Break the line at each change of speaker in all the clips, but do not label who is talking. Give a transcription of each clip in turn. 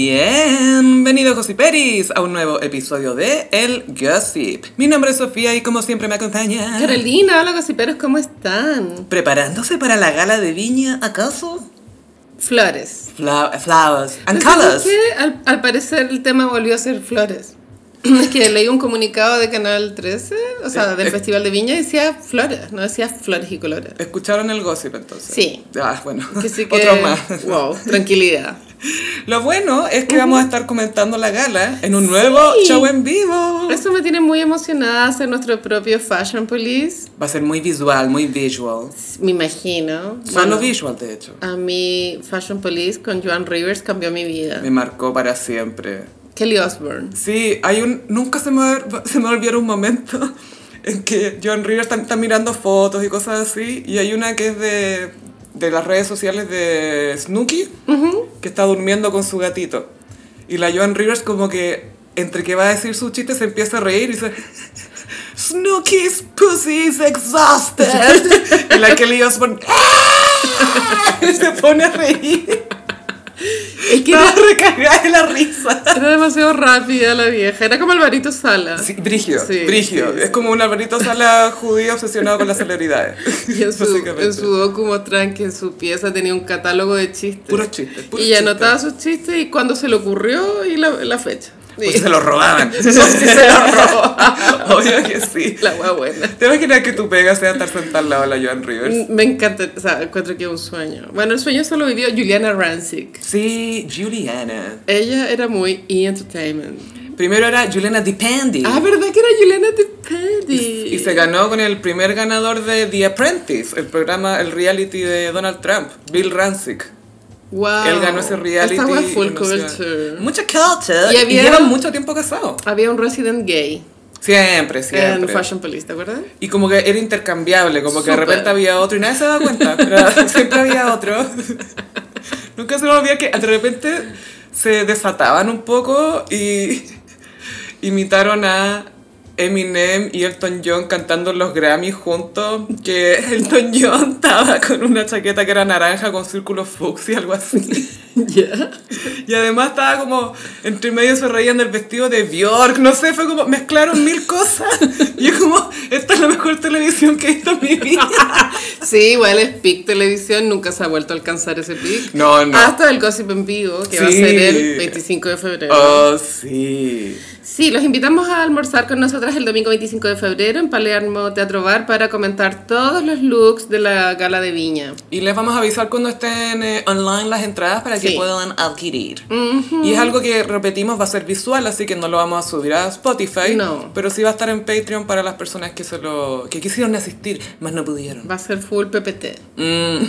Bienvenidos Gossiperis a un nuevo episodio de El Gossip. Mi nombre es Sofía y como siempre me acompaña...
Carolina, hola gossiperos, ¿cómo están?
¿Preparándose para la gala de Viña, acaso?
Flores.
Fla- flowers and
Pues, ¿sabes
colors.
qué? Al, al parecer el tema volvió a ser flores. Es que leí un comunicado de Canal 13, o sea, del
Eh, eh.
Festival de Viña, y decía flores, no decía flores y colores.
¿Escucharon el gossip entonces?
Sí.
Ah, bueno.
Que sí que-
Otro más.
Wow, tranquilidad.
Lo bueno es que vamos a estar comentando la gala en un nuevo show en vivo.
Eso me tiene muy emocionada hacer nuestro propio Fashion Police.
Va a ser muy visual, muy visual.
Me imagino.
Solo
Bueno,
visual, de hecho.
A mí, Fashion Police con Joan Rivers cambió mi vida.
Me marcó para siempre.
Kelly Osbourne.
Sí, hay un. Nunca se me, va- se me va a olvidar un momento en que John River está, está mirando fotos y cosas así, y hay una que es de, de las redes sociales de Snooki, que está durmiendo con su gatito. Y la Joan Rivers como que entre que va a decir su chiste se empieza a reír y dice Snooki's pussy is exhausted. y la Kelly Osbourne "¡Ah!", y se pone a reír.
Es que
Estaba
era,
recargada de la risa.
era demasiado rápida la vieja. Era como Alvarito Sala.
Sí, brígido,
Sí,
brígido.
sí,
es
sí.
como un Alberito Sala judío obsesionado con las celebridades.
Y en su,
básicamente.
en su docu mostraban que en su pieza tenía un catálogo de chistes.
Puros chistes, puros
y ella
chistes.
anotaba sus chistes y cuando se le ocurrió y la, la fecha.
Pues
Y-
se lo robaban.
Pues se lo robaban.
Obvio que sí.
La hueá buena.
¿Te imaginas que tu pega sea estar sentada al lado de la Joan Rivers?
Me encanta, o sea, encuentro que es un sueño. Bueno, el sueño solo vivió Juliana Rancic.
Sí, Juliana.
Ella era muy E-Entertainment.
Primero era Juliana Dipendi.
Ah, ¿verdad que era Juliana Tependi?
Y se ganó con el primer ganador de The Apprentice, el programa, el reality de Donald Trump, Bill Rancic.
Wow.
Él ganó ese reality.
Esta fue full
y conoció-
culture.
Mucha culture.
Y
Y,
había-
llevan mucho tiempo casados.
Había un resident gay
Siempre, siempre.
en Fashion Police, ¿te acuerdas?
Y como que era intercambiable, como que de
Súper.
repente había otro y nadie se daba cuenta, pero siempre había otro. Nunca se me olvida que de repente se desataban un poco y imitaron a Eminem y Elton John cantando los Grammys juntos, que Elton John estaba con una chaqueta que era naranja con círculos fucsia, algo así.
Ya.
Y además estaba como, entre medio se reían del vestido de Bjork, no sé, fue como, mezclaron mil cosas. Y es como, esta es la mejor televisión que he visto en mi vida.
Sí, igual es PIC Televisión, nunca se ha vuelto a alcanzar ese PIC.
No, no.
Hasta el Gossip en Vivo, que va a
Sí.
ser el 25 de febrero.
Oh, sí.
Sí, los invitamos a almorzar con nosotras el domingo 25 de febrero en Palermo Teatro Bar para comentar todos los looks de la gala de Viña.
Y les vamos a avisar cuando estén eh, online las entradas para que
Sí.
puedan adquirir. Y es algo que repetimos, va a ser visual, así que no lo vamos a subir a Spotify.
No.
Pero sí va a estar en Patreon para las personas que, se lo, que quisieron asistir, mas no pudieron.
Va a ser full PPT.
Mm.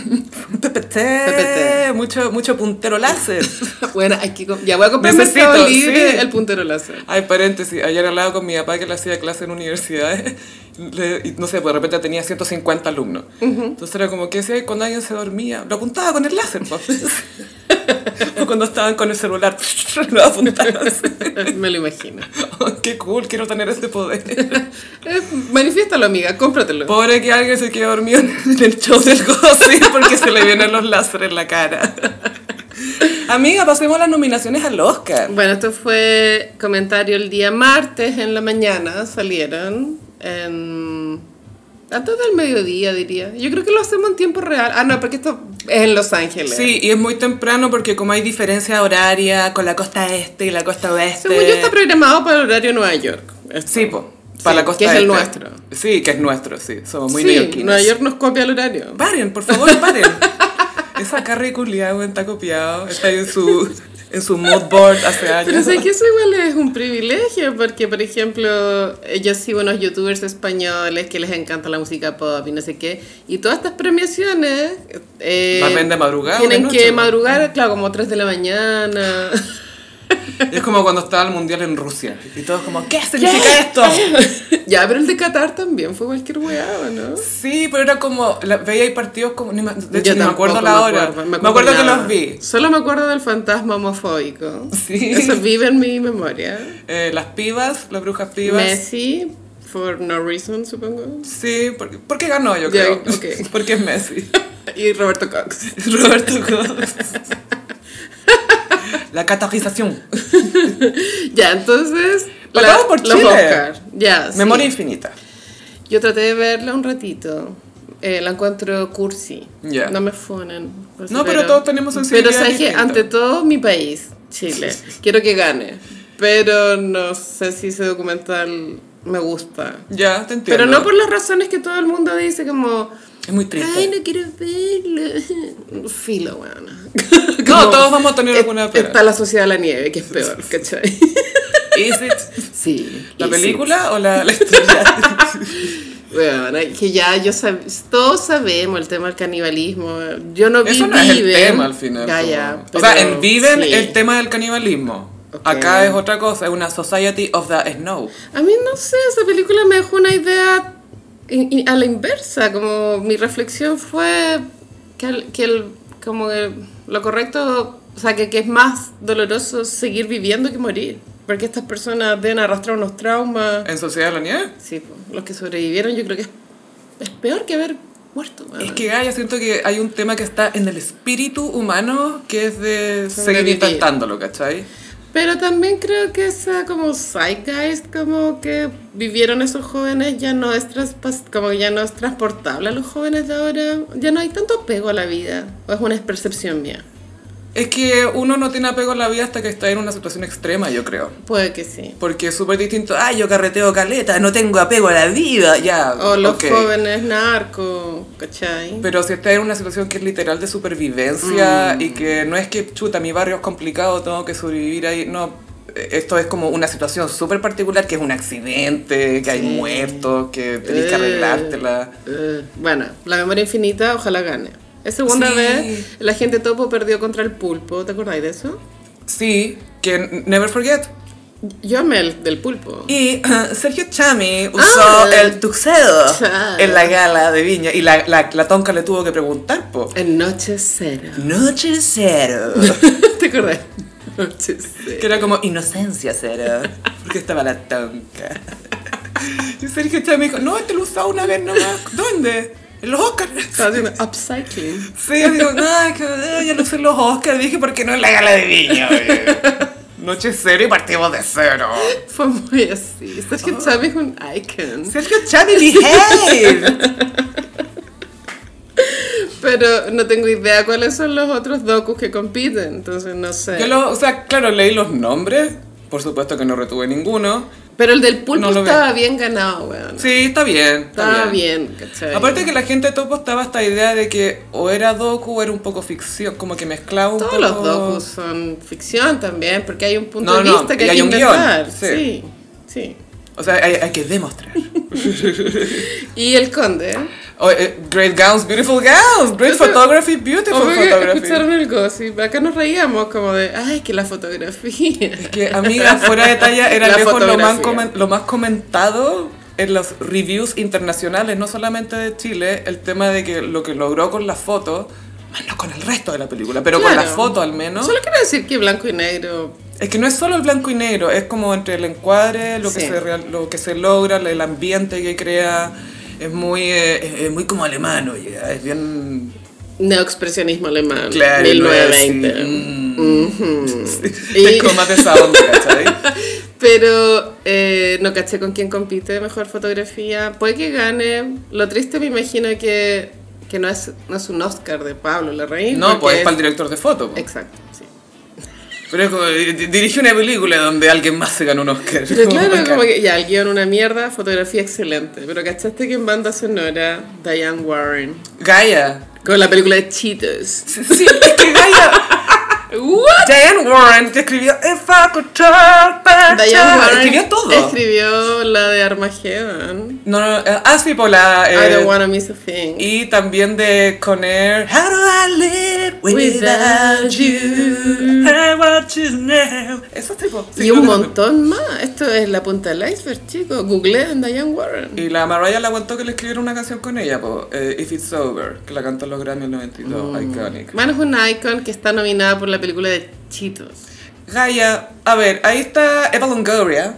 PPT.
PPT.
Mucho, mucho puntero láser.
Bueno, aquí ya voy a comprar
Necesito,
Mercado Libre
sí.
el puntero láser.
Ay, paréntesis, ayer hablaba con mi papá que le hacía clase en universidades, le- y no sé, pues de repente tenía 150 alumnos. Entonces era como que si cuando alguien se dormía, lo apuntaba con el láser, pues. o cuando estaban con el celular, lo apuntaba así.
Me lo imagino.
Oh, Qué cool, quiero tener este poder.
Eh, manifiéstalo, amiga, cómpratelo.
Pobre que alguien se quede dormido en el show del gossip porque se le vienen los láseres en la cara. Amiga, pasemos a las nominaciones al Oscar.
Bueno, esto fue comentario el día martes en la mañana, salieron. En... Antes del mediodía, diría. Yo creo que lo hacemos en tiempo real. Ah, no, porque esto es en Los Ángeles.
Sí, y es muy temprano porque como hay diferencia horaria con la costa este y la costa oeste.
Según yo está programado para el horario Nueva York. Esto.
este Sí, po, para
Sí,
la costa
que es el
este.
nuestro.
Sí, que es nuestro, sí. Somos muy
Sí,
neoyorquinos.
Nueva York nos copia el horario.
Paren, por favor, paren. Esa carriculia weón, está copiado, está en su, en su mood board hace años.
Pero sé que eso igual es un privilegio, porque por ejemplo, eh, yo sigo unos youtubers españoles que les encanta la música pop y no sé qué, y todas estas premiaciones... eh,
Más bien de madrugada o de
Tienen
noche,
que
¿no?
madrugar, claro, como 3 de la mañana.
Es como cuando estaba el mundial en Rusia. Y todos como, ¿qué significa esto?
ya, pero el de Qatar también fue cualquier weá, ¿o ¿no?
Sí, pero era como, la- veía ahí partidos como, ni me- de hecho
Yo
ni me
tampoco
acuerdo la hora.
acuerdo,
Me acuerdo que
nada.
los vi.
Solo me acuerdo del fantasma homofóbico.
Sí.
Eso vive en mi memoria.
Eh, las pibas, las brujas pibas.
Messi, for no reason, supongo.
Sí, porque, porque ganó, yo
Ya,
creo.
ok.
Porque es Messi.
Y Roberto Cox.
Roberto Cox. La catarización.
Ya, entonces.
Pagado por
los
Chile.
Oscar. Ya. sí.
Memoria infinita.
Yo traté de verla un ratito. Eh, la encuentro cursi.
Ya.
No me funen. por
No,
si-
pero todos tenemos sensibilidad
Pero sabes que
distinta.
ante todo mi país, Chile, quiero que gane. Pero no sé si ese documental me gusta.
Ya, te entiendo.
Pero no por las razones que todo el mundo dice, como.
Es muy triste.
Ay, no quiero verlo. Filo, weona.
No, todos vamos a tener alguna pena.
Está la sociedad de la nieve, que es peor, ¿cachai?
¿Is it
Sí.
la
y sí.
película o la, la historia?
Bueno, que ya yo sab- todos sabemos el tema del canibalismo. Yo no vi
Eso no es el
Viven.
tema al final.
Ya,
po.
ya,
o sea,
pero
en Viven
sí.
el tema del canibalismo.
Ok.
Acá es otra cosa, es una Society of the Snow.
A mí no sé, esa película me dejó una idea in- in- a la inversa. Como mi reflexión fue que, el- que el, como que lo correcto, o sea, que, que es más doloroso seguir viviendo que morir. Porque estas personas deben arrastrar unos traumas.
¿En Sociedad de la Nieve?
Sí, po, los que sobrevivieron, yo creo que es, es peor que haber muerto.
Es
weona.
que Gaya, siento que hay un tema que está en el espíritu humano que es de seguir
Sobrevivir.
intentándolo, ¿cachai?
Pero también creo que esa como zeitgeist, como que vivieron esos jóvenes, ya no es, traspas- como ya no es transportable a los jóvenes de ahora. Ya no hay tanto apego a la vida. O es una percepción mía.
Es que uno no tiene apego a la vida hasta que está en una situación extrema, yo creo.
Puede que sí.
Porque es súper distinto. Ay, yo carreteo caleta, no tengo apego a la vida. Ya,
O los
ok.
jóvenes narcos, ¿cachai?
Pero si está en una situación que es literal de supervivencia
Mm.
y que no es que, chuta, mi barrio es complicado, tengo que sobrevivir ahí, no. Esto es como una situación súper particular, que es un accidente, que hay
Sí.
muertos, que tenés que
Eh,
arreglártela.
eh, bueno, la memoria infinita, ojalá gane. Es segunda
Sí.
vez, la gente topo perdió contra el pulpo, ¿te acordáis de eso?
Sí, que n- never forget.
Yo amé el del pulpo.
Y ah, Sergio Chami usó
Ah.
el tuxedo
Chao.
en la gala de Viña y la, la, la tonca le tuvo que preguntar, po.
En Noche Cero.
Noche cero.
¿Te acordás? Noche Cero.
Que era como inocencia cero. Porque estaba la tonca. Y Sergio Chávez me dijo, no, este lo he usado una vez nomás. ¿Dónde? En los Oscars.
Estaba haciendo upcycling.
Sí, yo digo, no, es que eh, ya lo usé en los Oscars. Dije, ¿por qué no en la gala de viña? baby?" Noche cero y partimos de cero.
Fue muy así. Sergio
Ah.
Chávez es un icon.
Sergio Chávez, behave.
Pero no tengo idea cuáles son los otros docus que compiten. Entonces no sé.
Yo lo, o sea, claro, leí los nombres. Por supuesto que no retuve ninguno.
Pero el del pulpo
No lo
estaba bien ganado, weón.
Sí, está bien.
Estaba bien, ¿cachai?
Aparte que la gente topo estaba esta idea de que o era docu o era un poco ficción, como que mezclaba un
Todos
poco...
los docus son ficción también, porque hay un punto
No,
de
no,
vista que
y
hay,
hay
que
un guión,
inventar. sí.
sí.
sí.
O sea, hay, hay que demostrar.
Y el conde.
Oh, eh, great gowns, beautiful gowns. Great
Eso-
photography, beautiful
Obvio que
photography.
Oh escucharon el gossip. Acá nos reíamos como de, ay, que la fotografía.
Es que, amiga, fuera de talla, era
La
lejos lo más,
fotografía.
comen- lo más comentado en los reviews internacionales, no solamente de Chile, el tema de que lo que logró con la foto, más no con el resto de la película, pero con la
Claro.
foto al menos.
Solo quiero decir que blanco y negro.
Es que no es solo el blanco y negro, es como entre el encuadre, lo,
Sí.
que, se real- lo que se logra, el ambiente que crea. Es muy, eh, es, es muy como alemán, oye, es
Mm.
bien...
Neoexpresionismo alemán.
Claro,
1920. Ujú. Y-
Es como más de esa onda, ¿cachai?
pero eh, no caché con quién compite mejor fotografía. Puede que gane. Lo triste me imagino que, que no, es, no es un Oscar de Pablo Larraín.
No,
porque
pues es
es-
para el director de pues. foto. po.
Exacto, sí.
Pero es como, eh, di- dirige una película donde alguien más se ganó un Oscar.
Pero
Como,
claro,
bacán.
como que ya, el guión una mierda, fotografía excelente. Pero cachaste que en banda sonora, Diane Warren.
Gaia.
Con la película de Cheetos.
Sí, sí, es que Gaia... Diane Warren que escribió If I could talk back
Diane
time.
Warren
Escribió todo.
Escribió la de Armageddon.
No, no, eh, ah, sí, por la...
I
eh,
don't wanna miss a thing.
Y también de Conair. How do I live without you? I want you now. Esos tipos.
Y un montón más. Esto es la punta del iceberg, chicos. Googleen Diane Warren.
Y la Mariah le aguantó que le escribiera una canción con ella, po, eh, If It's Over, que la cantó en los Grammy en 92,
Mm.
iconic.
Man es una icon que está nominada por la película de Cheetos.
Gaia, a ver, ahí está Eva Longoria,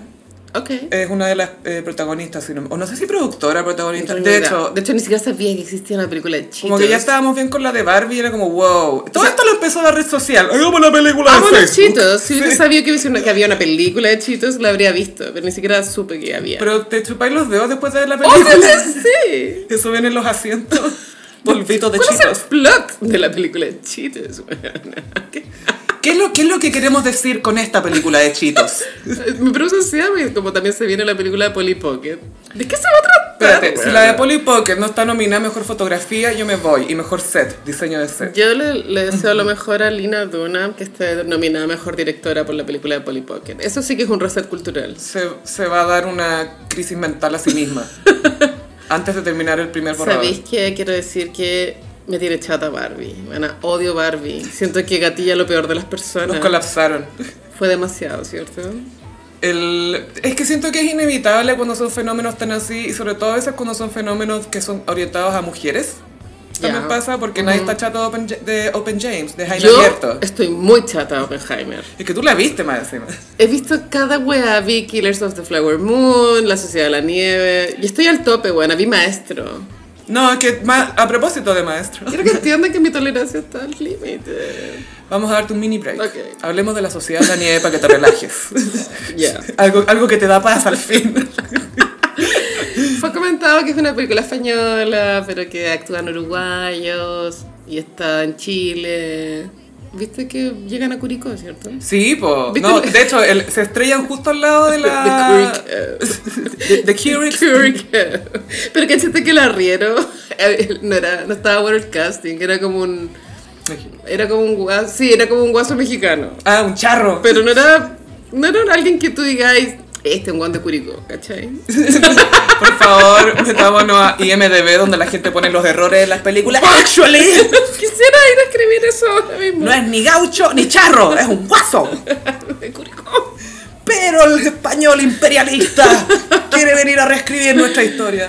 Ok.
Es una de las eh, protagonistas, si no- o no sé si productora, protagonista. De
Entonces,
hecho,
de hecho, ni siquiera sabía que existía una película de chicos.
como que ya estábamos bien con la de Barbie, era como wow. Todo
O sea-
esto lo empezó la red social. Hagamos la película
Amo
de
los
Facebook.
Cheetos. Si hubiera sabido que, hubiese una- que había una película de Cheetos, la habría visto, pero ni siquiera supe que había.
Pero te chupáis los dedos después de ver la película.
¡Obviamente sí!
Eso viene en los asientos. Polvitos de
¿Cuál es el
chitos.
plot de la película de Cheetos? weona? ¿Qué?
¿Qué es, lo, ¿Qué es lo que queremos decir con esta película de chitos?
Me produce ansiedad porque como también se viene la película de Polly Pocket. ¿De qué se va a tratar?
Espérate, si
weona?
la de Polly Pocket no está nominada a mejor fotografía, yo me voy. Y mejor set, diseño de set.
Yo le, le deseo lo mejor a Lina Dunham, que esté nominada mejor directora por la película de Polly Pocket. Eso sí que es un reset cultural.
Se, se va a dar una crisis mental a sí misma. antes de terminar el primer borrador.
¿Sabéis qué? Quiero decir que me tiene chata Barbie. Bueno, odio Barbie. Siento que gatilla lo peor de las
Nos
personas.
colapsaron.
Fue demasiado, ¿cierto?
El, es que siento que es inevitable cuando son fenómenos tan así, y sobre todo a veces cuando son fenómenos que son orientados a mujeres. También
Ya. Mm.
pasa porque nadie está chato de Open, Ja- de Open James, de Jaime
Yo
Abierto.
estoy muy chata de Oppenheimer.
Es que tú la viste más encima.
He visto cada wea, vi Killers of the Flower Moon, La Sociedad de la Nieve, y estoy al tope, buena, vi Maestro.
No, es que ma- a propósito de maestro,
Quiero que entiendan que mi tolerancia está al límite.
vamos a darte un mini break.
Ok.
Hablemos de la sociedad de la nieve para que te relajes.
Ya.
algo, algo que te da paz al fin.
Fue comentado que es una película española, pero que actúan uruguayos y está en Chile. Viste que llegan a Curicó, ¿cierto?
Sí, po.
¿Viste
No,
el-
de hecho, el- se estrellan justo al lado de la...
The Curic,
De, de Curic.
Curicó. Pero cachete que el arriero eh, no, era, no estaba bueno el casting, era como un. Era como un guaso. Sí, era como un guaso mexicano.
Ah, un charro.
Pero no era. No era alguien que tú digáis. Este es un guan de Curicó, ¿cachai?
Por favor, metámonos a IMDB donde la gente pone los errores de las películas. Actually,
Quisiera ir a escribir eso ahora mismo.
no es ni gaucho ni charro, es un guaso.
de Curicó.
Pero el español imperialista quiere venir a reescribir nuestra historia.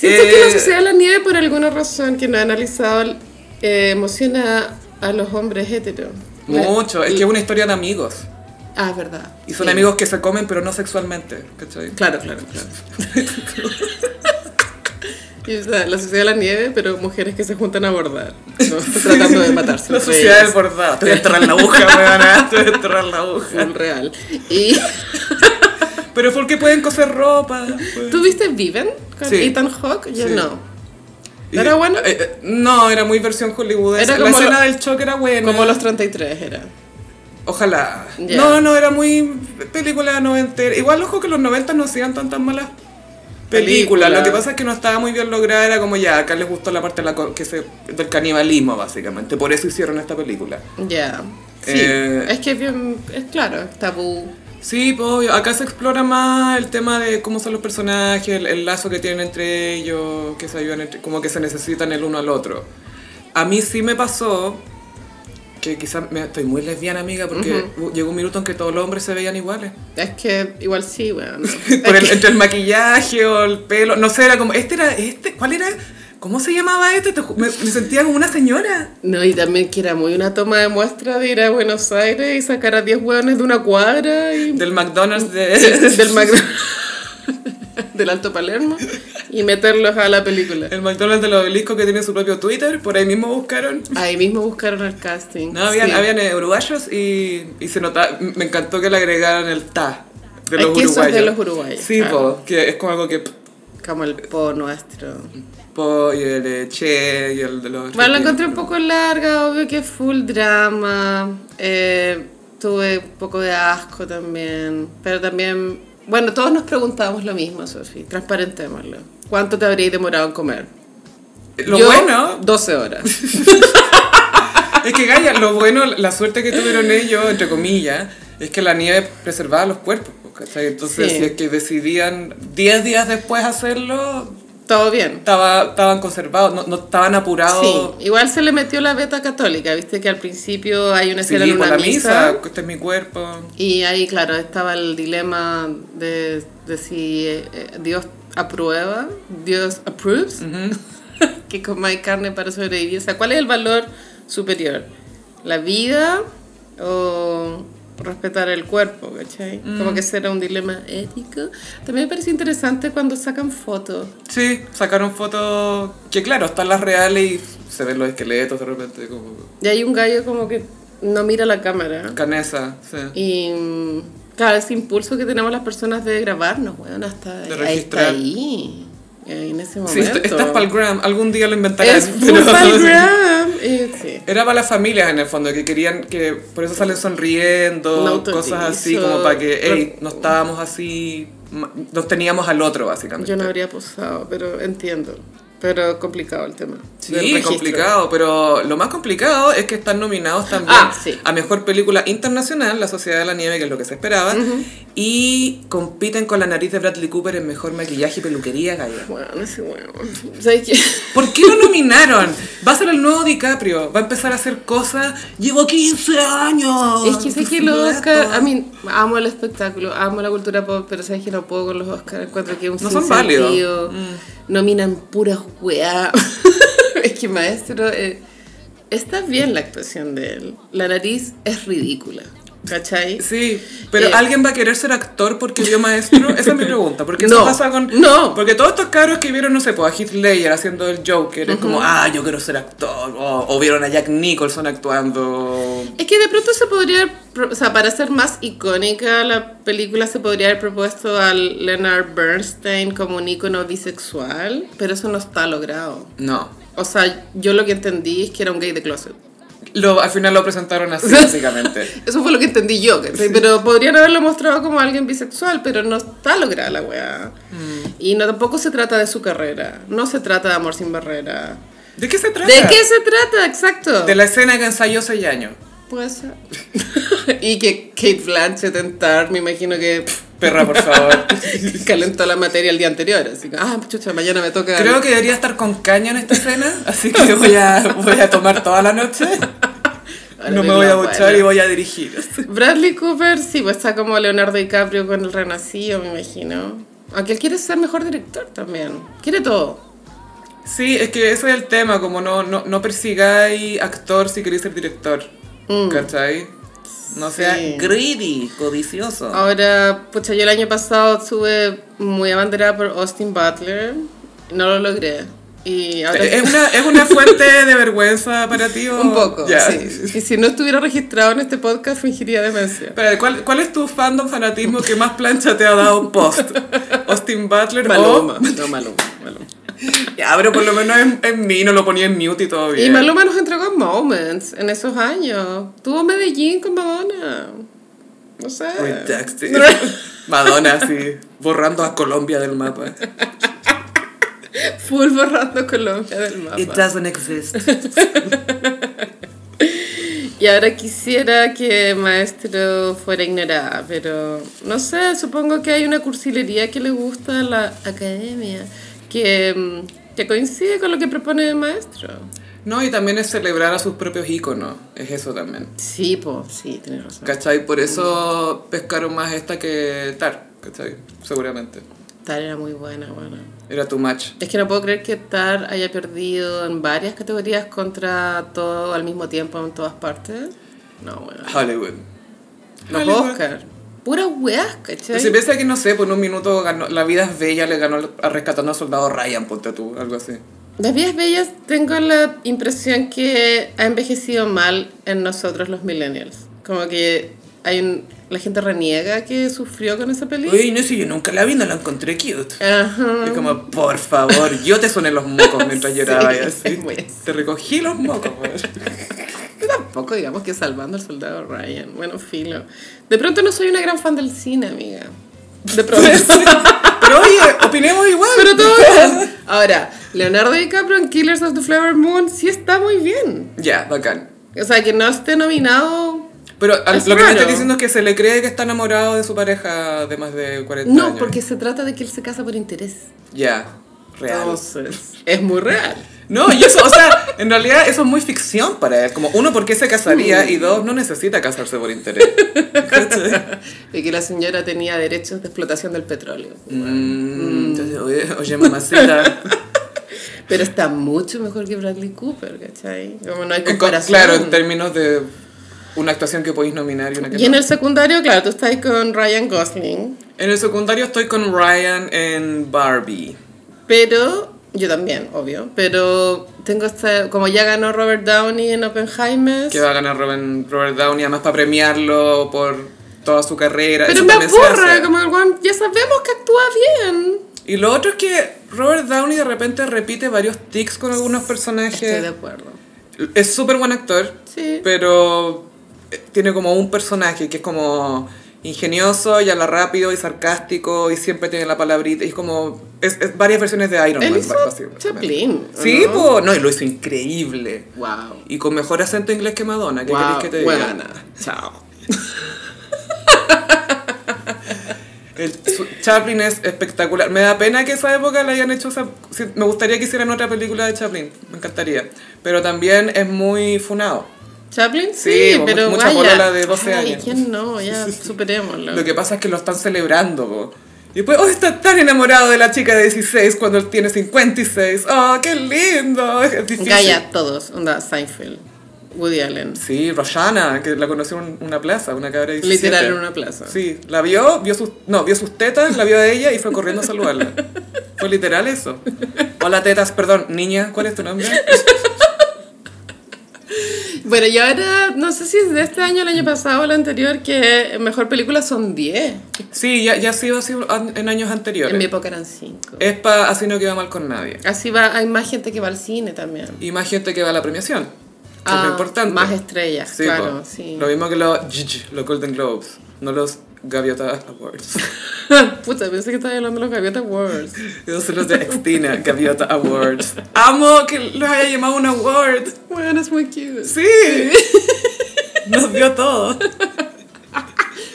Siento que la
Eh,
sociedad de la nieve, por alguna razón que no he analizado, eh, emociona a los hombres heteros.
Mucho, es que es una historia de amigos.
Ah, es verdad.
Y son
Sí.
amigos que se comen, pero no sexualmente. ¿Cachai?
Claro, claro, claro. Y, o sea, la sociedad de la nieve, pero mujeres que se juntan a bordar, ¿no? tratando de matarse.
La
entre
sociedad del
ellas.
bordado. Te voy a enterrar la aguja, weón. ah, Te voy a enterrar la aguja.
Full real. Y
Pero porque pueden coser ropa. pues.
tú viste Viven con
Sí.
Ethan Hawke, yo
Sí.
no.
Y-
¿Era bueno?
eh, eh, no, era muy versión hollywoodense.
Era
La
como
escena
lo-
del choque era buena.
Como los 33 era.
Ojalá.
Ya.
No, no, era muy película noventera. Igual, ojo que los 90 no hacían tantas malas películas.
Película.
Lo que pasa es que no estaba muy bien lograda. Era como ya, acá les gustó la parte de la co- que se- del canibalismo, básicamente. Por eso hicieron esta película.
Ya. Sí.
Eh,
es que es bien, es claro, es tabú.
Sí, pues, obvio, acá se explora más el tema de cómo son los personajes, el, el lazo que tienen entre ellos, que se ayudan, entre- como que se necesitan el uno al otro. A mí sí me pasó que quizás me- estoy muy lesbiana, amiga, porque hu- llegó un minuto en que todos los hombres se veían iguales.
Es que igual sí, weón.
Por el- entre el maquillaje o el pelo, no sé, era como, este era, este, ¿cuál era? ¿Cómo se llamaba este? Te ju- Me, me sentía como una señora.
No, y también que era muy una toma de muestra de ir a Buenos Aires y sacar a 10 hueones de una cuadra y
Del McDonald's de...
del Mac- del Alto Palermo y meterlos a la película.
El McDonald's del obelisco que tiene su propio Twitter, por ahí mismo buscaron.
Ahí mismo buscaron el casting.
No, habían,
sí.
habían, eh, uruguayos y, y se notaba, me encantó que le agregaran el ta de
Ay,
los
que eso es de
uruguayos.
los uruguayos,
Sí,
claro.
po, que es como algo que
Como el po nuestro.
po y el eh, che y el de los
Bueno, la
argentinos.
encontré un poco larga, obvio que es full drama. eh, tuve un poco de asco también. Pero también, bueno, todos nos preguntábamos lo mismo, Sofi. Transparentémoslo. ¿Cuánto te habríais demorado en comer?
Eh, Lo
Yo,
bueno
12 horas.
es que Gaia, lo bueno, la suerte que tuvieron ellos, entre comillas, es que la nieve preservaba los cuerpos, po, ¿cachai? Entonces,
Sí.
si es que decidían 10 días después hacerlo,
Todo bien.
estaba, estaban conservados, no, no estaban apurados.
Sí, Oh, igual se le metió la beta católica, viste que al principio hay una
Sí,
escena en
por la
una misa,
misa, este es mi cuerpo.
y ahí claro, estaba el dilema de, de si eh, eh, Dios aprueba, Dios approves, que comáis carne para sobrevivir, o sea, ¿cuál es el valor superior? ¿La vida o respetar el cuerpo, ¿cachai? Como
Mm.
que ese era un dilema ético. También me parece interesante cuando sacan fotos.
Sí, sacaron fotos que claro, están las reales y se ven los esqueletos de repente como
Y hay un gallo como que no mira la cámara.
canesa, sí.
Y mm, claro, ese impulso que tenemos las personas de grabarnos, weón, hasta
De
ahí está
registrar.
ahí. eh, En ese
Sí,
momento.
esto, esto es para el gram, algún día lo inventarán.
Es full
pero-
pa'l gram. Eh, sí.
Era para las familias en el fondo, que querían que por eso salen
Un
sonriendo,
autorizo.
cosas así, como para que, hey, no estábamos así, ma- nos teníamos al otro básicamente.
Yo no habría posado, pero entiendo. Pero complicado el tema. del
Sí,
registro.
complicado, pero lo más complicado es que están nominados también
Ah, sí.
a Mejor Película Internacional, La Sociedad de la Nieve, que es lo que se esperaba, y compiten con la nariz de Bradley Cooper en Mejor Maquillaje y Peluquería, Gaia.
Bueno, ese huevón. ¿Sabes qué?
¿Por qué lo nominaron? Va a ser el nuevo DiCaprio, va a empezar a hacer cosas, llevo 15 años.
Es que sé que los
haciendo
Oscars,
Oh, esto.
a mí amo el espectáculo, amo la cultura pop, pero sabes que no puedo con los Oscars, encuentro que es un
No son
sinsentido.
válidos. Mm.
nominan puras weá. es que maestro, eh, está bien la actuación de él, la nariz es ridícula, ¿cachai?
Sí, pero
Eh.
¿alguien va a querer ser actor porque vio maestro? Esa es mi pregunta. Porque eso
No,
pasa con.
no.
Porque todos estos cabros que vieron, no sé, pues a Heath Ledger haciendo el Joker, es como, ah, yo quiero ser actor. O, o vieron a Jack Nicholson actuando.
Es que de pronto se podría, haber pro- o sea, para ser más icónica la película se podría haber propuesto al Leonard Bernstein como un ícono bisexual, pero eso no está logrado.
No.
O sea, yo lo que entendí es que era un gay de closet.
Lo, al final lo presentaron así, básicamente.
Eso fue lo que entendí yo, ¿cachai? pero podrían haberlo mostrado como alguien bisexual, pero no está lograda la weá.
Mm.
Y no tampoco se trata de su carrera, no se trata de amor sin barrera.
¿De qué se trata?
¿De qué se trata? Exacto.
De la escena que ensayó seis años.
Puede ser. y que Kate Blanchett en Tar, me imagino que
Perra, por favor.
calentó la materia el día anterior. Así que, ah, chucha, mañana me toca.
Creo que debería estar con caña en esta escena, así que voy a, voy a tomar toda la noche.
Ahora
No me
vengo
voy a
afuera.
bochar y voy a dirigir.
Bradley Cooper, sí, pues está como Leonardo DiCaprio con el Renacido, me imagino. Aunque él quiere ser mejor director también. Quiere todo.
Sí, es que ese es el tema, como no, no, no persigáis actor si queréis ser director. ¿Cachai? No sea
Mm. Sí. Ah,
greedy, codicioso.
Ahora, pucha, yo el año pasado estuve muy abanderada por Austin Butler. No lo logré. Y ahora
Eh, ¿Es una, ¿Es una fuente de vergüenza para ti? o-
un poco,
Ya.
sí. Y si no estuviera registrado en este podcast, fingiría demencia.
Pero, ¿cuál, ¿Cuál es tu fandom fanatismo que más plancha te ha dado post? Austin Butler
Maluma, no, Maluma, Maluma.
o... Ya, pero por lo menos en, en mí no lo ponía en mute y todo bien.
Y Maluma nos entregó moments en esos años. Tuvo Medellín con Madonna. No sé.
Redacted. Madonna, sí. Borrando a Colombia del mapa.
Full borrando Colombia del mapa.
doesn't exist.
Y ahora quisiera que maestro fuera ignorada, pero no sé, supongo que hay una cursilería que le gusta a la academia, que, mm, que coincide con lo que propone el maestro.
No, y también es celebrar a sus propios íconos. Es eso también.
Sí, pues, sí, tienes razón.
¿Cachai? Por eso pescaron más esta que Tar. ¿Cachai? Seguramente.
Tar era muy buena, bueno.
Era tu match.
Es que no puedo creer que Tar haya perdido en varias categorías contra todo al mismo tiempo en todas partes. No, bueno.
Hollywood.
Los
Hollywood.
Oscar. Puras weas, ¿cachai?
Si piensa que, no sé, por un minuto ganó, La vida es bella, le ganó a rescatando al soldado Ryan, ponte tú, algo así.
Las Vías Bellas tengo la impresión que ha envejecido mal en nosotros los millennials. Como que hay un- la gente reniega que sufrió con esa película.
Uy, no sé, yo nunca la vi, no la encontré cute.
Ajá.
Es como, por favor, yo te soné los mocos mientras
Sí,
lloraba y así.
es muy así.
Te recogí los mocos, güey.
Tampoco digamos que salvando al soldado Ryan. Bueno, filo. De pronto no soy una gran fan del cine, amiga. De pronto.
Pero oye, opinemos igual.
Pero todo bien. Ahora, Leonardo DiCaprio en Killers of the Flower Moon sí está muy bien.
Ya, bacán.
O sea, que no esté nominado
Pero al-
Es
lo que me
raro.
estoy diciendo es que se le cree que está enamorado de su pareja de más de 40 años.
No, porque se trata de que él se casa por interés.
Ya, real.
Entonces, es muy real.
No, y eso, o sea, en realidad eso es muy ficción para él. Como, uno, ¿por qué se
Mm.
casaría? Y dos, no necesita casarse por interés.
Y que la señora tenía derechos de explotación del petróleo.
Mm, entonces, oye, oye, mamacita.
Pero está mucho mejor que Bradley Cooper, ¿cachai? Como no hay
Eh, En co-
comparación.
Claro, en términos de una actuación que podéis nominar y una que
Y en
no.
el secundario, claro, tú estás con Ryan Gosling,
En el secundario estoy con Ryan en Barbie.
pero yo también, obvio, pero tengo esta, como ya ganó Robert Downey en Oppenheimer,
Que va a ganar Robin- Robert Downey, además para premiarlo por toda su carrera.
pero
eso
me
también se
aburre,
hace.
como el one, ya sabemos que actúa bien.
Y lo otro es que Robert Downey de repente repite varios tics con algunos
Estoy de
personajes.
acuerdo.
Es súper buen actor,
Sí.
pero eh, tiene como un personaje que es como ingenioso y habla rápido y sarcástico y siempre tiene la palabrita. Y es como es, es varias versiones de Iron
Él
Man.
hizo
básicamente.
Chaplin, ¿o
Sí,
no?
po. no, y lo hizo increíble.
Wow.
Y con mejor acento inglés que Madonna, ¿qué querés que te diga?
Buena. Chao.
El, su- Chaplin es espectacular. Me da pena que esa época la hayan hecho. esa- si- me gustaría que hicieran otra película de Chaplin. Me encantaría. Pero también es muy funado.
Chaplin, sí,
Sí, mu-
pero
mucha
guaya.
polola de 12
Ay,
años.
¿quién no? Ya superémoslo.
Lo que pasa es que lo están celebrando. po. Y después, oh, está tan enamorado de la chica de 16 cuando él tiene 56. ¡Oh, qué lindo! Es difícil.
Gaia, todos. Onda, Seinfeld, Woody Allen.
Sí, Roshana, que la conoció en una plaza, una cabra de 17.
Literal en una plaza.
Sí, la vio, vio sus, no, vio sus tetas, la vio a ella y fue corriendo a saludarla. Fue literal eso. Hola tetas, perdón, niña, ¿cuál es tu nombre?
Bueno, y ahora, no sé si es de este año, el año pasado o el anterior, que mejor película son 10.
Sí, ya, ya ha sido así an- en años anteriores.
En mi época eran 5.
Es para así no queda mal con nadie.
Así va, hay más gente que va al cine también.
Y más gente que va a la premiación. que es
Ah,
lo importante.
Más estrellas,
Sí,
claro,
po.
sí.
Lo mismo que los, GG, los Golden Globes, no los Gaviota Awards.
Puta, pensé que estaba hablando de los Gaviota Awards.
Esos son los de Extina, Gaviota Awards. Amo que los haya llamado un award.
Bueno, es muy cute.
Sí. Nos dio todo.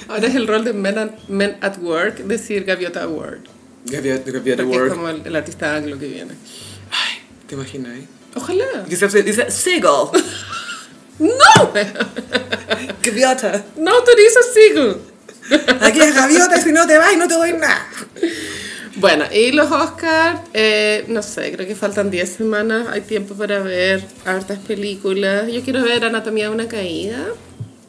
Ahora es el rol de Men at, men at Work decir Gaviota Award.
Gaviota, Gaviota
Porque es
Award.
como el, el artista anglo que viene.
Ay, ¿te imaginas? eh?
Ojalá.
Dice, dice Seagull.
¡No!
Gaviota.
No autorizo Siegel.
Aquí es Gaviota, si no te vas y no te doy nada.
Bueno, y los Oscars, eh, no sé, creo que faltan 10 semanas. Hay tiempo para ver hartas películas. Yo quiero ver Anatomía de una caída.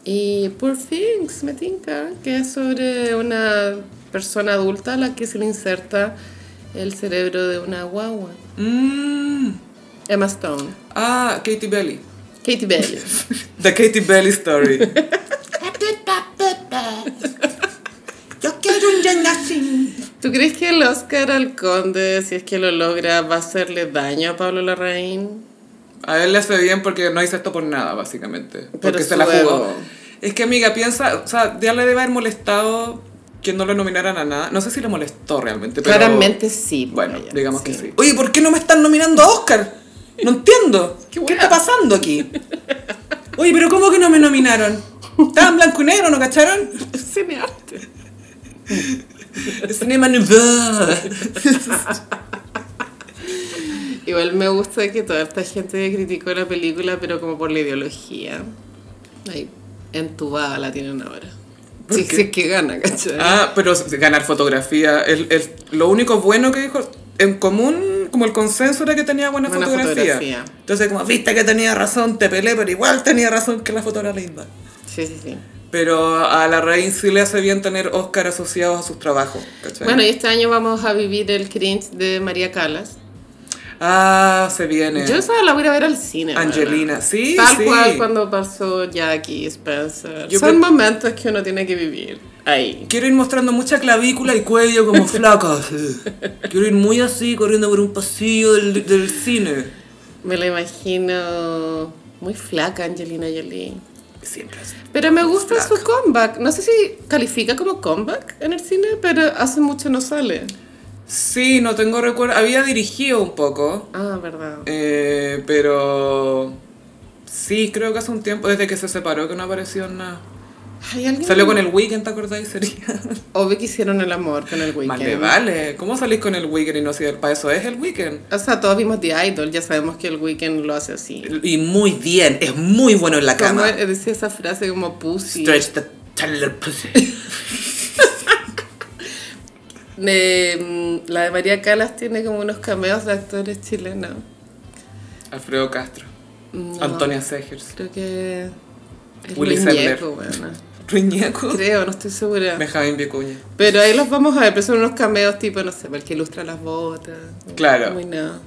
Y Poor Things, me tinca, que es sobre una persona adulta a la que se le inserta el cerebro de una guagua.
Mm.
Emma Stone.
Ah, Katy Belly.
Katie Bailey.
The Katy Belly Story.
Yo quiero un Jonathan.
¿Tú crees que el Oscar al Conde, si es que lo logra, va a hacerle daño a Pablo Larraín?
A él le hace bien porque no hizo esto por nada, básicamente. Porque
Pero
se la
su
jugó.
ego.
Es que, amiga, piensa, o sea, ya le debe haber molestado que no lo nominaran a nada. No sé si le molestó realmente, pero.
Claramente sí.
Bueno,
Brian,
digamos que sí. Oye, ¿por qué no me están nominando a Oscar? No entiendo.
Qué
¿Qué,
weá.
está pasando aquí? Oye, pero ¿cómo que no me nominaron? Estaban blanco y negro, ¿no cacharon?
Cinearte.
Cinema Nouveau.
Igual me gusta que toda esta gente criticó la película, pero como por la ideología. Ahí, entubada la tienen ahora.
¿Por
Sí,
qué?
sí, es que gana, ¿cachai?
Ah, pero ganar fotografía. El, el- lo único bueno que dijo en común, como el consenso era que tenía buena,
Buena
fotografía.
fotografía.
Entonces, como viste que tenía razón, te peleé, pero igual tenía razón que la foto era linda.
Sí, sí, sí.
Pero a la raíz sí le hace bien tener Oscar asociados a sus trabajos. ¿cachai?
Bueno, y este año vamos a vivir el cringe de María Calas.
ah, se viene.
Yo esa la voy a ir a ver al cine.
Angelina,
¿verdad?
sí,
Tal
sí.
cual cuando pasó Jackie Spencer.
Yo
Son
creo-
momentos que uno tiene que vivir. Ahí.
Quiero ir mostrando mucha clavícula y cuello como flaca. sí. Quiero ir muy así, corriendo por un pasillo del, del cine.
Me la imagino muy flaca Angelina Jolie.
Siempre así.
Pero me gusta su comeback. No sé si califica como comeback en el cine, pero hace mucho no sale.
Sí, no tengo recuerdo. Había dirigido un poco,
Ah, verdad.
eh, pero sí, creo que hace un tiempo, desde que se separó, que no apareció en nada.
Hay alguien-
Salió con el Weekend, ¿te acordáis? Sería.
Obvio que hicieron el amor con el
Más le
Weeknd.
vale. ¿Cómo salís con el Weekend y no así? Para eso es el Weekend.
O sea, todos vimos The Idol, ya sabemos que el Weeknd lo hace así.
Y muy bien, es muy bueno en la
Como
cama.
decía esa frase como pussy.
Stretch the taller pussy.
De, mm, la de María Calas tiene como unos cameos de actores chilenos.
Alfredo Castro.
No,
Antonia Segers.
Creo que Es
Willy
Luis
Sender.
Ñeco, bueno.
Ruiñeco.
Creo, no estoy segura.
Benjamín Vicuña.
Pero ahí los vamos a ver, pero son unos cameos tipo, no sé, el que ilustra las botas.
Claro.
Muy nada.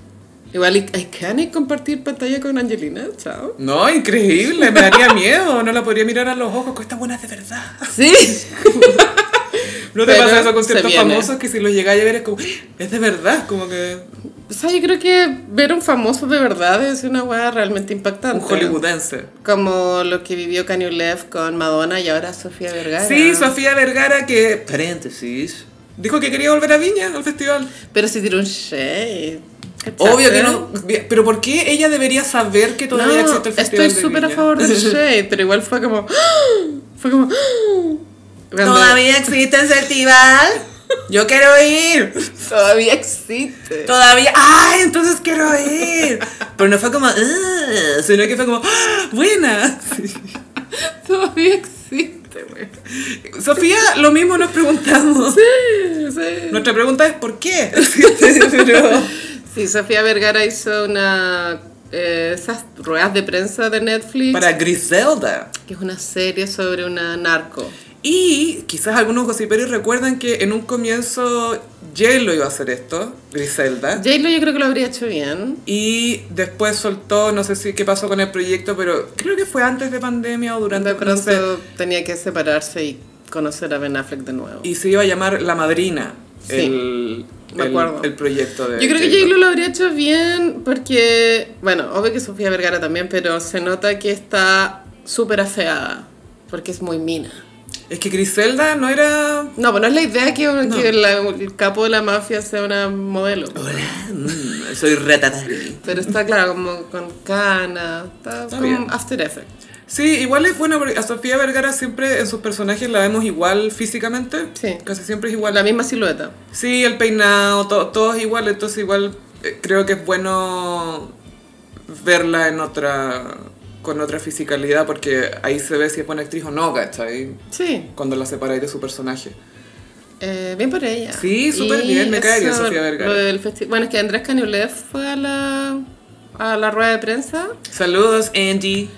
Igual, ¿y- ¿hay que compartir pantalla con Angelina? Chao.
No, increíble, me daría miedo, no la podría mirar a los ojos, que esta buena es de verdad.
Sí.
¿No te
Pero
pasa eso con
se
ciertos
viene.
famosos que si los llegáis a ver es como, "Ah, es de verdad, como que
O sea, yo creo que ver a un famoso de verdad es una weá realmente
un
impactante.
hollywoodense.
Como lo que vivió Kanye West con Madonna y ahora Sofía Vergara.
Sí, Sofía Vergara que, paréntesis, dijo que quería volver a Viña, al festival.
Pero si tiró un shade. ¿Cachaste?
Obvio que no, pero ¿por qué ella debería saber que todavía
No,
existe ¿eh? el festival
estoy
de
súper a
Viña?
favor del shade, pero igual fue como... Fue como... cuando-
¿Todavía existe el festival? Yo quiero ir.
Todavía existe.
Todavía. ¡Ay, entonces quiero ir! Pero no fue como. "Ah",
Sino que fue como, ¡Ah, buena. Sí.
Todavía existe, güey.
Sofía, lo mismo nos preguntamos.
Sí, sí.
Nuestra pregunta es, ¿por qué? Sí, pero-
Sí, Sofía Vergara hizo una... eh, esas ruedas de prensa de Netflix.
para Griselda.
Que es una serie sobre una narco.
Y quizás algunos gossiperos recuerdan que en un comienzo J-Lo iba a hacer esto, Griselda.
J-Lo yo creo que lo habría hecho bien.
Y después soltó, no sé si qué pasó con el proyecto, pero creo que fue antes de pandemia o durante
De
el proceso.
pronto tenía que separarse y conocer a Ben Affleck de nuevo.
Y se iba a llamar La Madrina,
Sí,
el,
me
el-
acuerdo.
el proyecto de
Yo creo que J-Lo lo habría hecho bien porque, bueno, obvio que Sofía Vergara también, pero se nota que está súper afeada porque es muy mina.
Es que Griselda no era...
No, pues no es la idea que, que la- el capo de la mafia sea una modelo.
Hola, mm, soy Ratatari.
Pero está claro, como con cana, está,
Está
como
bien.
After Effects.
Sí, igual es buena porque a Sofía Vergara siempre en sus personajes la vemos igual físicamente.
Sí.
Casi siempre es
Con
igual.
la misma silueta.
Sí, el peinado, to- todo es igual, entonces igual eh, creo que es bueno verla en otra con otra fisicalidad porque ahí se ve si es buena actriz o no, ¿cachai?
Sí,
Cuando la separáis de su personaje.
eh, bien por ella.
Sí, súper
Y
bien, me cae bien
eso,
Sofía Vergara.
lo del festi- bueno, es que Andrés Caniolet fue a la, a la rueda de prensa
Saludos, Andy.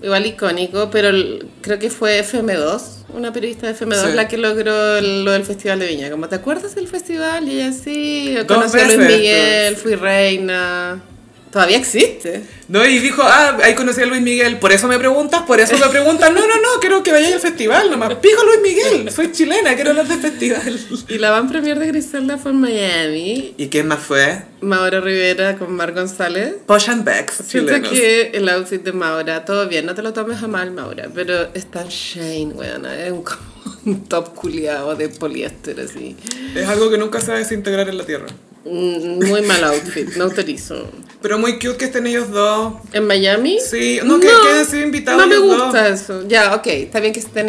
Igual icónico, pero el- creo que fue FM2, una periodista de FM2
Sí.
la que logró el- lo del Festival de Viña. Como, ¿te acuerdas del festival? Y ella sí,
Dos
conocí a Luis
veces,
Miguel, fui reina. Todavía existe.
No, y dijo, ah, ahí conocí a Luis Miguel, por eso me preguntas, por eso me preguntas. No, no, no, quiero que vayáis al festival, nomás. Pico Luis Miguel, soy chilena, quiero hablar de festival.
Y la van premier de Griselda fue en Miami.
¿Y quién más fue?
Mauro Rivera con Mar González.
Posh and Becks,
Siento
chilenos.
que el outfit de Maura, todo bien, no te lo tomes a mal, Maura, pero es tan Shane, weón, es un, un top culiado de poliéster así.
Es algo que nunca se va a desintegrar en la tierra.
Mm, Muy mal outfit, no autorizo.
Pero muy cute que estén ellos dos.
¿En Miami?
Sí, no, que- que hayan sido invitados
No me
los
gusta eso. Ya, ok, está bien que estén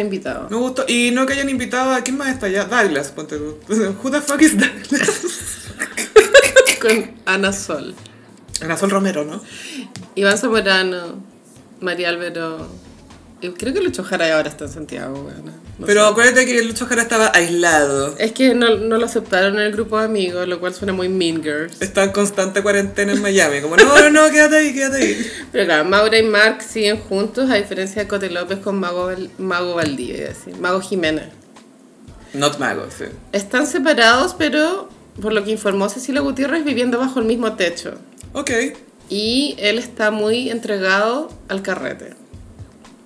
invitados.
Me gustó. Y no que hayan invitado a. ¿Quién más está allá? Douglas, ponte tú. Who the fuck is Douglas?
Con Ana Sol,
Ana Sol Romero, ¿no?
Iván Zamorano, María Álvaro. y Creo que Lucho Jara ahora está en Santiago, weona. No
Pero acuérdate que Lucho Jara estaba aislado.
sé. Es que no, no lo aceptaron en el grupo de amigos, lo cual suena muy Mean Girls.
Está en constante cuarentena en Miami. Como, no, no, no, quédate ahí, quédate ahí.
Pero claro, Maura y Mark siguen juntos, a diferencia de Cote López con Mago, Val- Mago Valdivia, iba a decir, Mago Jiménez.
Not mago, sí.
Están separados, pero por lo que informó Cecilia Gutiérrez, viviendo bajo el mismo techo.
Ok.
Y él está muy entregado al carrete.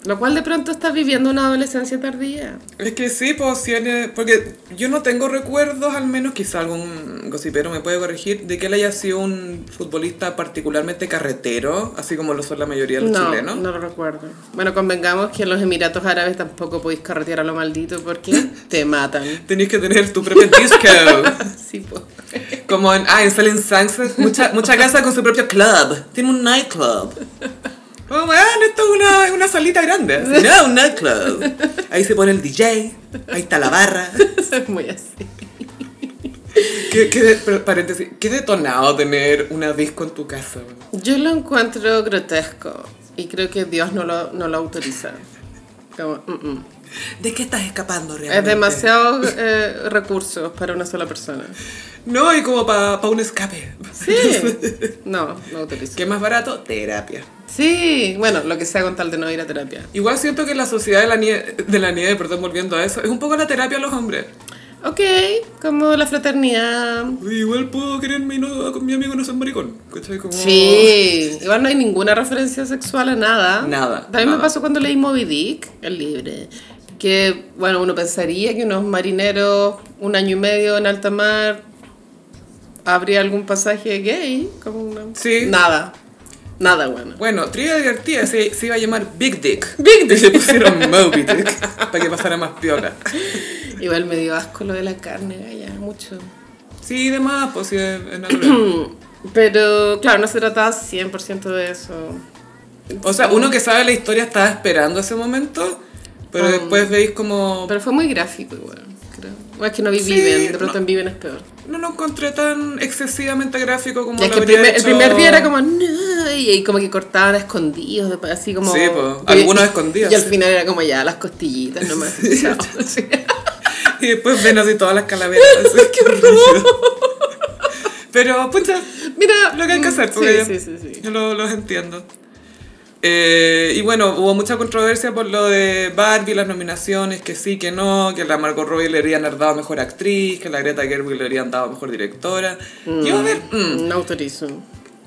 Lo cual de pronto está viviendo una adolescencia tardía.
Es que sí, pues tiene. Porque yo no tengo recuerdos, al menos, quizá algún gossipero me puede corregir, de que él haya sido un futbolista particularmente carretero, así como lo son la mayoría de los
No,
chilenos.
no lo recuerdo. Bueno, convengamos que en los Emiratos Árabes tampoco podéis carretear a lo maldito porque te matan.
Tenéis que tener tu propio disco.
Sí, po.
Como en, ah, en Selling Sunset, mucha, mucha casa con su propio club. Tiene un nightclub. Como, weón, esto es una, una salita grande. Así, No, un nightclub. Ahí se pone el DJ, ahí está la barra.
Soy muy así.
Qué, qué de- pero, paréntesis, qué detonado tener una disco en tu casa. weón.
Yo lo encuentro grotesco y creo que Dios no lo, no lo autoriza. Como, mm, mm.
¿De qué estás escapando realmente?
Es demasiado eh, recursos para una sola persona.
No, y como para un escape.
Sí. No, no autorizo.
¿Qué más barato? Terapia.
Sí, bueno, lo que sea con tal de no ir a terapia.
Igual siento que la sociedad de la, nieve, de la nieve, perdón, volviendo a eso, es un poco la terapia a los hombres.
Ok, como la fraternidad.
Igual puedo quererme y no, con mi amigo no ser maricón. ¿Cachai? Como...
Sí, igual no hay ninguna referencia sexual a nada.
Nada,
También me
nada.
pasó cuando leí Moby Dick, el libro. Que, bueno, uno pensaría que unos marineros un año y medio en alta mar habría algún pasaje gay. Como una-
Sí.
Nada. Nada bueno.
Bueno, trivia divertida, se, se iba a llamar Big Dick. Big Dick. Y le pusieron Moby Dick para que pasara más piola.
Igual me dio asco lo de la carne, gaya, mucho.
Sí, demás, pues sí, es es natural.
Pero, claro, no se trataba 100% de eso.
O sea, uno que sabe la historia estaba esperando ese momento, pero después veis como...
Ah. Pero fue muy gráfico igual, creo. O es que no vi
Sí,
Viven, de pronto
no.
en Viven es peor.
No lo encontré tan excesivamente gráfico como
Y es
lo
que el
habría
primer, el
hecho-
primer día era como, no, y, y como que cortaban a escondidos, después así como...
Sí, po,
y-
algunos
y-
escondidos,
Y al
sí.
final era como ya las costillitas nomás. chao, sí.
Y después ven así todas las calaveras. ¡Qué Pero, pucha,
Mira,
lo que hay que hacer,
mm,
porque
Sí, sí, sí, sí.
yo lo- los entiendo. Eh, y bueno, hubo mucha controversia por lo de Barbie, las nominaciones, que sí, que no, que la Margot Robbie le habrían dado mejor actriz, que la Greta Gerwig le habrían dado mejor directora. Yo a ver, mm.
No autorizo.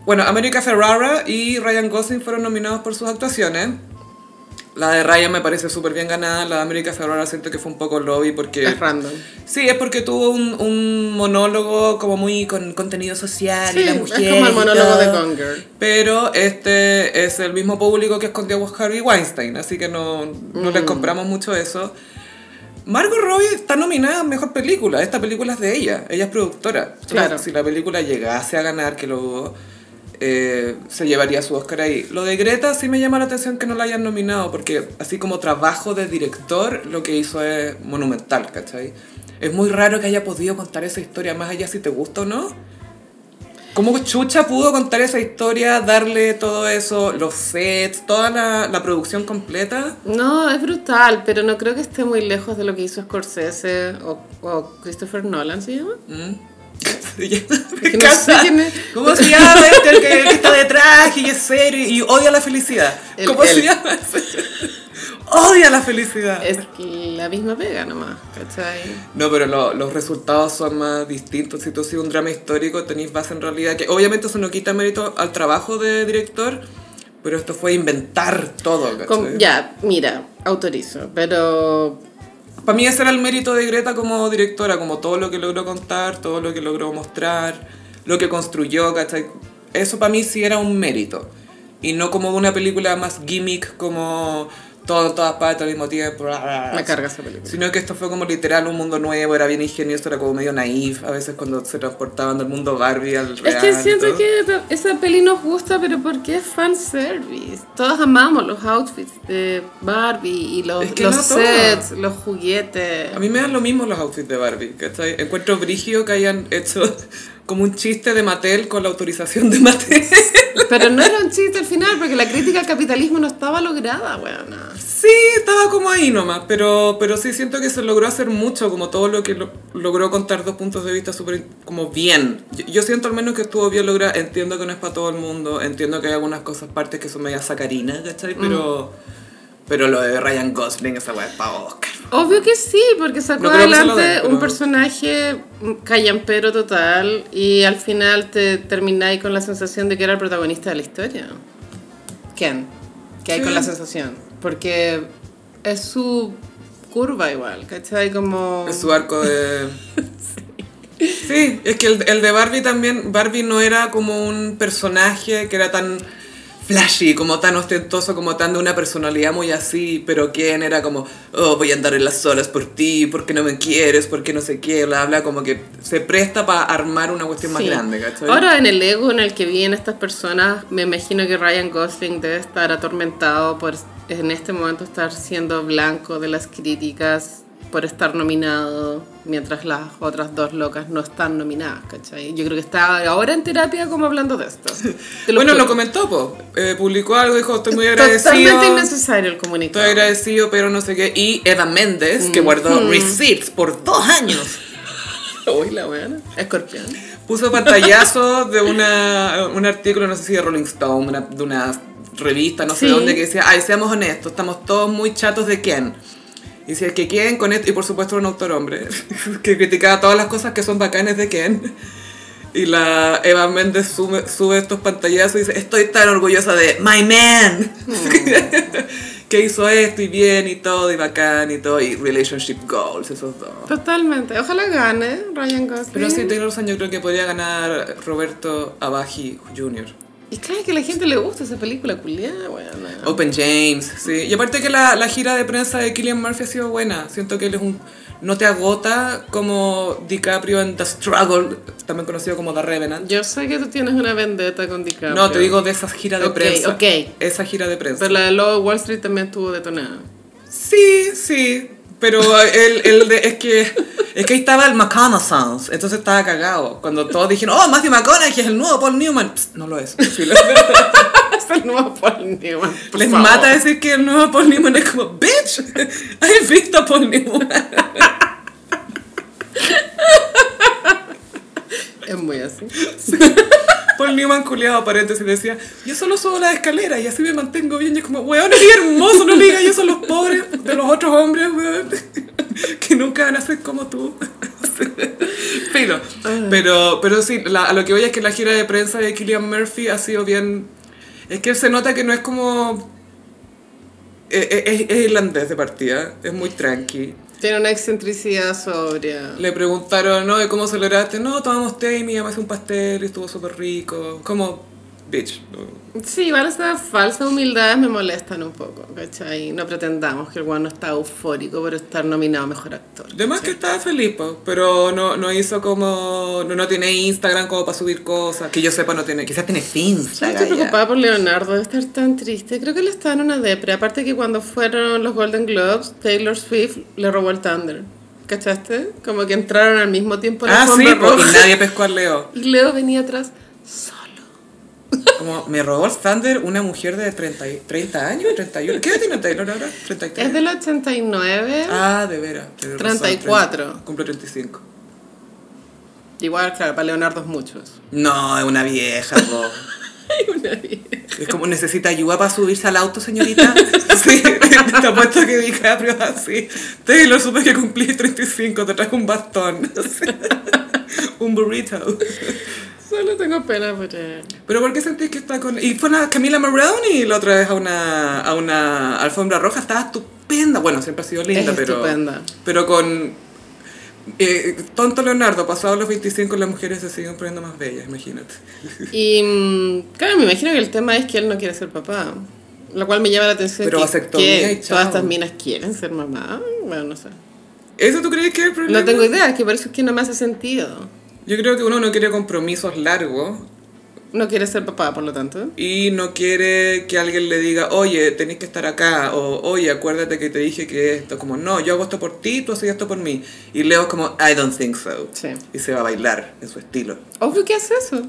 Bueno, América Ferrara y Ryan Gosling fueron nominados por sus actuaciones. La de Ryan me parece súper bien ganada, la de América Ferrara siento que fue un poco lobby porque...
Es random.
Sí, es porque tuvo un, un monólogo como muy con contenido social
Sí,
y la
es
mujer.
como el
y
monólogo
todo.
de Gone Girl.
Pero este es el mismo público que escondió a Harvey Weinstein, así que no, no les compramos mucho eso. Margot Robbie está nominada a Mejor Película. Esta película es de ella. Ella es productora. Entonces,
Claro.
Si la película llegase a ganar, que lo dudo, eh, se llevaría su Oscar ahí. Lo de Greta sí me llama la atención que no la hayan nominado, porque así como trabajo de director, lo que hizo es monumental, ¿cachai? Es muy raro que haya podido contar esa historia, más allá si te gusta o no. ¿Cómo Chucha pudo contar esa historia, darle todo eso, los sets, toda la, la producción completa?
No, es brutal, pero no creo que esté muy lejos de lo que hizo Scorsese o, o Christopher Nolan, ¿se llama?
Me
que no sé
encanta.
quién es.
¿Cómo se llama este el que, el que está detrás y es serio y odia la felicidad?
El-
¿Cómo se
el-
llama? odia la felicidad.
Es la misma pega nomás, ¿cachai?
No, pero lo- los resultados son más distintos. Si tú haces un drama histórico, tenéis base en realidad que obviamente eso no quita mérito al trabajo de director, pero esto fue inventar todo.
Com-
¿cachai?
ya, mira, autorizo, pero
Para mí ese era el mérito de Greta como directora, como todo lo que logró contar, todo lo que logró mostrar, lo que construyó, ¿cachai? Eso para mí sí era un mérito. Y no como una película más gimmick, como todo, en todas partes al mismo tiempo. bla, bla, bla.
me carga esa película.
Sino que esto fue como literal un mundo nuevo, era bien ingenioso, era como medio naif a veces cuando se transportaban del mundo Barbie al real.
es que
y todo.
siento que ta- esa peli nos gusta, pero porque es fanservice. Todos amamos los outfits de Barbie y los,
Es que
los
no todas.
sets, los juguetes.
A mí me dan lo mismo los outfits de Barbie, ¿cachai? Encuentro brigio que hayan hecho como un chiste de Mattel con la autorización de Mattel.
Pero no era un chiste al final, porque la crítica al capitalismo no estaba lograda, weón.
Sí, estaba como ahí nomás, pero, pero sí siento que se logró hacer mucho, como todo lo que lo- logró contar dos puntos de vista súper como bien. Yo, yo siento al menos que estuvo bien lograda, entiendo que no es para todo el mundo, entiendo que hay algunas cosas, partes que son media sacarinas, ¿cachai? Pero, pero lo de Ryan Gosling, esa weá es para Oscar.
Obvio que sí, porque sacó
No creo que se lo
adelante
den, pero-
un personaje callampero total y al final te termináis con la sensación de que era el protagonista de la historia. ¿Quién? ¿Qué hay
Sí.
con la sensación? Porque es su curva igual, ¿cachai? Como...
Es su arco de... Sí, es que el, el de Barbie también, Barbie no era como un personaje que era tan flashy, como tan ostentoso, como tan de una personalidad muy así, pero quien era como, oh, voy a andar en las olas por ti, porque no me quieres, porque no sé qué, bla, bla, como que se presta para armar una cuestión más
Sí.
grande, ¿cachai?
Ahora, en el ego en el que viven estas personas, me imagino que Ryan Gosling debe estar atormentado por en este momento estar siendo blanco de las críticas por estar nominado, mientras las otras dos locas no están nominadas, ¿cachai? Yo creo que está ahora en terapia como hablando de esto. Te
bueno,
juro.
lo comentó, po. Eh, publicó algo, dijo, estoy muy agradecido.
Totalmente innecesario el comunicado.
Estoy
Mm.
agradecido, pero no sé qué. Y Eva Méndez, que guardó receipts por dos años.
Uy, la buena. Escorpión.
Puso pantallazos de una, un artículo, no sé si de Rolling Stone, una- de una revista, no sé
Sí.
dónde, que decía, ay, seamos honestos, estamos todos muy chatos de quién. Y decía, que quién con esto, y por supuesto era un autor hombre, que criticaba todas las cosas que son bacanes de quién. Y la Eva Méndez sube, sube estos pantallazos y dice, estoy tan orgullosa de My Man, que hizo esto y bien y todo, y bacán y todo, y Relationship Goals, esos dos.
Totalmente. Ojalá gane Ryan Gosling.
Pero sí, Taylor Swift yo creo que podría ganar Roberto Abaji Jr.
Y claro que a la gente le gusta esa película culiada, buena.
Open James, sí. Y aparte que la, la gira de prensa de Killian Murphy ha sido buena. Siento que él es un... No te agota como DiCaprio en The Struggle, también conocido como The Revenant.
Yo sé que tú tienes una vendetta con DiCaprio.
No, te digo de esa gira de
Ok,
prensa.
ok.
Esa gira de prensa.
Pero la de Lobo Wall Street también estuvo detonada.
Sí, sí. Pero el, el de- es que es que ahí estaba el McConaughey, entonces estaba cagado. Cuando todos dijeron, oh, Matthew McConaughey es el nuevo Paul Newman. Psst, no lo es. Sí lo es.
Hasta el nuevo Paul Newman. por
Les
favor.
mata decir que el nuevo Paul Newman es como, bitch, ¿has visto a Paul Newman?
Es muy así.
Paul Newman culiado paréntesis decía, yo solo subo las escaleras y así me mantengo bien. Y es como, weón, eres hermoso, no le digas, yo son los pobres de los otros hombres, weón, que nunca van a ser como tú. Filo. Pero, pero sí, la- a lo que voy es que la gira de prensa de Killian Murphy ha sido bien... Es que se nota que no es como... eh, eh, Es, es irlandés de partida, es muy tranqui.
Tiene una excentricidad sobria.
Le preguntaron, ¿no? ¿De cómo celebraste? No, tomamos té y mi mamá hizo un pastel y estuvo súper rico. Como, bitch.
Sí, igual esas falsas humildades me molestan un poco, ¿cachai? No pretendamos que el guano está eufórico por estar nominado a Mejor Actor.
Además que estaba feliz, po, pero no, no hizo como... No, no tiene Instagram como para subir cosas. Que yo sepa no tiene... Quizás tiene
Yo
Instagram.
estoy preocupada por Leonardo de estar tan triste. Creo que él está en una depre. Aparte que cuando fueron los Golden Globes, Taylor Swift le robó el Thunder. ¿Cachaste? Como que entraron al mismo tiempo a la
Ah, sí,
alfombra
po, y
roja.
nadie pescó al Leo.
Y Leo venía atrás solo.
Como, me robó el Thunder una mujer de 30, y- 30 años, 31. ¿Qué edad tiene Taylor ahora? 33.
Es del 89.
Ah, de veras. tienes razón,
34.
Cumple 35.
Igual, claro, para Leonardo es mucho eso.
No, es una vieja, po.
Ay, una vida.
Es como, ¿necesita ayuda para subirse al auto, señorita? Sí, te apuesto que DiCaprio es así. Taylor, supe que cumplí 35, te traje un bastón. un burrito.
Solo tengo pena por él.
¿Pero por qué sentís que está con...? Y fue una Camila Maroney la otra vez a una, a una alfombra roja. Estaba estupenda. Bueno, siempre ha sido linda,
Es
pero...
estupenda.
Pero con... eh, tonto Leonardo, pasados los 25, las mujeres se siguen poniendo más bellas, imagínate.
Y mm, claro, me imagino que el tema es que él no quiere ser papá. Lo cual me llama la atención
Pero
que-
vasectomía
que
y chao.
todas estas minas quieren ser mamá. Bueno, no sé.
¿Eso tú crees que es el problema?
No tengo idea, es que por eso es que no me hace sentido.
Yo creo que uno no quiere compromisos largos
No quiere ser papá, por lo tanto.
y no quiere que alguien le diga, oye, tenés que estar acá, o oye, acuérdate que te dije que esto, como, no, yo hago esto por ti, tú haces esto por mí. Y Leo es como, I don't think so.
Sí.
Y se va a bailar en su estilo.
Obvio que hace eso.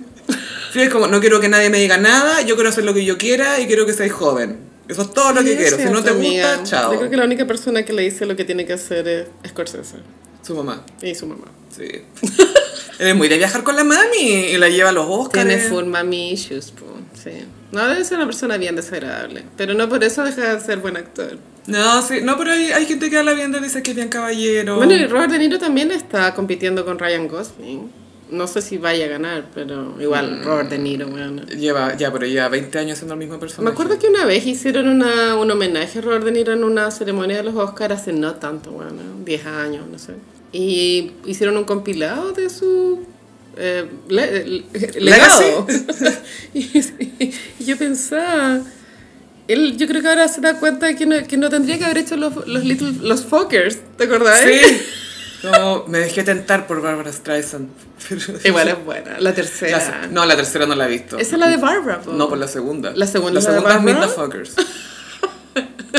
Sí, es como, no quiero que nadie me diga nada, yo quiero hacer lo que yo quiera y quiero que seas joven. Eso es todo lo que
Sí,
quiero.
es
Si no te
cierto, amiga.
gusta, chao.
Yo creo que la única persona que le dice lo que tiene que hacer es Scorsese
Su mamá.
y su mamá.
Sí. Él es muy de viajar con la mami y la lleva a los Oscars.
Tiene full mami issues, po. Sí. No debe ser una persona bien desagradable. Pero no por eso deja de ser buen actor.
No, sí, no, pero hay, hay gente que habla bien de dice que es bien caballero.
Bueno, y Robert De Niro también está compitiendo con Ryan Gosling. No sé si vaya a ganar, pero igual Robert De Niro, bueno.
Lleva, ya, pero lleva 20 años siendo la misma persona.
Me acuerdo que una vez hicieron una, un homenaje a Robert De Niro en una ceremonia de los Oscars hace no tanto, bueno, 10 años, no sé. Y hicieron un compilado de su eh, le- le- legado. y, y yo pensaba, él, yo creo que ahora se da cuenta que no, que no tendría que haber hecho los, los, little, los fuckers, ¿te acordás?
Sí. No, me dejé tentar por Barbara Streisand. Pero-
Igual es buena, la tercera.
La se- no, la tercera no la he visto.
Esa es la de Barbara, po.
No, por la segunda.
La segunda
La
es la de
segunda es Meet the
Barbara.
Fuckers.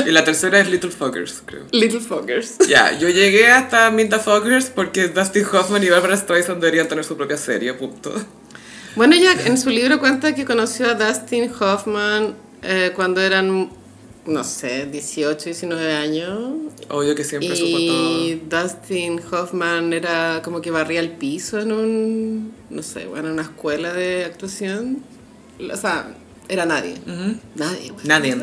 Y la tercera es Little Fuckers, creo.
Little Fuckers.
Ya, yo llegué hasta Meet the Fuckers porque Dustin Hoffman y Barbara Streisand deberían tener su propia serie, punto.
Bueno, ella en su libro cuenta que conoció a Dustin Hoffman eh, cuando eran no sé, 18, 19 años.
Obvio que siempre supo todo.
Y Dustin Hoffman era como que barría el piso en un, no sé, bueno, en una escuela de actuación. O sea, era nadie. Nadie, güey.
Nadie.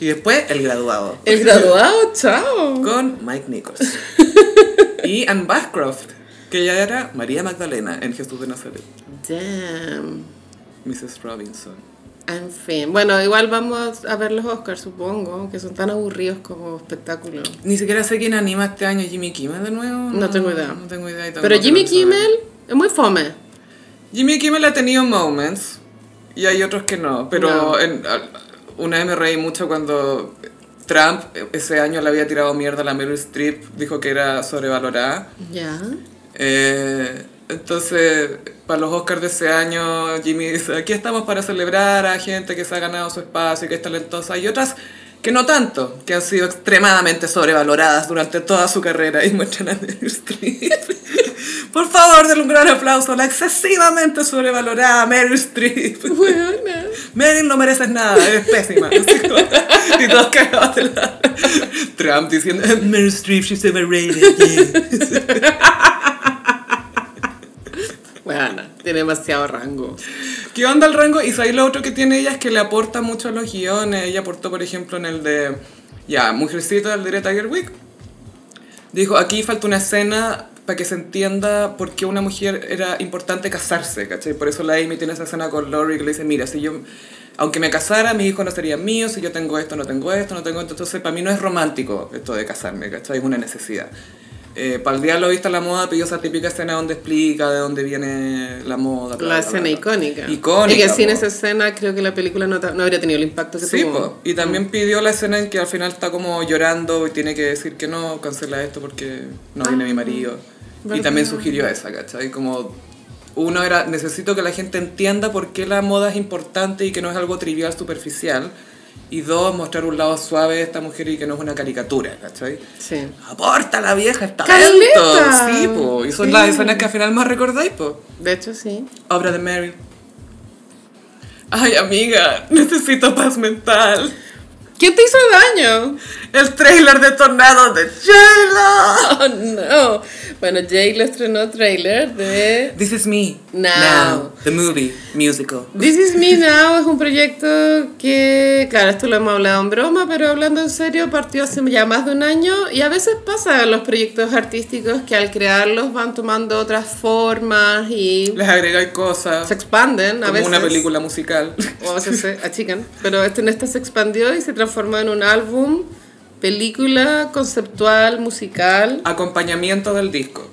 Y después el graduado.
El graduado, chao.
Con Mike Nichols.
Y Anne Bancroft, que ella era María Magdalena en Jesús de Nazaret.
Damn.
Mrs. Robinson.
En fin, bueno, igual vamos a ver los Oscars, supongo, que son tan aburridos como espectáculo.
Ni siquiera sé quién anima este año Jimmy Kimmel de nuevo.
No tengo idea.
No tengo idea. y tampoco
Pero Jimmy
lo saben.
Kimmel es muy fome.
Jimmy Kimmel ha tenido moments y hay otros que no, pero
No.
en- al- una vez me reí mucho cuando Trump eh, ese año le había tirado mierda a la Meryl Streep, dijo que era sobrevalorada.
Ya.
Eh, entonces, para los Oscars de ese año, Jimmy dice, aquí estamos para celebrar a gente que se ha ganado su espacio y que es talentosa y otras que no tanto, que han sido extremadamente sobrevaloradas durante toda su carrera y muestran a Meryl Streep. Por favor, denle un gran aplauso a la excesivamente sobrevalorada Meryl Streep.
Buena.
Meryl no mereces nada, eres pésima. Así como- y todos cagados de la- Trump diciendo, Meryl Streep, she's overrated. yeah".
Buena, tiene demasiado rango.
¿Qué onda el rango? Y ahí lo otro que tiene ella es que le aporta mucho a los guiones. Ella aportó, por ejemplo, en el de, ya, Mujercita, el de Tiger Week. Dijo, aquí falta una escena para que se entienda por qué una mujer era importante casarse, ¿cachai? Por eso la Amy tiene esa escena con Lori que le dice, mira, si yo, aunque me casara, mis hijos no serían míos, si yo tengo esto, no tengo esto, no tengo esto, entonces para mí no es romántico esto de casarme, ¿cachai? Es una necesidad. Eh, para el día de la vista la moda pidió esa típica escena donde explica de dónde viene la moda. bla,
La
bla, bla,
escena
bla.
icónica.
Icónica.
Y que sin
po.
esa escena creo que la película no, ta- no habría tenido el impacto que
Sí, po.
tuvo.
y también pidió la escena en que al final está como llorando y tiene que decir que no, cancela esto porque no viene
Ah.
mi marido. Y
verdad.
también sugirió esa, ¿cachai? Como uno era, necesito que la gente entienda por qué la moda es importante y que no es algo trivial, superficial. Y dos, mostrar un lado suave de esta mujer y que no es una caricatura, ¿cachai?
Sí.
Aporta la vieja, está
¡Caleta!
Sí, po. Y son
Sí.
las escenas que al final más recordáis, po.
De hecho, sí.
Obra de Mary. Ay, amiga, necesito paz mental.
¿Quién te hizo daño?
El trailer de Tornado de J-Lo.
Oh, no. Bueno, Jay lo estrenó trailer de
This is me.
Now.
The movie. Musical.
This Is Me Now es un proyecto que, claro, esto lo hemos hablado en broma, pero hablando en serio, partió hace ya más de un año y a veces pasa en los proyectos artísticos que al crearlos van tomando otras formas y
Les agregáis cosas.
se expanden a
como
veces.
una película musical.
O a veces se achican. Pero este en esta se expandió y se transformó en un álbum, película, conceptual, musical,
Acompañamiento del disco.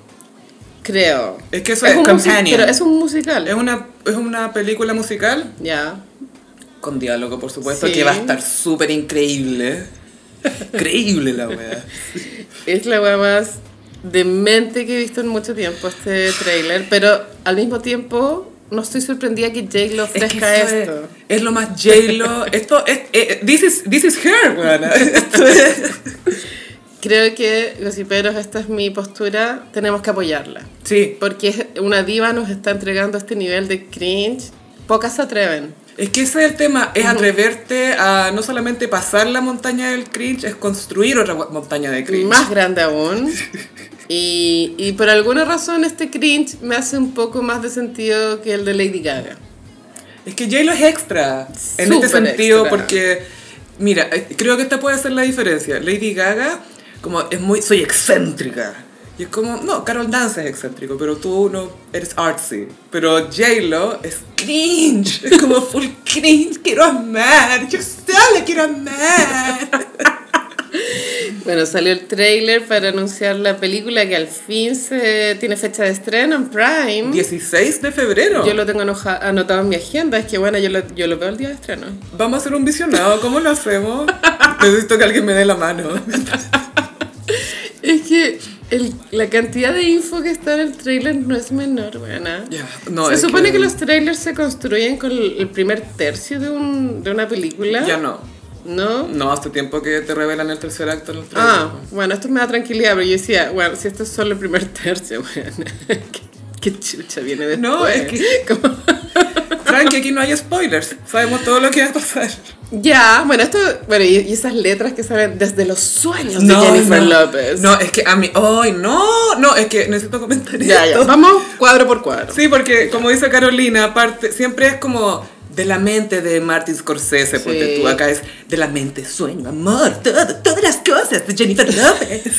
creo.
Es que eso es,
un musi-
companion.
pero es un musical.
Es una, es una película musical
Ya.
con diálogo, por supuesto,
Sí.
que va a estar súper increíble. Increíble la wea.
Es la weá más demente que he visto en mucho tiempo este tráiler, pero al mismo tiempo no estoy sorprendida que Jake lo
Es
ofrezca
eso es-
esto.
Es, lo más J-Lo. Esto es. eh, eh, this, is, this is her, weona. Esto es-
Creo que, gossiperos, esta es mi postura, tenemos que apoyarla.
Sí.
Porque es- una diva nos está entregando este nivel de cringe. Pocas se atreven.
Es que ese es el tema, es atreverte a no solamente pasar la montaña del cringe, es construir otra gua- montaña de cringe.
Más grande aún. Y, y por alguna razón este cringe me hace un poco más de sentido que el de Lady Gaga.
Es que J-Lo es extra en este
Súper
sentido
extra.
porque, mira, eh, creo que esta puede ser la diferencia. Lady Gaga, como es muy, soy excéntrica. Y es como, no, Carol Dance es excéntrico, pero tú no eres artsy. Pero J-Lo es cringe, es como full cringe, quiero amar, yo solo quiero amar.
Bueno, salió el trailer para anunciar la película que al fin se tiene fecha de estreno en Prime.
16 de febrero.
Yo lo tengo anoja- anotado en mi agenda, es que bueno, yo lo, yo lo veo el día de estreno.
Vamos a hacer un visionado, ¿cómo lo hacemos? Necesito que alguien me dé la mano.
Es que el- la cantidad de info que está en el trailer no es menor, buena.
Ya, no,
se
es
supone que...
que-
los trailers se construyen con el el primer tercio de, un, de una película.
Ya no.
¿No?
No, hace tiempo que te revelan el tercer acto en el trailer.
Ah, bueno, esto me da tranquilidad, pero yo decía, bueno, si esto es solo el primer tercio, bueno, ¿qué, qué chucha viene después?
No, es
que...
¿Saben recuerden que aquí no hay spoilers. Sabemos todo lo que va a pasar.
Ya, bueno, esto, bueno, y, y esas letras que salen desde los sueños de Jennifer
no.
López.
No, es que a mí. ¡Ay, no! No, es que necesito comentar
Ya, ya.
esto.
Vamos cuadro por cuadro.
Sí, porque como dice Carolina, aparte, siempre es como de la mente de Martin Scorsese, porque
Sí.
tú acá es de la mente, sueño, amor, todo, todas las cosas de Jennifer López.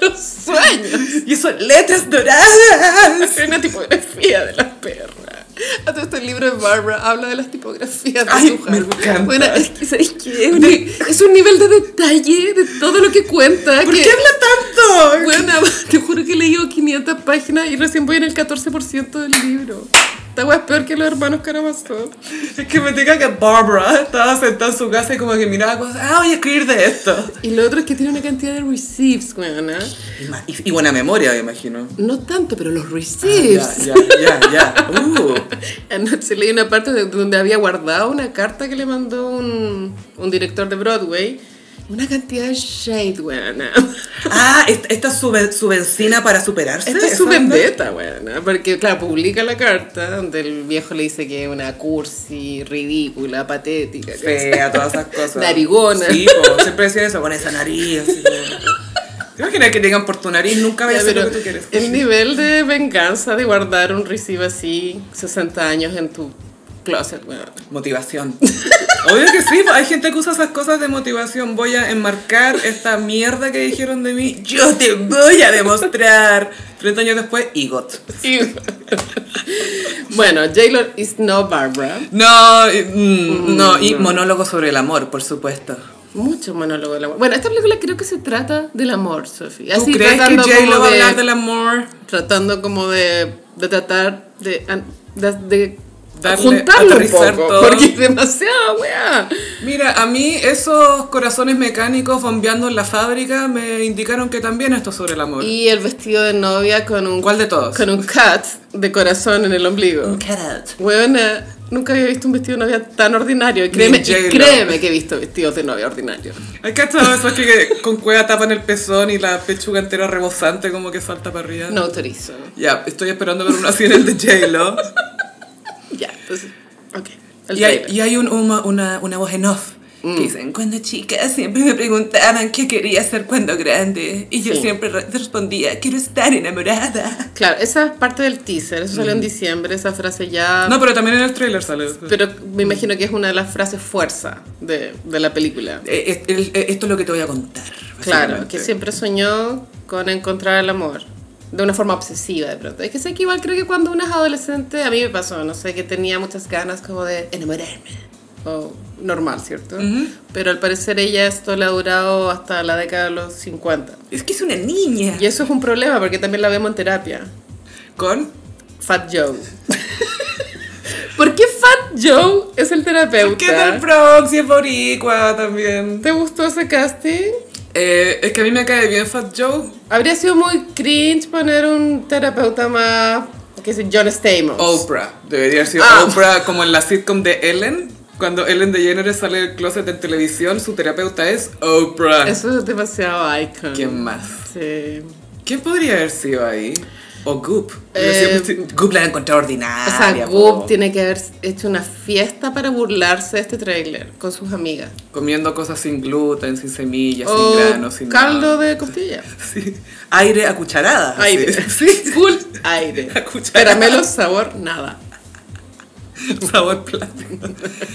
Los sueños.
y son letras doradas.
Es una tipografía de la perra. A todo este libro de Barbara habla de las tipografías de
Ay,
su
me
hardware.
encanta.
Bueno, es que, ¿sabes qué? Es un- es un nivel de detalle de todo lo que cuenta.
¿Por
que-
qué habla tanto?
Bueno, te juro que he leído 500 páginas y recién voy en el 14% del libro. Esta weá es peor que los hermanos Karamazov.
Es que me diga que Barbara estaba sentada en su casa y como que miraba cosas, ah, voy a escribir de esto.
Y lo otro es que tiene una cantidad de receipts, weona.
Y ma- Y, y buena memoria, me imagino.
No tanto, pero los
Ah, Ya,
receipts.
ya, ya, ya. Uh.
Anoche leí una parte de- donde había guardado una carta que le mandó un, un director de Broadway. Una cantidad de shade, weona.
Ah, esta, esta es su, ve- su benzina para superarse.
Esta es
¿esa
su
onda?
vendetta, weona. Porque, claro, publica la carta donde el viejo le dice que es una cursi, ridícula, patética. que
Fea, todas esas cosas.
Narigona.
Sí, po, siempre decía eso, con esa nariz. así como- ¿Te imaginas que te digan por tu nariz nunca voy a
Ya,
hacer lo
pero
que tú quieres?
El nivel de venganza de guardar un receive así 60 años en tu closet, weón.
Motivación. Obvio que sí, pues, hay gente que usa esas cosas de motivación. Voy a enmarcar esta mierda que dijeron de mí. Yo te voy a demostrar. 30 años después, Igot.
Y- bueno, J-Lo is no Barbara.
No, y- mm, no, y monólogo sobre el amor, por supuesto.
Mucho monólogo del amor. Bueno, esta película creo que se trata del amor, Sophie.
¿Tú
Así
crees que
tratando
J-Lo
como
va a
de-
hablar del amor?
Tratando como de, de tratar de... de, de
Darle-
juntarlo un
aterrizar
poco,
todo.
porque es demasiado, weá.
Mira, a mí esos corazones mecánicos bombeando en la fábrica me indicaron que también esto es sobre el amor.
Y el vestido de novia con un...
¿Cuál de todos?
Con un cat de corazón en el ombligo. Weona, nunca había visto un vestido de novia tan ordinario. Y créeme, y
J-Lo.
créeme que he visto vestidos de novia ordinarios.
¿Hay cachado esos que con cueva tapan el pezón y la pechuga entera rebosante como que salta para arriba?
No autorizo.
Ya, estoy esperando ver uno así en el de J-Lo.
Ya, entonces, ok. El
y hay,
trailer. Mm.
y hay un- una, una, una voz en off. Que dicen, cuando chica siempre me preguntaban qué quería ser cuando grande. Y yo
Sí.
siempre re- respondía, quiero estar enamorada.
Claro, esa es parte del teaser. Eso salió en diciembre, esa frase ya...
Mm. No, pero también en el trailer sale.
Pero me imagino que es una de las frases fuerza de, de la película.
Eh, es- el- eh, esto es lo que te voy a contar.
Claro,
básicamente.
que siempre soñó con encontrar el amor. De una forma obsesiva, de pronto. Es que sé que igual creo que cuando uno es adolescente, a mí me pasó, no sé, que tenía muchas ganas como de enamorarme. O normal, ¿cierto? Pero al parecer ella esto le ha durado hasta la década de los 50.
Es que es una niña.
Y eso es un problema porque también la vemos en terapia.
Con
Fat Joe. ¿Por qué Fat Joe es el terapeuta?
¿Qué del Bronx y es boricua también.
¿Te gustó ese casting?
Eh, es que a mí me cae bien Fat Joe.
Habría sido muy cringe poner un terapeuta más, que sé, John Stamos.
Oprah. Debería haber sido
Ah.
Oprah como en la sitcom de Ellen. Cuando Ellen DeGeneres sale del closet en televisión, su terapeuta es Oprah.
Eso es demasiado icon.
¿Quién más?
Sí.
¿Quién podría haber sido ahí? O Goop.
Eh,
Goop la han encontrado
O
ordinaria.
sea,
po.
Goop tiene que haber hecho una fiesta para burlarse de este trailer con sus amigas.
Comiendo cosas sin gluten, sin semillas,
O
sin granos, sin
caldo
nada.
de costilla.
Sí. Aire a cucharadas. así.
Aire.
Ah, Sí.
Full aire.
La cuchara.
Caramelo, sabor, nada.
Sabor plástico.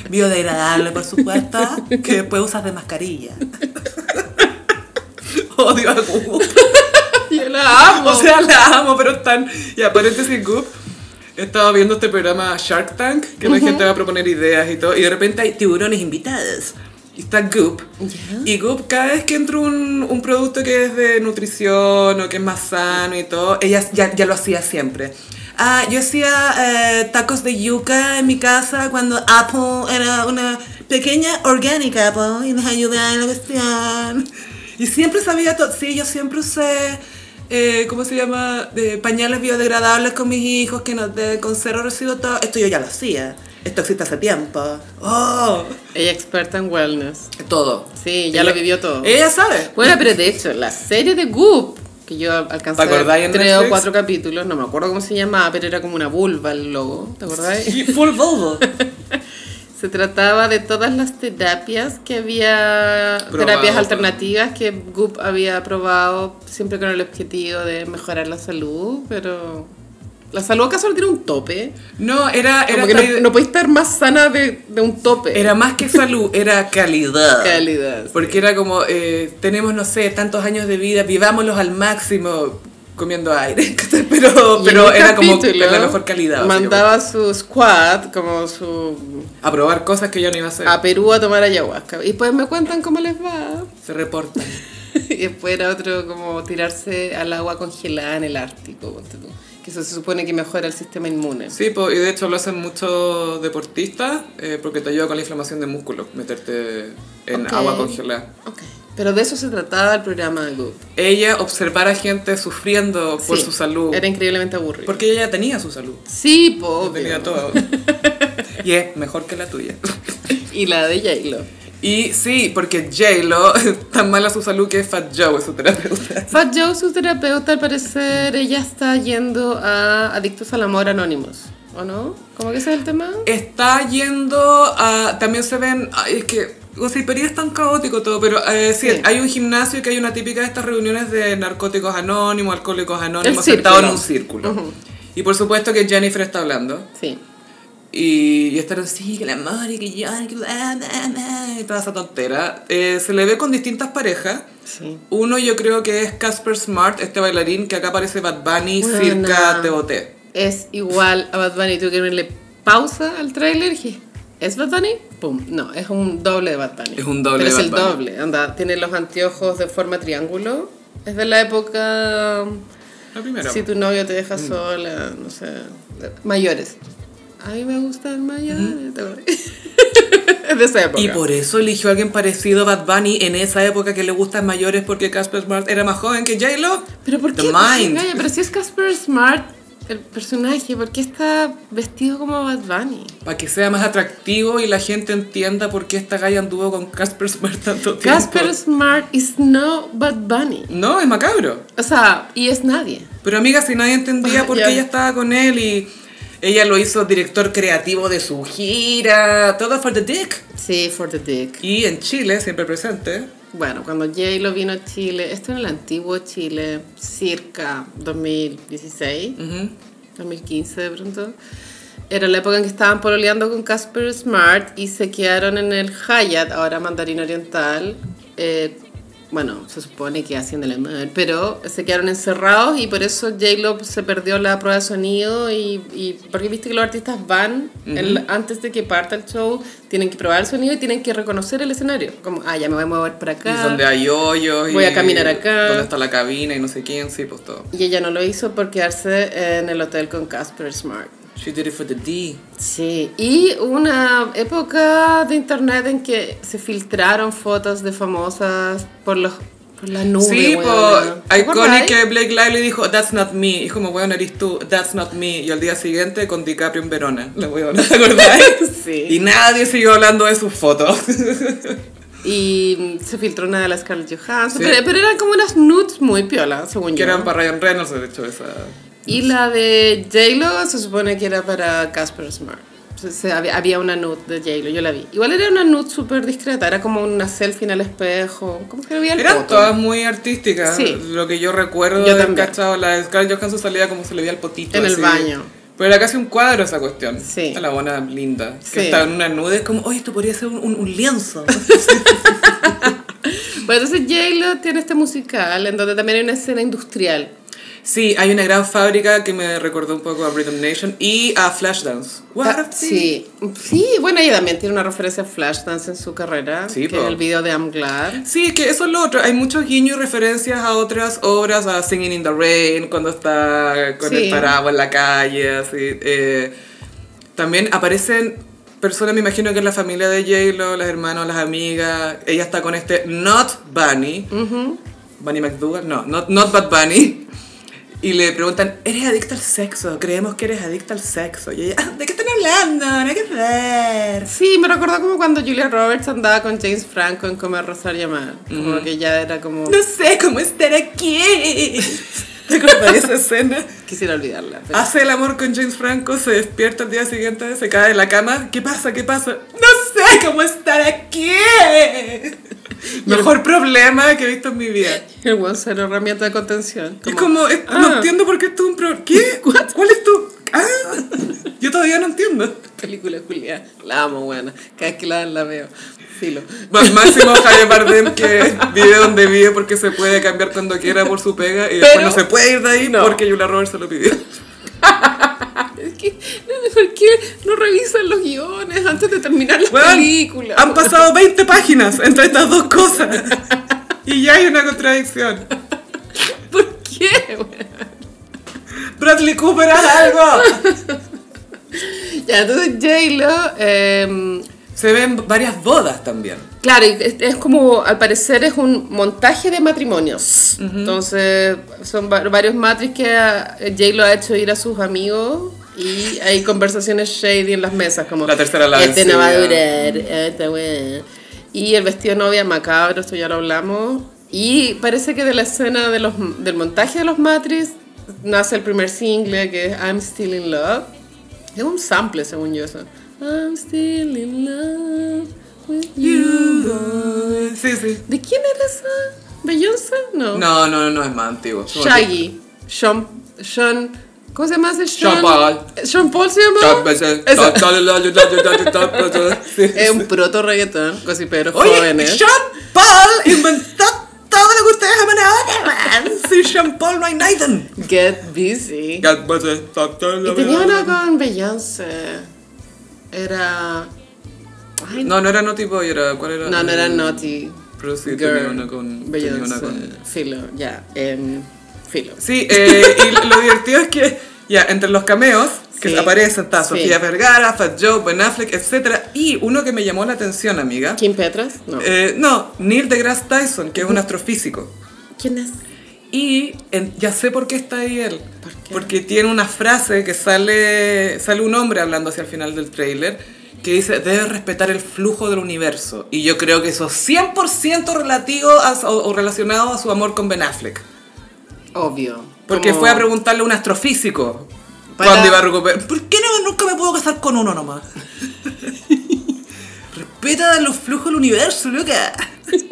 Biodegradable, por supuesto, que después usas de mascarilla. Odio a Goop.
Yo la amo.
O sea, la amo, pero están... Ya, paréntesis, Goop. He estado viendo este programa Shark Tank, que la gente va a proponer ideas y todo, y de repente hay tiburones invitados. Y está Goop. Y Goop, cada vez que entra un, un producto que es de nutrición o que es más sano y todo, ella ya, ya lo hacía siempre. Ah, yo hacía eh, tacos de yuca en mi casa cuando Apple era una pequeña orgánica Apple y nos ayudaba en la cuestión. Y siempre sabía todo. Sí, yo siempre usé, eh, ¿cómo se llama? De pañales biodegradables con mis hijos que nos den con cero residuos todo. Esto yo ya lo hacía. Esto existe hace tiempo. ¡Oh!
Ella experta en wellness.
Todo.
Sí, ya lo vivió todo.
Ella sabe.
Bueno, pero de hecho, la serie de Goop que yo
¿Te
alcancé
acordáis en
tres o
Netflix?
cuatro capítulos, no me acuerdo cómo se llamaba, pero era como una vulva el logo, ¿te acordáis?
Y Full Volvo.
Se trataba de todas las terapias que había,
Probado,
terapias
claro.
alternativas que Goop había probado, siempre con el objetivo de mejorar la salud, pero la salud acaso no tiene un tope.
No, era, era,
Como que
esta
no,
idea-
no podéis estar más sana de, de un tope.
era más que salud, era calidad.
calidad.
Porque era como, eh, tenemos, no sé, tantos años de vida, vivámoslos al máximo comiendo aire. pero
Y en
pero
un
era como
capítulo,
la mejor calidad.
Mandaba su squad, como su.
básicamente. A probar cosas que yo no iba a hacer.
a Perú a tomar ayahuasca. Y después me cuentan cómo les va.
Se reportan.
Y después era otro como tirarse al agua congelada en el Ártico, ponte tú. que eso se supone que mejora el sistema inmune.
Sí, po, y de hecho lo hacen muchos deportistas eh, porque te ayuda con la inflamación de músculos, meterte en
Ok.
agua congelada.
Ok. Pero de eso se trataba el programa de Goop.
Ella observar a gente sufriendo por
Sí,
su salud.
Era increíblemente aburrido.
Porque ella ya tenía su salud.
Sí, po,
Lo tenía
obvio.
todo. y es mejor que la tuya.
Y la de J-Lo.
Y sí, porque J-Lo, tan mala su salud que es Fat Joe, es su terapeuta.
Fat Joe, su terapeuta, al parecer, ella está yendo a Adictos al Amor Anónimos. ¿O no? ¿Cómo que ese es el tema?
Está yendo a... También se ven... ay, Es que... O sea, pero es tan caótico todo, pero eh, sí,
Sí.
hay un gimnasio que hay una típica de estas reuniones de narcóticos anónimos, alcohólicos anónimos,
El
sentados en un
círculo.
círculo. Y por supuesto que Jennifer está hablando.
Sí.
Y, y estar así, que el amor y que yo, y que bla, bla, bla", y toda esa tontera. Eh, se le ve con distintas parejas.
Sí.
Uno yo creo que es Casper Smart, este bailarín que acá aparece Bad Bunny,
Buena.
circa TBT.
es igual a Bad Bunny. Tuve que ponerle pausa al tráiler y dije, ¿es Bad Bunny? Pum. No, es un doble de Bad Bunny.
Es un doble
Pero
de
es
Bad
el
Bunny.
doble. Anda, tiene los anteojos de forma triángulo. Es de la época...
La primera.
Si tu novio te deja
mm.
sola, no sé. Mayores. A mí me gustan mayores. ¿te acuerdas? es de esa época.
y por eso eligió a alguien parecido a Bad Bunny en esa época que le gustan mayores porque Casper Smart era más joven que J-Lo.
Pero ¿por
The
qué?
Mind.
Gaya, pero si es Casper Smart, el personaje, ¿por qué está vestido como Bad Bunny?
Para que sea más atractivo y la gente entienda por qué esta galla anduvo con Casper Smart tanto tiempo.
Casper Smart is no Bad Bunny.
No, es macabro.
O sea, y es nadie.
Pero amiga, si nadie entendía por qué
Ya.
ella estaba con él y ella lo hizo director creativo de su gira, todo for the dick.
Sí, for the dick.
Y en Chile, siempre presente,
Bueno, cuando J-Lo vino a Chile, esto en el antiguo Chile, circa 2016,
ujú,
2015 de pronto, era la época en que estaban pololeando con Casper Smart y se quedaron en el Hyatt, ahora Mandarín Oriental. eh, bueno, se supone que haciendo la madre, pero se quedaron encerrados y por eso J-Lo se perdió la prueba de sonido y, y- porque viste que los artistas van el- antes de que parta el show, tienen que probar el sonido y tienen que reconocer el escenario. Como, ah, ya me voy a mover para
y
acá.
donde hay hoyos. y
Voy a caminar acá.
Donde está la cabina y no sé quién, sí, pues todo.
Y ella no lo hizo por quedarse en el hotel con Casper Smart.
She did it for the D.
Sí, y una época de internet en que se filtraron fotos de famosas por los por la nube.
sí,
weona.
pues,
¿Te acordás?
iconic que Blake Lively dijo, that's not me. Y es como, weón, eres tú, that's not me. Y al día siguiente con DiCaprio en Verona, la weona, ¿te acordáis? Y
Sí.
nadie siguió hablando de sus fotos.
Y se filtró una de las Scarlett Johansson.
Sí.
Pero, pero eran como unas nudes muy piolas, según
que
yo.
eran para Ryan Reynolds, de hecho, esa...
Y la de J-Lo se supone que era para Casper Smart. Se- se- había, había una nude de J-Lo, yo la vi. Igual era una nude súper discreta, era como una selfie en el espejo. ¿Cómo que había el
Eran
poto.
todas muy artísticas.
Sí.
Lo que yo recuerdo
Yo
de
también.
cachado, la de Scarlett Johansson salía como se le veía el potito.
En el baño.
Pero era casi un cuadro esa cuestión.
Sí.
Está la buena linda.
Sí.
Que está en una nude, es como, oye, esto podría ser un, un- un lienzo.
Bueno, entonces J-Lo tiene este musical en donde también hay una escena industrial.
sí, hay una gran fábrica que me recordó un poco a Rhythm Nation y a Flashdance.
Ah, Sí. Sí, bueno, ella también tiene una referencia a Flashdance en su carrera,
Sí,
que
po.
es el video de I'm Glad.
Sí, es que eso es lo otro. Hay muchos guiños y referencias a otras obras, a Singing in the Rain, cuando está con
Sí.
el paraguas en la calle, así. Eh, también aparecen personas, me imagino que es la familia de J-Lo, las hermanas, las amigas. Ella está con este Not Bunny. Bunny McDougal, no, Not, not Bad Bunny. Y le preguntan, ¿eres adicta al sexo? Creemos que eres adicta al sexo. Y ella, "Ah, ¿de qué están hablando? No hay que ver.
Sí, me recuerdo como cuando Julia Roberts andaba con James Franco en Comer, Rosar y Amar. Como que ya era como...
No sé cómo estar aquí. ¿Te acuerdas de esa escena?
Quisiera olvidarla. pero-
Hace el amor con James Franco, se despierta el día siguiente, se cae de la cama. ¿Qué pasa? ¿Qué pasa? No sé cómo estar aquí. Mejor problema que he visto en mi vida.
El weón ser herramienta de contención.
Y es como, es-
ah.
no entiendo por qué esto es un problema. ¿Qué? ¿Cuál es tu? Ah, yo todavía no entiendo.
Película Julia. La amo, buena. Cada vez que la dan la veo. Filo.
Bueno, Máximo Javier Bardem que vive donde vive porque se puede cambiar cuando quiera por su pega y después
Pero-
no se puede ir de ahí
No.
porque Julia Roberts se lo pidió.
Ah, Es que, no sé por qué no revisan los guiones antes de terminar la
Weón,
película.
Han pasado 20 páginas entre estas dos cosas y ya hay una contradicción.
¿Por qué, weón?
Bradley Cooper, haz algo.
Ya, entonces J-Lo. em,
Se ven varias bodas también.
Claro, y es, es como, al parecer es un montaje de matrimonios. Entonces, son va- varios matriz que a- J-Lo ha hecho ir a sus amigos y hay conversaciones shady en las mesas, como...
La tercera la
Este no va a durar,
vencida".
esta weá. Y el vestido de novia macabro, esto ya lo hablamos. Y parece que de la escena de los, del montaje de los matriz nace el primer single que es I'm Still in Love. Es un sample, según yo, eso. I'm still in love with you.
Sí, sí.
¿De quién era esa? ¿Beyoncé? No.
No, no, no es más antiguo.
Shaggy. Sean, Sean... ¿Cómo se llama ese Sean?
Sean Paul.
Sean Paul se llama. Esa. Es un proto reggaetón, cosiperos
Oye,
jóvenes.
Sean Paul inventó todo lo que ustedes aman ahora. man. Sí, Sean Paul, no hay Nathan.
Get busy. Y tenía una con Beyoncé. Era. Ay, no.
No, no era no tipo, era cuál era.
no, era Naughty.
mm, Pero sí,
Girl,
tenía una con. tenía
Beyoncé.
una con-
Filo, ya. em, filo.
Sí, eh, y lo divertido es que ya entre los cameos que
Sí.
aparecen está
Sí.
Sofía Vergara, Fat Joe, Ben Affleck, etcétera, y uno que me llamó la atención, amiga.
¿Kim Petras? No.
Eh, no, Neil deGrasse Tyson, que es un astrofísico.
¿Quién es?
Y en- ya sé por qué está ahí él.
¿Por qué?
Porque tiene una frase que sale, sale un hombre hablando hacia el final del tráiler que dice, debes respetar el flujo del universo. Y yo creo que eso es 100% relativo a su- o, o relacionado a su amor con Ben Affleck.
Obvio.
Porque
Como-
fue a preguntarle a un astrofísico
Para-
cuando iba a recuperar. ¿Por qué no, nunca me puedo casar con uno nomás? Respeta los flujos del universo, loca.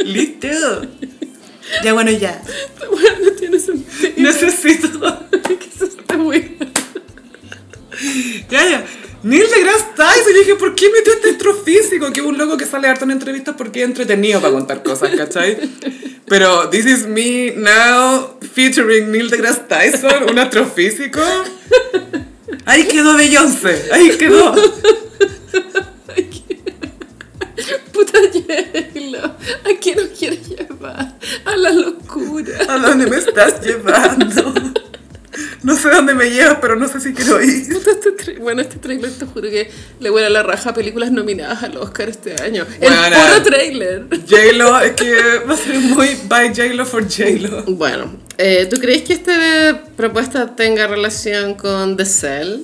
Listo. Ya bueno, ya.
Bueno, no tiene sentido.
Necesito.
¿Qué es este güey?
Ya, ya. Neil deGrasse Tyson, yo dije, ¿por qué metió este astrofísico? Que es un loco que sale harto en entrevistas porque es entretenido para contar cosas, ¿cachai? Pero This Is Me Now featuring Neil deGrasse Tyson, un astrofísico. Ahí quedó Beyoncé, ahí quedó.
Puta hielo. ¿A quién nos quiere llevar? A la locura.
¿A dónde me estás llevando? No sé dónde me llevas, pero no sé si quiero ir.
Puta, este tra- bueno, este trailer te juro que le huele a la raja a películas nominadas al Oscar este año.
Bueno.
El puro trailer.
J-Lo, es que va a ser muy by J-Lo for J-Lo.
Bueno, eh, ¿tú crees que esta propuesta tenga relación con The Cell?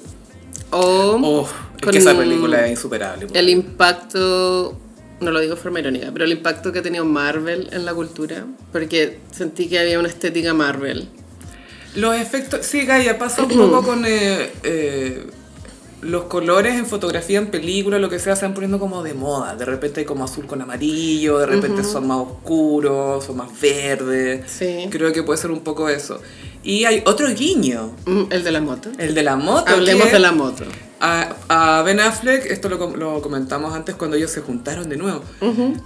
O con
insuperable.
el impacto, no lo digo de forma irónica, pero el impacto que ha tenido Marvel en la cultura, porque sentí que había una estética Marvel.
Los efectos, sí, Gaia, pasa un poco con eh, eh, los colores en fotografía, en película, lo que sea, se van poniendo como de moda. De repente hay como azul con amarillo, de repente son más oscuros, son más verdes.
Sí.
Creo que puede ser un poco eso. Y hay otro guiño,
Mm, El de la moto.
el de la moto.
Hablemos
que
de la moto.
A, a Ben Affleck, esto lo, com- lo comentamos antes cuando ellos se juntaron de nuevo.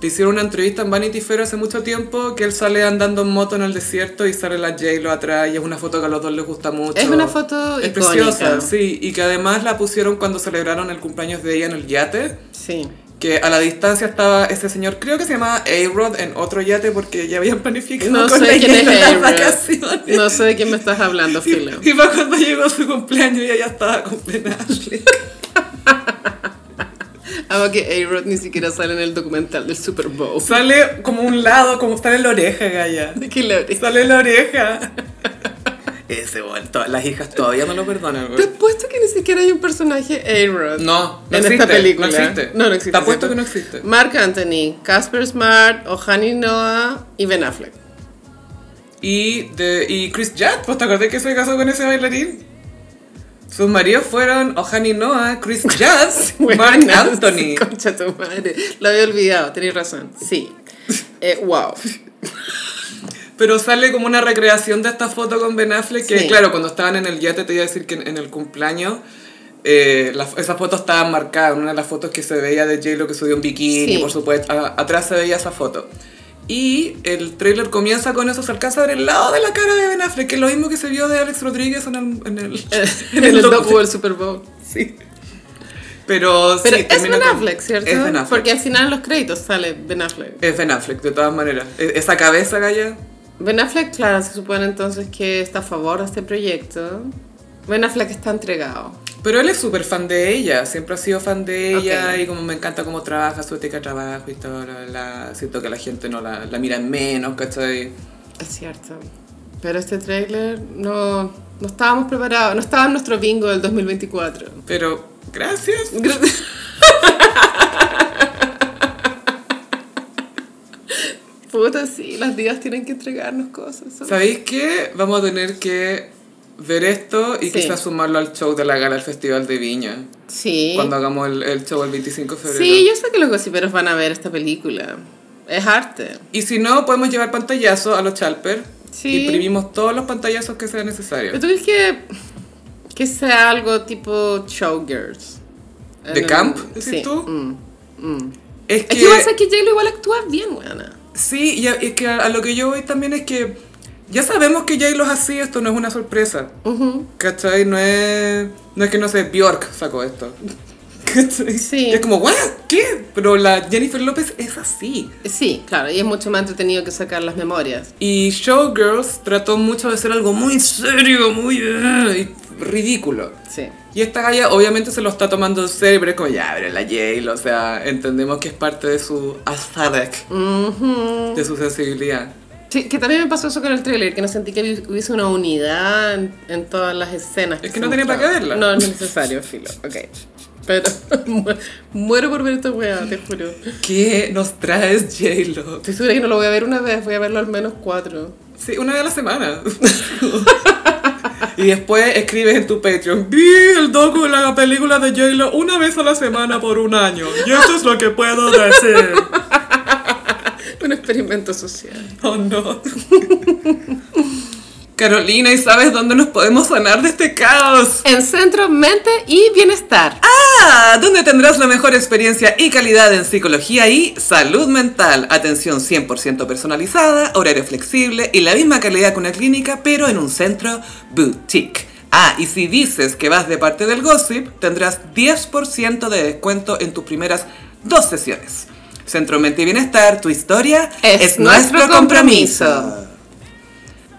Te hicieron una entrevista en Vanity Fair hace mucho tiempo que él sale andando en moto en el desierto y sale la J-Lo atrás y es una foto que a los dos les gusta mucho.
Es una foto
Es
icónica.
preciosa, sí. Y que además la pusieron cuando celebraron el cumpleaños de ella en el yate.
Sí.
Que a la distancia estaba ese señor, creo que se llamaba A-Rod, en otro yate porque ya habían planificado
No
con
sé
ella
quién es
las
Harry.
vacaciones.
No sé de quién me estás hablando, Filo.
Y fue cuando llegó su cumpleaños y ella estaba con Ben Affleck.
Amo que A-Rod Ah, ni siquiera sale en el documental del Super Bowl.
Sale como un lado, como sale la oreja, Gaya.
De que la oreja.
Sale la oreja.
Ese, bueno, to- las hijas todavía no lo perdonan,
Te
güey.
apuesto que ni siquiera hay un personaje A-Rod.
No, no
en
existe,
esta película.
no existe.
No, no existe.
Te apuesto
¿cierto?
que no existe.
Mark Anthony, Casper Smart, Ohani Noah y Ben Affleck.
Y, de, y Chris Judd, pues te acordás que se casó con ese bailarín. Sus maridos fueron Ohani Noah, Chris Judd, Mark
Buenas,
Anthony.
Concha tu madre. Lo había olvidado, tenéis razón. Sí. Eh, wow.
Pero sale como una recreación de esta foto con Ben Affleck, que
Sí.
claro, cuando estaban en el yate te iba a decir que en, en el cumpleaños eh, la- esa foto estaba marcada, en una de las fotos que se veía de J-Lo que subió un bikini,
Sí.
por supuesto, a- atrás se veía esa foto. Y el trailer comienza con eso, se alcanza a ver el lado de la cara de Ben Affleck, que es lo mismo que se vio de Alex Rodríguez en el... En el,
en el docu del Super Bowl.
Sí. Pero,
Pero
sí,
es
termina
Ben
con-
Affleck, ¿cierto?
Es Ben Affleck.
Porque al final en los créditos sale Ben Affleck.
Es Ben Affleck, de todas maneras. E- Esa cabeza, Gaya.
Ben Affleck, claro, se supone entonces que está a favor de este proyecto. Ben Affleck está entregado.
Pero él es súper fan de ella, siempre ha sido fan de ella
Ok.
y como me encanta cómo trabaja, su ética de trabajo y todo, la, la- siento que la gente no la, la mira en menos, ¿cachai?
Es cierto. Pero este trailer no, no estábamos preparados, no estaba en nuestro bingo del 2024.
Pero, gracias.
Puta, sí, las divas tienen que entregarnos cosas. son-
¿Sabéis qué? Vamos a tener que ver esto y
Sí.
quizás sumarlo al show de la gala del Festival de Viña,
Sí.
cuando hagamos el, el show el 25 de febrero.
Sí, yo sé que los gossiperos van a ver esta película. Es arte.
Y si no, podemos llevar pantallazos a los Chalper.
Sí.
Imprimimos todos los pantallazos que sean
¿Pero
necesarios.
tú crees que, que sea algo tipo showgirls?
¿De
En-
camp, decís tú?
mm, mm.
Es
Es que pasa que J-Lo igual actúa bien, weona.
Sí, y a- es que a, a lo que yo voy también es que ya sabemos que J-Lo es así, esto no es una sorpresa.
Ujú.
¿Cachai? No es, no es que no sé, Bjork sacó esto. ¿Cachai?
Sí.
Y es como, ¿what? ¿Qué? Pero la Jennifer López es así.
Sí, claro, y es mucho más entretenido que sacar las memorias.
Y Showgirls trató mucho de ser algo muy serio, muy eh, y ridículo.
Sí.
Y esta galla obviamente se lo está tomando en serio, pero es como, ya, pero la J-Lo, o sea, entendemos que es parte de su aesthetic,
Ujú.
de su sensibilidad.
Sí, que también me pasó eso con el tráiler, que no sentí que hubi- hubiese una unidad en, en todas las escenas.
Es que
se
no tenía para qué
mostraban.
verla.
No, no es necesario, filo, ok. Pero mu- muero por ver esta weá, te juro.
¿Qué nos traes, J-Lo?
Estoy segura que no lo voy a ver una vez, voy a verlo al menos cuatro.
Sí, una vez a la semana. y después escribes en tu Patreon, vi el docu de la película de J-Lo una vez a la semana por un año. Y eso es lo que puedo decir.
Un experimento social.
Oh, no. Carolina, ¿y sabes dónde nos podemos sanar de este caos?
En Centro Mente y Bienestar.
Ah, donde tendrás la mejor experiencia y calidad en psicología y salud mental. Atención 100% personalizada, horario flexible y la misma calidad que una clínica, pero en un centro boutique. Ah, y si dices que vas de parte del gossip, tendrás 10% de descuento en tus primeras dos sesiones. Centro Mente y Bienestar, tu historia
Es nuestro compromiso.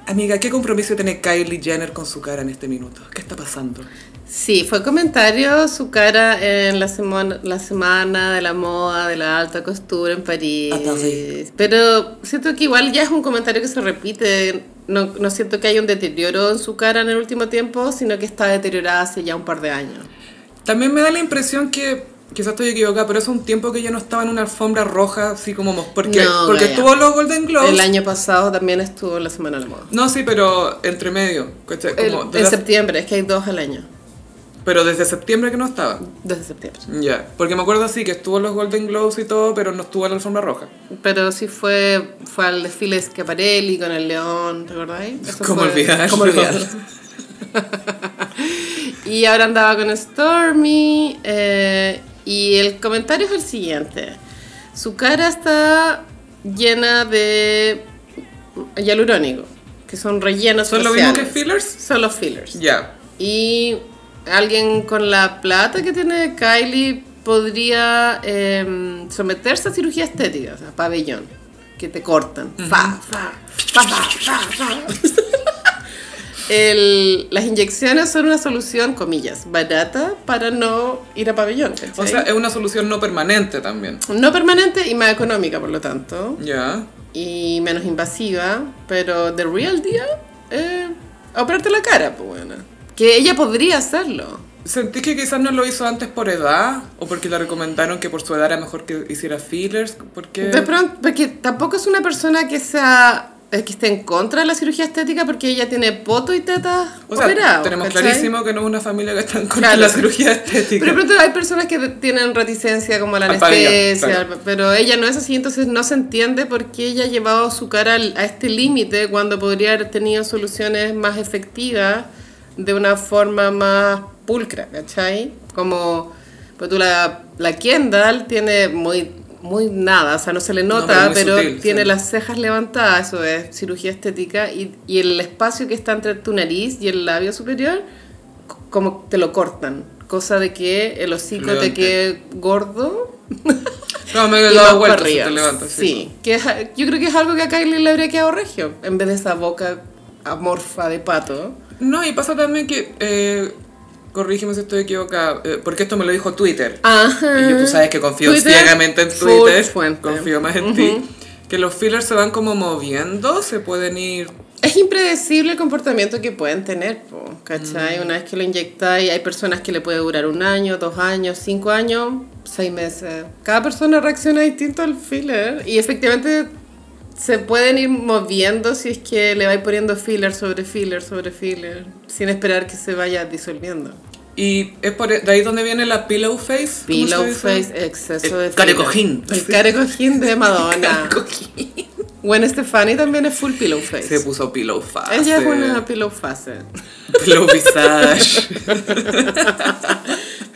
Amiga, ¿qué compromiso tiene Kylie Jenner con su cara en este minuto? ¿Qué está pasando?
Sí, fue comentario su cara en la semana, la semana de la moda, de la alta costura en París.
Ah, sí.
Pero siento que igual ya es un comentario que se repite. No, no siento que haya un deterioro en su cara en el último tiempo, sino que está deteriorada hace ya un par de años.
También me da la impresión que, quizás estoy equivocada, pero es un tiempo que ya no estaba en una alfombra roja, así como mos- porque
No,
porque
Gaia.
tuvo los Golden Globes.
El año pasado también estuvo en la semana de la moda.
No, sí, pero entre medio, ¿cachai?
El-
Como de
en
las-
septiembre, es que hay dos al año.
pero desde septiembre que no estaba.
Desde septiembre.
Ya, porque me acuerdo así que estuvo en los Golden Globes y todo, pero no estuvo en la alfombra roja.
Pero sí fue, fue al desfile de Schiaparelli con el león, ¿te acordáis? Eso
¿Cómo
fue-
olvidarlo?
¿Cómo olvidarlo? y ahora andaba con Stormy. eh, y el comentario es el siguiente. Su cara está llena de hialurónico, que son rellenos
¿Son lo mismo que
faciales.
fillers?
Son los fillers.
Ya.
Y alguien con la plata que tiene Kylie podría em, someterse a cirugía estética, o sea, pabellón, que te cortan. Fa, fa, fa, fa, fa, fa. El- las inyecciones son una solución, comillas, barata para no ir a pabellón.
O
¿cachai?
sea, es una solución no permanente también.
no permanente y más económica, por lo tanto
Ya.
y menos invasiva, pero The Real Deal eh, a operarte la cara, pues bueno. Que ella podría hacerlo.
¿Sentís que quizás no lo hizo antes por edad? ¿O porque le recomendaron que por su edad era mejor que hiciera fillers? Porque...
De pronto, porque tampoco es una persona que sea eh, que esté en contra de la cirugía estética porque ella tiene poto y tetas
O sea,
operados,
tenemos
¿cachai?
clarísimo que no es una familia que está en contra
Claro.
de la cirugía estética.
Pero de pronto hay personas que tienen reticencia como a la
Al parecer,
anestesia,
claro.
al- pero ella no es así, entonces no se entiende por qué ella ha llevado su cara al- a este límite cuando podría haber tenido soluciones más efectivas de una forma más pulcra, ¿cachai? Como, pues tú la, la Kendall tiene muy, muy nada, o sea, no se le
No,
nota,
pero
pero,
muy sutil,
tiene
sí.
las cejas levantadas, eso es cirugía estética, y, y el espacio que está entre tu nariz y el labio superior, c- como te lo cortan, cosa de que el hocico te
Levante.
quede gordo
No, me he
y más
dado
para
vueltas y
arriba.
te levantas.
sí, que es a- yo creo que es algo que a Kylie le habría quedado regio, en vez de esa boca amorfa de pato.
No, y pasa también que, eh, corrígeme si estoy equivocada, eh, porque esto me lo dijo Twitter.
Ajá.
Y yo, tú sabes que confío
Mm. Twitter,
ciegamente en
full
Twitter,
fuente.
confío más en ti. Que los fillers se van como moviendo, se pueden ir...
Es impredecible el comportamiento que pueden tener, po,
Mm.
¿cachai? Una vez que lo inyectáis, hay personas que le puede durar un año, dos años, cinco años, seis meses. Cada persona reacciona distinto al filler y efectivamente se pueden ir moviendo si es que le vais poniendo filler sobre filler sobre filler, sin esperar que se vaya disolviendo.
Y es por, e, de ahí donde viene la pillow face. ¿cómo
Pillow
se dice?
face, exceso
El
de
carecojín.
filler. El carecojín de Madonna. Gwen Stefani también es full pillow face.
Se puso pillow face.
Ella es una pillow face.
Pillow visage.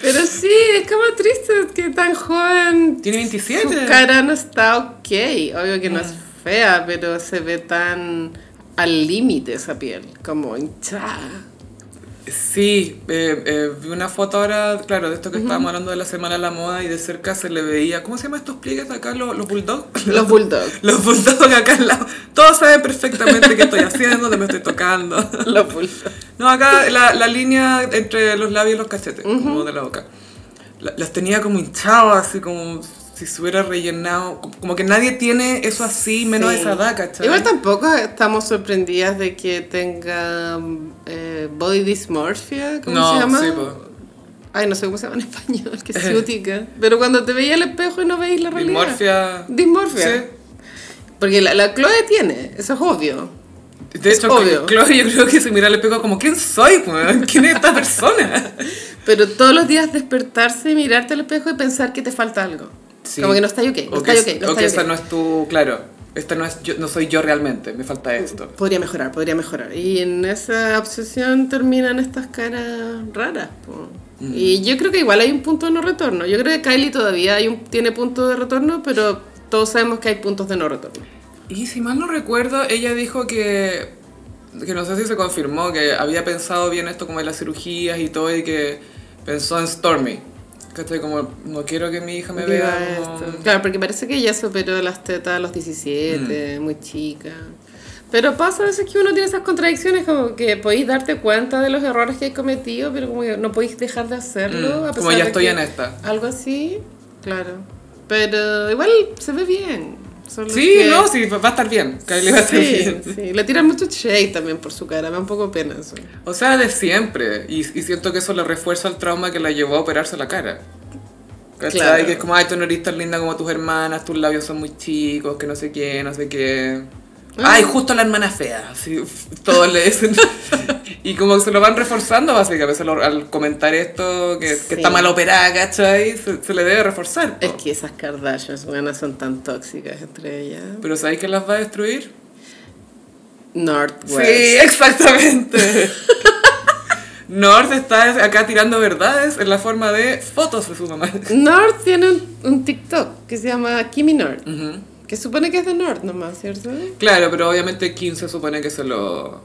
Pero sí, es como triste que tan joven
Tiene
su
27.
cara no está ok. Obvio que no es
Mm.
fea, pero se ve tan al límite esa piel, como hinchada.
Sí, eh, eh, vi una foto ahora, claro, de esto que estábamos hablando de la Semana de la Moda y de cerca se le veía, ¿cómo se llaman estos pliegues de acá? ¿Los, los bulldogs?
Los bulldogs.
Los bulldogs de acá al lado. Todos saben perfectamente qué estoy haciendo, dónde me estoy tocando.
Los bulldogs.
No, acá la, la línea entre los labios y los cachetes, como de la boca. La- las tenía como hinchadas, así como si se hubiera rellenado. Como, como que nadie tiene eso así, menos
Sí.
esa edad, ¿cachai?
Igual tampoco estamos sorprendidas de que tenga eh, body dysmorphia, ¿cómo
no,
se llama?
sí, po.
Ay, no sé cómo se llama en español, que es ciútica. Pero cuando te veía el espejo y no veis la realidad.
Dimorfia.
Dismorfia.
Sí.
Porque la, la Chloe tiene, eso es obvio.
De
Es
hecho,
obvio.
Chloe yo creo que se mira al espejo como, ¿quién soy? weón? ¿Quién es esta persona?
Pero todos los días despertarse, mirarte al espejo y pensar que te falta algo.
Sí.
Como que no está ok,
o
no está
que,
ok, no
o
está
que esa
ok.
no es tu, claro, esta no, es yo- no soy yo realmente, me falta esto.
Podría mejorar, podría mejorar. Y en esa obsesión terminan estas caras raras. po. Y yo creo que igual hay un punto de no retorno. Yo creo que Kylie todavía hay un, tiene punto de retorno, pero todos sabemos que hay puntos de no retorno.
Y si mal no recuerdo, ella dijo que, que no sé si se confirmó, que había pensado bien esto como de las cirugías y todo, y que pensó en Stormy. Que estoy como, no quiero que mi hija me
Diga
vea como...
esto. Claro, porque parece que ella se operó las tetas a los 17,
Mm.
muy chica. Pero pasa a veces que uno tiene esas contradicciones, como que podéis darte cuenta de los errores que hay cometido, pero como que no podéis dejar de hacerlo.
Mm,
a pesar
como ya
de
estoy
que-
en esta.
Algo así, claro. Pero igual se ve bien. solo
Sí,
que-
no, sí, va a estar bien. Kylie va a estar
Sí,
bien.
sí, le tiran mucho shade también por su cara, me da un poco pena eso.
O sea, de siempre. Y, y siento que eso le refuerza el trauma que la llevó a operarse la cara. ¿Cachai?
Claro.
Que es como, ay, tú no eres tan linda como tus hermanas, tus labios son muy chicos, que no sé qué, no sé qué.
Ah.
Ay, justo la hermana fea. Así, f- todos le dicen. y como que se lo van reforzando, básicamente, se lo- al comentar esto, que, que
Sí.
está mal operada, ¿cachai? Se, se le debe reforzar. po.
Es que esas Kardashians, buenas, son tan tóxicas entre ellas.
Pero ¿sabéis que las va a destruir?
Northwest.
Sí, exactamente. North está acá tirando verdades en la forma de fotos de su mamá.
North tiene un, un TikTok que se llama Kimi North, que supone que es de North nomás, ¿cierto?
Claro, pero obviamente Kim se supone que se lo,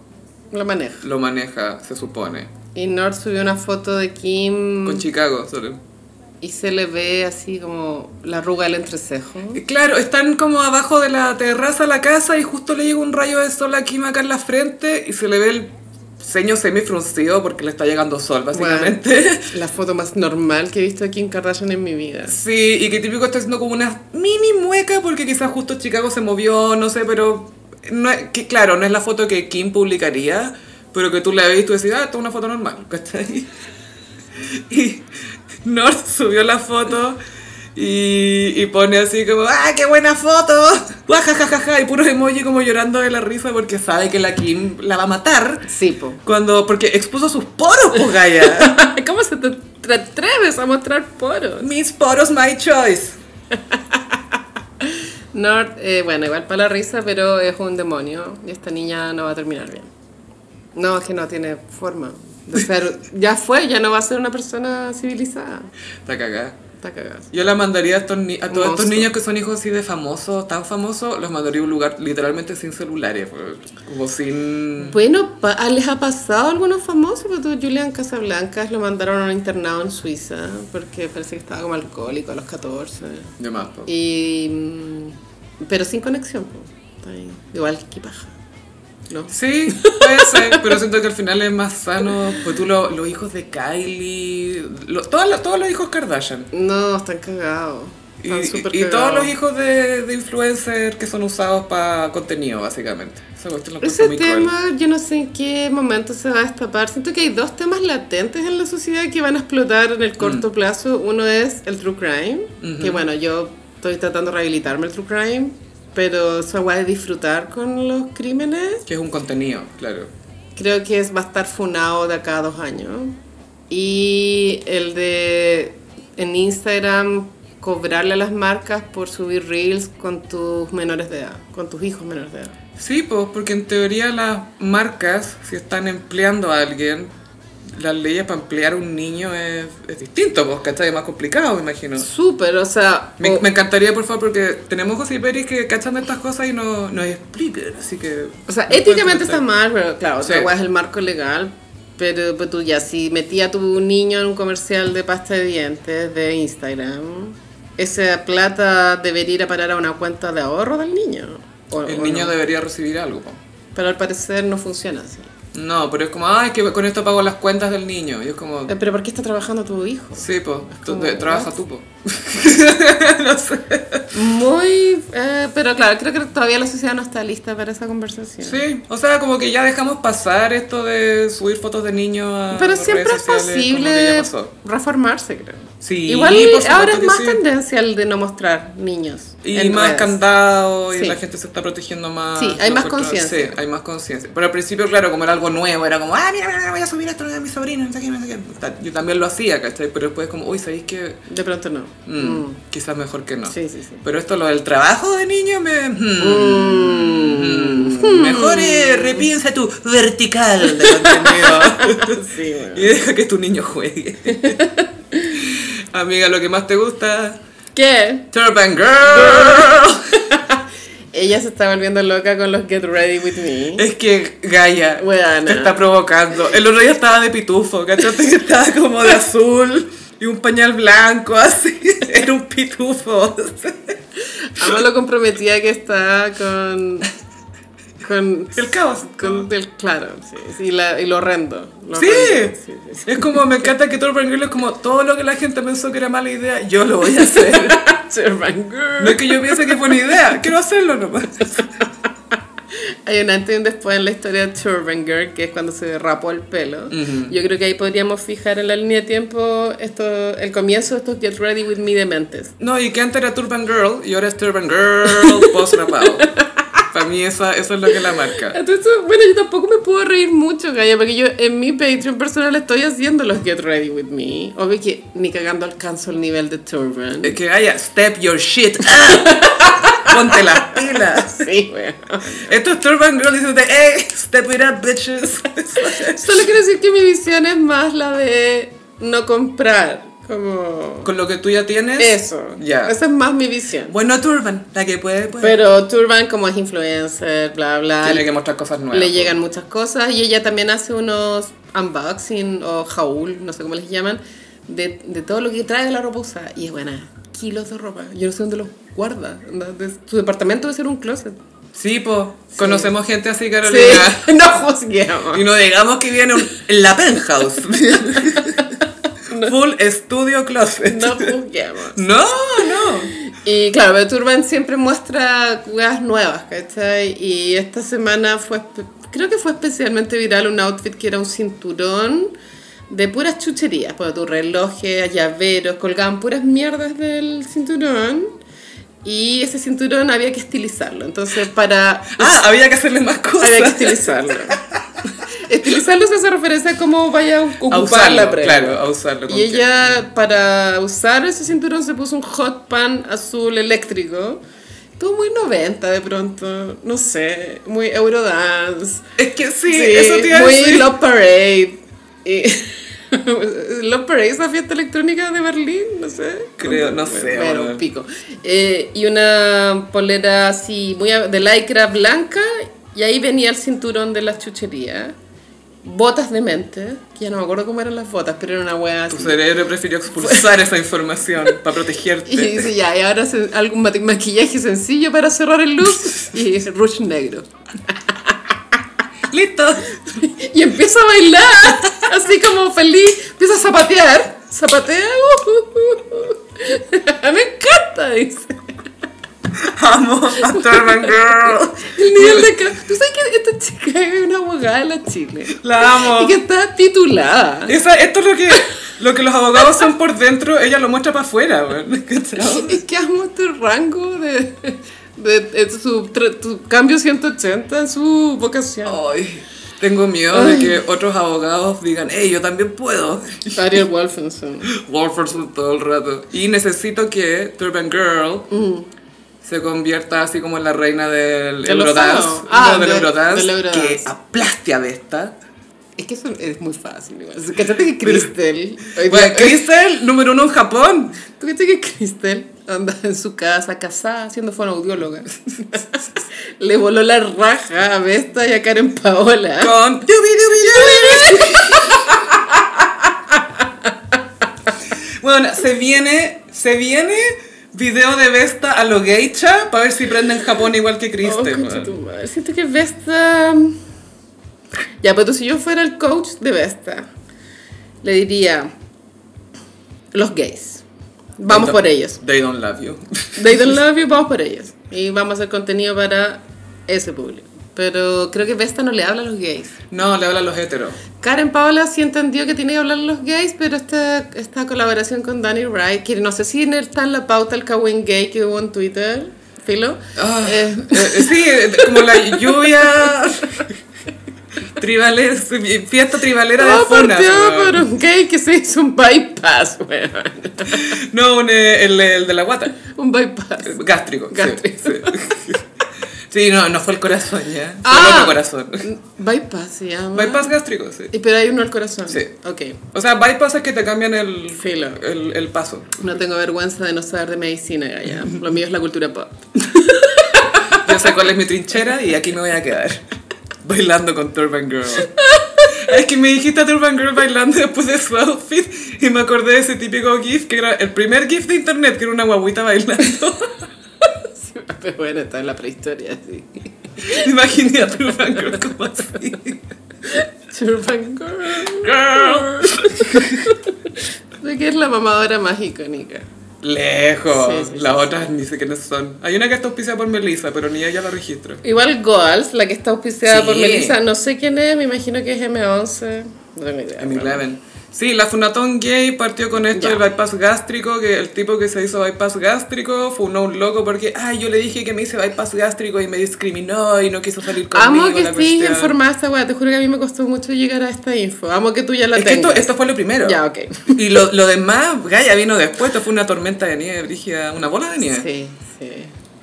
Lo maneja.
lo maneja, se supone.
Y North subió una foto de Kim
Con Chicago, solo.
y se le ve así como la arruga del entrecejo.
Y Eh, Claro, están como abajo de la terraza de la casa y justo le llega un rayo de sol a Kim acá en la frente y se le ve el ceño semifruncido porque le está llegando sol, básicamente.
Bueno, la foto más normal que he visto de Kim Kardashian en mi vida.
Sí, y que típico está haciendo como una mini mueca porque quizás justo Chicago se movió, no sé, pero no es- que, claro, no es la foto que Kim publicaría, pero que tú la ves y tú decís, ah, esto es una foto normal, ¿cachai? Y North subió la foto y, y pone así como, ¡ah, qué buena foto! ¡Guajajajaja! Y puro emoji como llorando de la risa porque sabe que la Kim la va a matar.
Sí, po.
Cuando, porque expuso sus poros, pues Gaia.
¿Cómo se te te atreves a mostrar poros?
Mis poros, my choice.
Nord, eh, bueno, igual para la risa, pero es un demonio. Y esta niña no va a terminar bien. No, es que no tiene forma de ser. ya fue, ya no va a ser una persona civilizada.
Está cagada.
Está cagada.
Yo la mandaría a, estos ni- a todos estos
Monstruo.
niños que son hijos así de famosos, tan famosos, los mandaría a un lugar literalmente sin celulares, pues, como sin...
Bueno, pa- ah, ¿les ha pasado a algunos famosos? Por ejemplo, Julian Casablancas lo mandaron a un internado en Suiza porque parece que estaba como alcohólico a los 14.
de más, pues.
Y, mm, pero sin conexión. po. Está ahí. Igual que paja. ¿No?
Sí, puede ser, pero siento que al final es más sano, pues tú lo- los hijos de Kylie, lo- todos, los, todos los hijos Kardashian.
No, están cagados.
Y,
Están súper
y- y todos
cagados.
los hijos de, de influencers que son usados para contenido, básicamente. Esa cuestión la encuentro
Ese
muy cruel.
tema, yo no sé en qué momento se va a destapar. Siento que hay dos temas latentes en la sociedad que van a explotar en
Mm.
el corto plazo. Uno es el true crime, que bueno, yo estoy tratando de rehabilitarme el true crime, pero esa guay de disfrutar con los crímenes,
Que es un contenido, claro.
creo que es, va a estar funado de acá a dos años. Y el de en Instagram cobrarle a las marcas por subir reels con tus menores de edad, con tus hijos menores de edad.
Sí, pues porque en teoría las marcas, si están empleando a alguien, las leyes para emplear a un niño es, es distinto, pues, ¿cachai? Es más complicado, me imagino.
Súper, o sea...
Me,
o-
me encantaría, por favor, porque tenemos José y Peris que cachan de estas cosas y no, nos explican, así que...
O sea,
nos pueden
éticamente
comentar.
está mal, pero claro, otra
Sí.
weá es el marco legal. Pero pues tú ya, si metía a tu niño en un comercial de pasta de dientes de Instagram, esa plata debería ir a parar a una cuenta de ahorro del niño. o-
El
o
niño
no.
debería recibir algo, po.
Pero al parecer no funciona así.
No, pero es como, ah, es que con esto pago las cuentas del niño. Y es como,
Eh, Pero ¿por qué está trabajando tu hijo?
sí, po, tú-
como,
de-
what?
trabaja tú, po.
Muy... eh, pero claro, creo que todavía la sociedad no está lista para esa conversación.
Sí, o sea, como que ya dejamos pasar esto de subir fotos de niños a
Pero
las
siempre
redes
es
sociales, como que ya
posible
pasó.
reformarse, creo.
Sí,
Igual
por supuesto
ahora es
que
más
sí.
tendencia el de no mostrar niños.
Y
en
más
redes.
candado y
Sí.
la gente se está protegiendo más.
Sí, hay
Lo
más
encuentro-
conciencia.
Sí, hay más conciencia. Pero al principio, claro, como era algo nuevo, era como, ah, mira, mira, voy a subir esto a mi sobrino, no sé qué, no sé qué. Ta- Yo también lo hacía, ¿cachai? Pero después como, uy, ¿sabéis qué?
De pronto no.
Mm,
Mm.
Quizás mejor que no.
Sí, sí, sí.
Pero esto, lo del trabajo de niño, me... mm, Mejor eh, repiensa tu vertical de contenido.
Sí, bueno.
y deja que tu niño juegue. Amiga, lo que más te gusta...
¿Qué?
Turban Girl.
Ella se está volviendo loca con los Get Ready With Me.
Es que Gaia
Weana.
te está provocando. El otro día estaba de pitufo, ¿cachaste? Que estaba como de azul y un pañal blanco, así. Era un pitufo.
Amo lo comprometida que está con... Con...
El caos.
con el, claro, sí. sí, y la- y lo horrendo. lo
Sí.
horrendo, sí, sí, sí.
Es como, me encanta que Turban Girl es como todo lo que la gente pensó que era mala idea, yo lo voy a hacer.
Servant
No es
girl.
que yo piense que fue una idea, quiero hacerlo nomás.
Hay un antes y un después en la historia de Turban Girl, que es cuando se rapó el pelo. Yo creo que ahí podríamos fijar en la línea de tiempo esto, el comienzo de estos Get Ready With Me dementes.
No, y que antes era Turban Girl y ahora es Turban Girl post-rapado. Para mí esa, eso es lo que la marca.
Entonces, bueno, yo tampoco me puedo reír mucho, Gaya, porque yo en mi Patreon personal estoy haciendo los Get Ready With Me. Obvio que ni cagando alcanzo el nivel de Turban.
Eh, Que haya step your shit up. Ponte las pilas.
Sí, weón.
Esto es Turban Girl diciendo, hey, step it up, bitches.
Solo quiero decir que mi visión es más la de no comprar, como...
Con lo que tú ya tienes.
Eso.
Ya.
Esa es más mi visión.
Bueno, Turban, la que puede, puede.
Pero Turban, como es influencer, bla, bla,
Tiene que mostrar cosas nuevas.
le llegan muchas cosas y ella también hace unos unboxing o haul, no sé cómo les llaman, de, de todo lo que trae la ropa usada. Y es buena, kilos de ropa. Yo no sé dónde los guarda. ¿no? De- su departamento debe ser un closet.
Sí, po. Conocemos gente así, Carolina.
Sí, no juzguemos.
Y no digamos que viene un- la penthouse. Full estudio closet.
No juzguemos.
No, no.
Y claro, pero Turban siempre muestra cosas nuevas, ¿cachai? Y esta semana fue espe- creo que fue especialmente viral un outfit que era un cinturón de puras chucherías, pues tus relojes, llaveros, colgaban puras mierdas del cinturón. Y ese cinturón había que estilizarlo. Entonces, para.
Ah, había que hacerle más cosas.
Había que estilizarlo. estilizarlo se hace referencia a cómo vaya a ocupar
a
la
usarlo,
prenda.
claro, a usarlo. con
Y ella, para usar ese cinturón, se puso un hot pan azul eléctrico. Todo muy 90 de pronto. No sé, muy Eurodance.
que- Es que sí,
Sí,
eso te iba a
muy
decir.
Love Parade. Y- Love Parade, esa fiesta electrónica de Berlín, no sé.
Creo, no
Bueno,
sé,
bueno,
bueno.
pico. Eh, y una polera así, muy a- de lycra blanca, y ahí venía el cinturón de las chucherías. Botas de mente, que ya no me acuerdo cómo eran las botas, pero era una wea
Tu
así.
cerebro prefirió expulsar esa información para protegerte.
Y dice, ya, y ahora se- algún mati- maquillaje sencillo para cerrar el look, y dice, rush negro.
Listo.
Y empieza a bailar, así como feliz, empieza a zapatear, zapatea, uh, uh, uh. me encanta, dice.
Amo a Turban Girl.
El nivel de... ca- Tú sabes que esta chica es una abogada de la Chile.
La amo.
Y que está titulada.
Esa- esto es lo que, lo que los abogados son por dentro, ella lo muestra para afuera. weón. ¿Cachai?
Es que amo este rango de... De, de su, tra- su cambio 180 en su vocación.
Ay, tengo miedo de que otros abogados digan, hey, yo también puedo.
Ariel Wolfenson.
Wolferson todo el rato. Y necesito que Turban Girl se convierta así como en la reina Mm. del
De los
Eurodance.
fados. Ah,
no, del
de-
Eurodance.
del
Que
Eurodance.
aplaste a Vesta.
Es que eso es muy fácil. igual. Cachate que Cristel. hoy
Bueno,
día-
Crystal, número uno en Japón.
¿Tú crees que Cristel anda en su casa casada siendo fonoaudióloga? Le voló la raja a Vesta y a Karen Paola.
Con Dubi Dubi Dubi. Bueno, se viene, se viene video de Vesta a lo geisha para ver si prende en Japón igual que
Oh,
Crystal.
concha tu madre. Siento que Vesta... mm, Ya, pero si yo fuera el coach de Vesta, le diría... Los gays. Vamos por ellos.
They don't love you.
They don't love you, vamos por ellos. Y vamos a hacer contenido para ese público. Pero creo que Vesta no le habla a los gays.
No, le hablan los heteros.
Karen Paola sí entendió que tiene que hablar los gays, pero esta, esta colaboración con Danny Wright, que no sé si en el- está en la pauta el Kawin gay que hubo en Twitter, filo.
Ah,
Eh,
eh, sí, eh, como la lluvia tribales, fiesta tribalera de
todo
Funa.
partió
weón.
Oh, por un gay que se hizo un bypass, weón.
No, un, eh, el, el de la guata.
Un bypass.
Eh, Gástrico. sí,
Gástrico.
Sí, Sí, no, no fue el corazón ya. Fue
Ah.
el otro corazón.
Bypass se llama.
Bypass gástrico, sí.
Y pero hay uno al corazón.
Sí.
Ok.
O sea, bypass es que te cambian el,
Filo.
el, el paso.
No tengo vergüenza de no saber de medicina, Gaya. Lo mío es la cultura pop.
Yo sé cuál es mi trinchera y aquí me voy a quedar. Bailando con Turban Girl. Es que me dijiste a Turban Girl bailando después de su outfit y me acordé de ese típico GIF que era el primer GIF de internet, que era una guaguita bailando.
Pero bueno, está en la prehistoria, sí.
Imaginé a Turban Girl como así.
Turban girl.
Girl.
Sé que es la mamadora más icónica.
Lejos.
Sí, sí, sí,
Las otras ni sé quiénes son. Hay una que está auspiciada por Melissa, pero ni ella la registro.
Igual Goals, la que está auspiciada
Sí.
por Melissa, no sé quién es, me imagino que es M11. No tengo idea.
En Eleven. Sí, la Funatón Gay partió con esto
Ya.
del bypass gástrico, que el tipo que se hizo bypass gástrico funó un loco porque, ay, yo le dije que me hice bypass gástrico y me discriminó y no quiso salir conmigo.
Amo que
la
estés
cuestión.
informada esta weá, te juro que a mí me costó mucho llegar a esta info. Amo que tú ya la
Es que
tengas.
esto, esto fue lo primero.
Ya, ok.
Y lo, lo demás, Gaia vino después, esto fue una tormenta de nieve, brígida, una bola de nieve.
Sí, sí.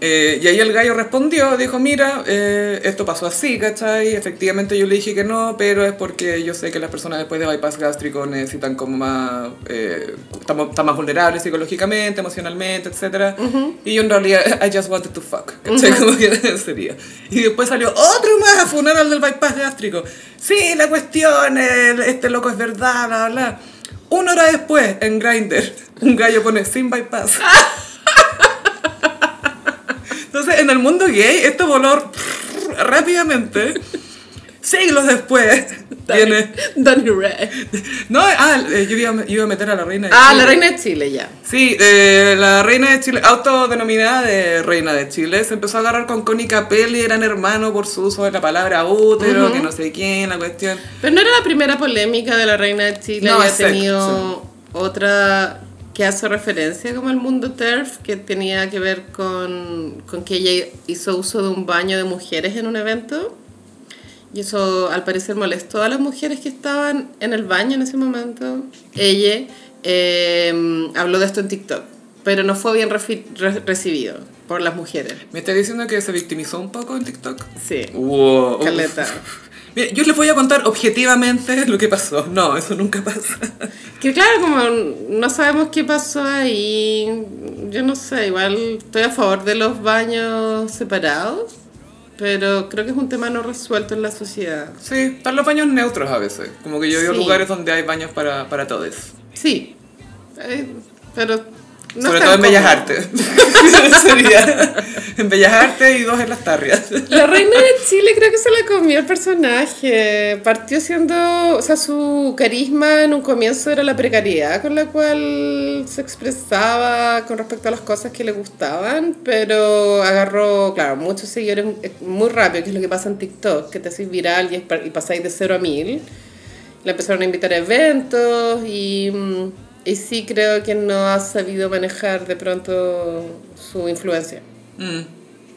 Eh, y ahí el gallo respondió, dijo, mira, eh, esto pasó así, ¿cachai? Efectivamente yo le dije que no, pero es porque yo sé que las personas después de bypass gástrico necesitan como más, eh, estamos- están más vulnerables psicológicamente, emocionalmente, etc. Y yo en realidad, I just wanted to fuck, ¿cachai? Como que sería. Y después salió otro más a funar al del bypass gástrico. Sí, la cuestión, el- este loco es verdad, bla, bla, bla. Una hora después, en Grindr, un gallo pone sin bypass. Entonces, en el este mundo gay, esto voló rápidamente. Siglos después, Tiene.
Danny Ray.
No, ah, eh, yo iba, iba a meter a la reina de
Ah,
Chile.
la reina de Chile, ya.
Sí, eh, la reina de Chile, autodenominada de reina de Chile, se empezó a agarrar con Connie Capelli, eran hermanos por su uso de la palabra útero, que no sé quién, la cuestión.
Pero no era la primera polémica de la reina de Chile,
No,
había
exacto,
tenido otra que hace referencia como al mundo TERF, que tenía que ver con, con que ella hizo uso de un baño de mujeres en un evento. Y eso al parecer molestó a las mujeres que estaban en el baño en ese momento. Ella eh, habló de esto en TikTok, pero no fue bien refi- re- recibido por las mujeres.
¿Me está diciendo que se victimizó un poco en TikTok?
Sí,
Wow. uf.
Caleta.
Mira, yo les voy a contar objetivamente lo que pasó. No, eso nunca pasa.
Que claro, como no sabemos qué pasó ahí, yo no sé, igual estoy a favor de los baños separados, pero creo que es un tema no resuelto en la sociedad.
Sí, están los baños neutros a veces. Como que yo veo
Sí.
lugares donde hay baños para, para todos.
Sí, eh, pero... no
Sobre
es tan
todo en Bellas
común.
Artes. Sería en Bellas Artes y dos en las tarrias.
La reina de Chile creo que se la comió el personaje. Partió siendo, o sea, su carisma en un comienzo era la precariedad con la cual se expresaba con respecto a las cosas que le gustaban, pero agarró, claro, muchos seguidores eh, muy rápido, que es lo que pasa en TikTok, que te haces viral y, es pa- y pasáis de 0 a 1000. La empezaron a invitar a eventos y, mm, y sí creo que no ha sabido manejar de pronto su influencia.
Mm,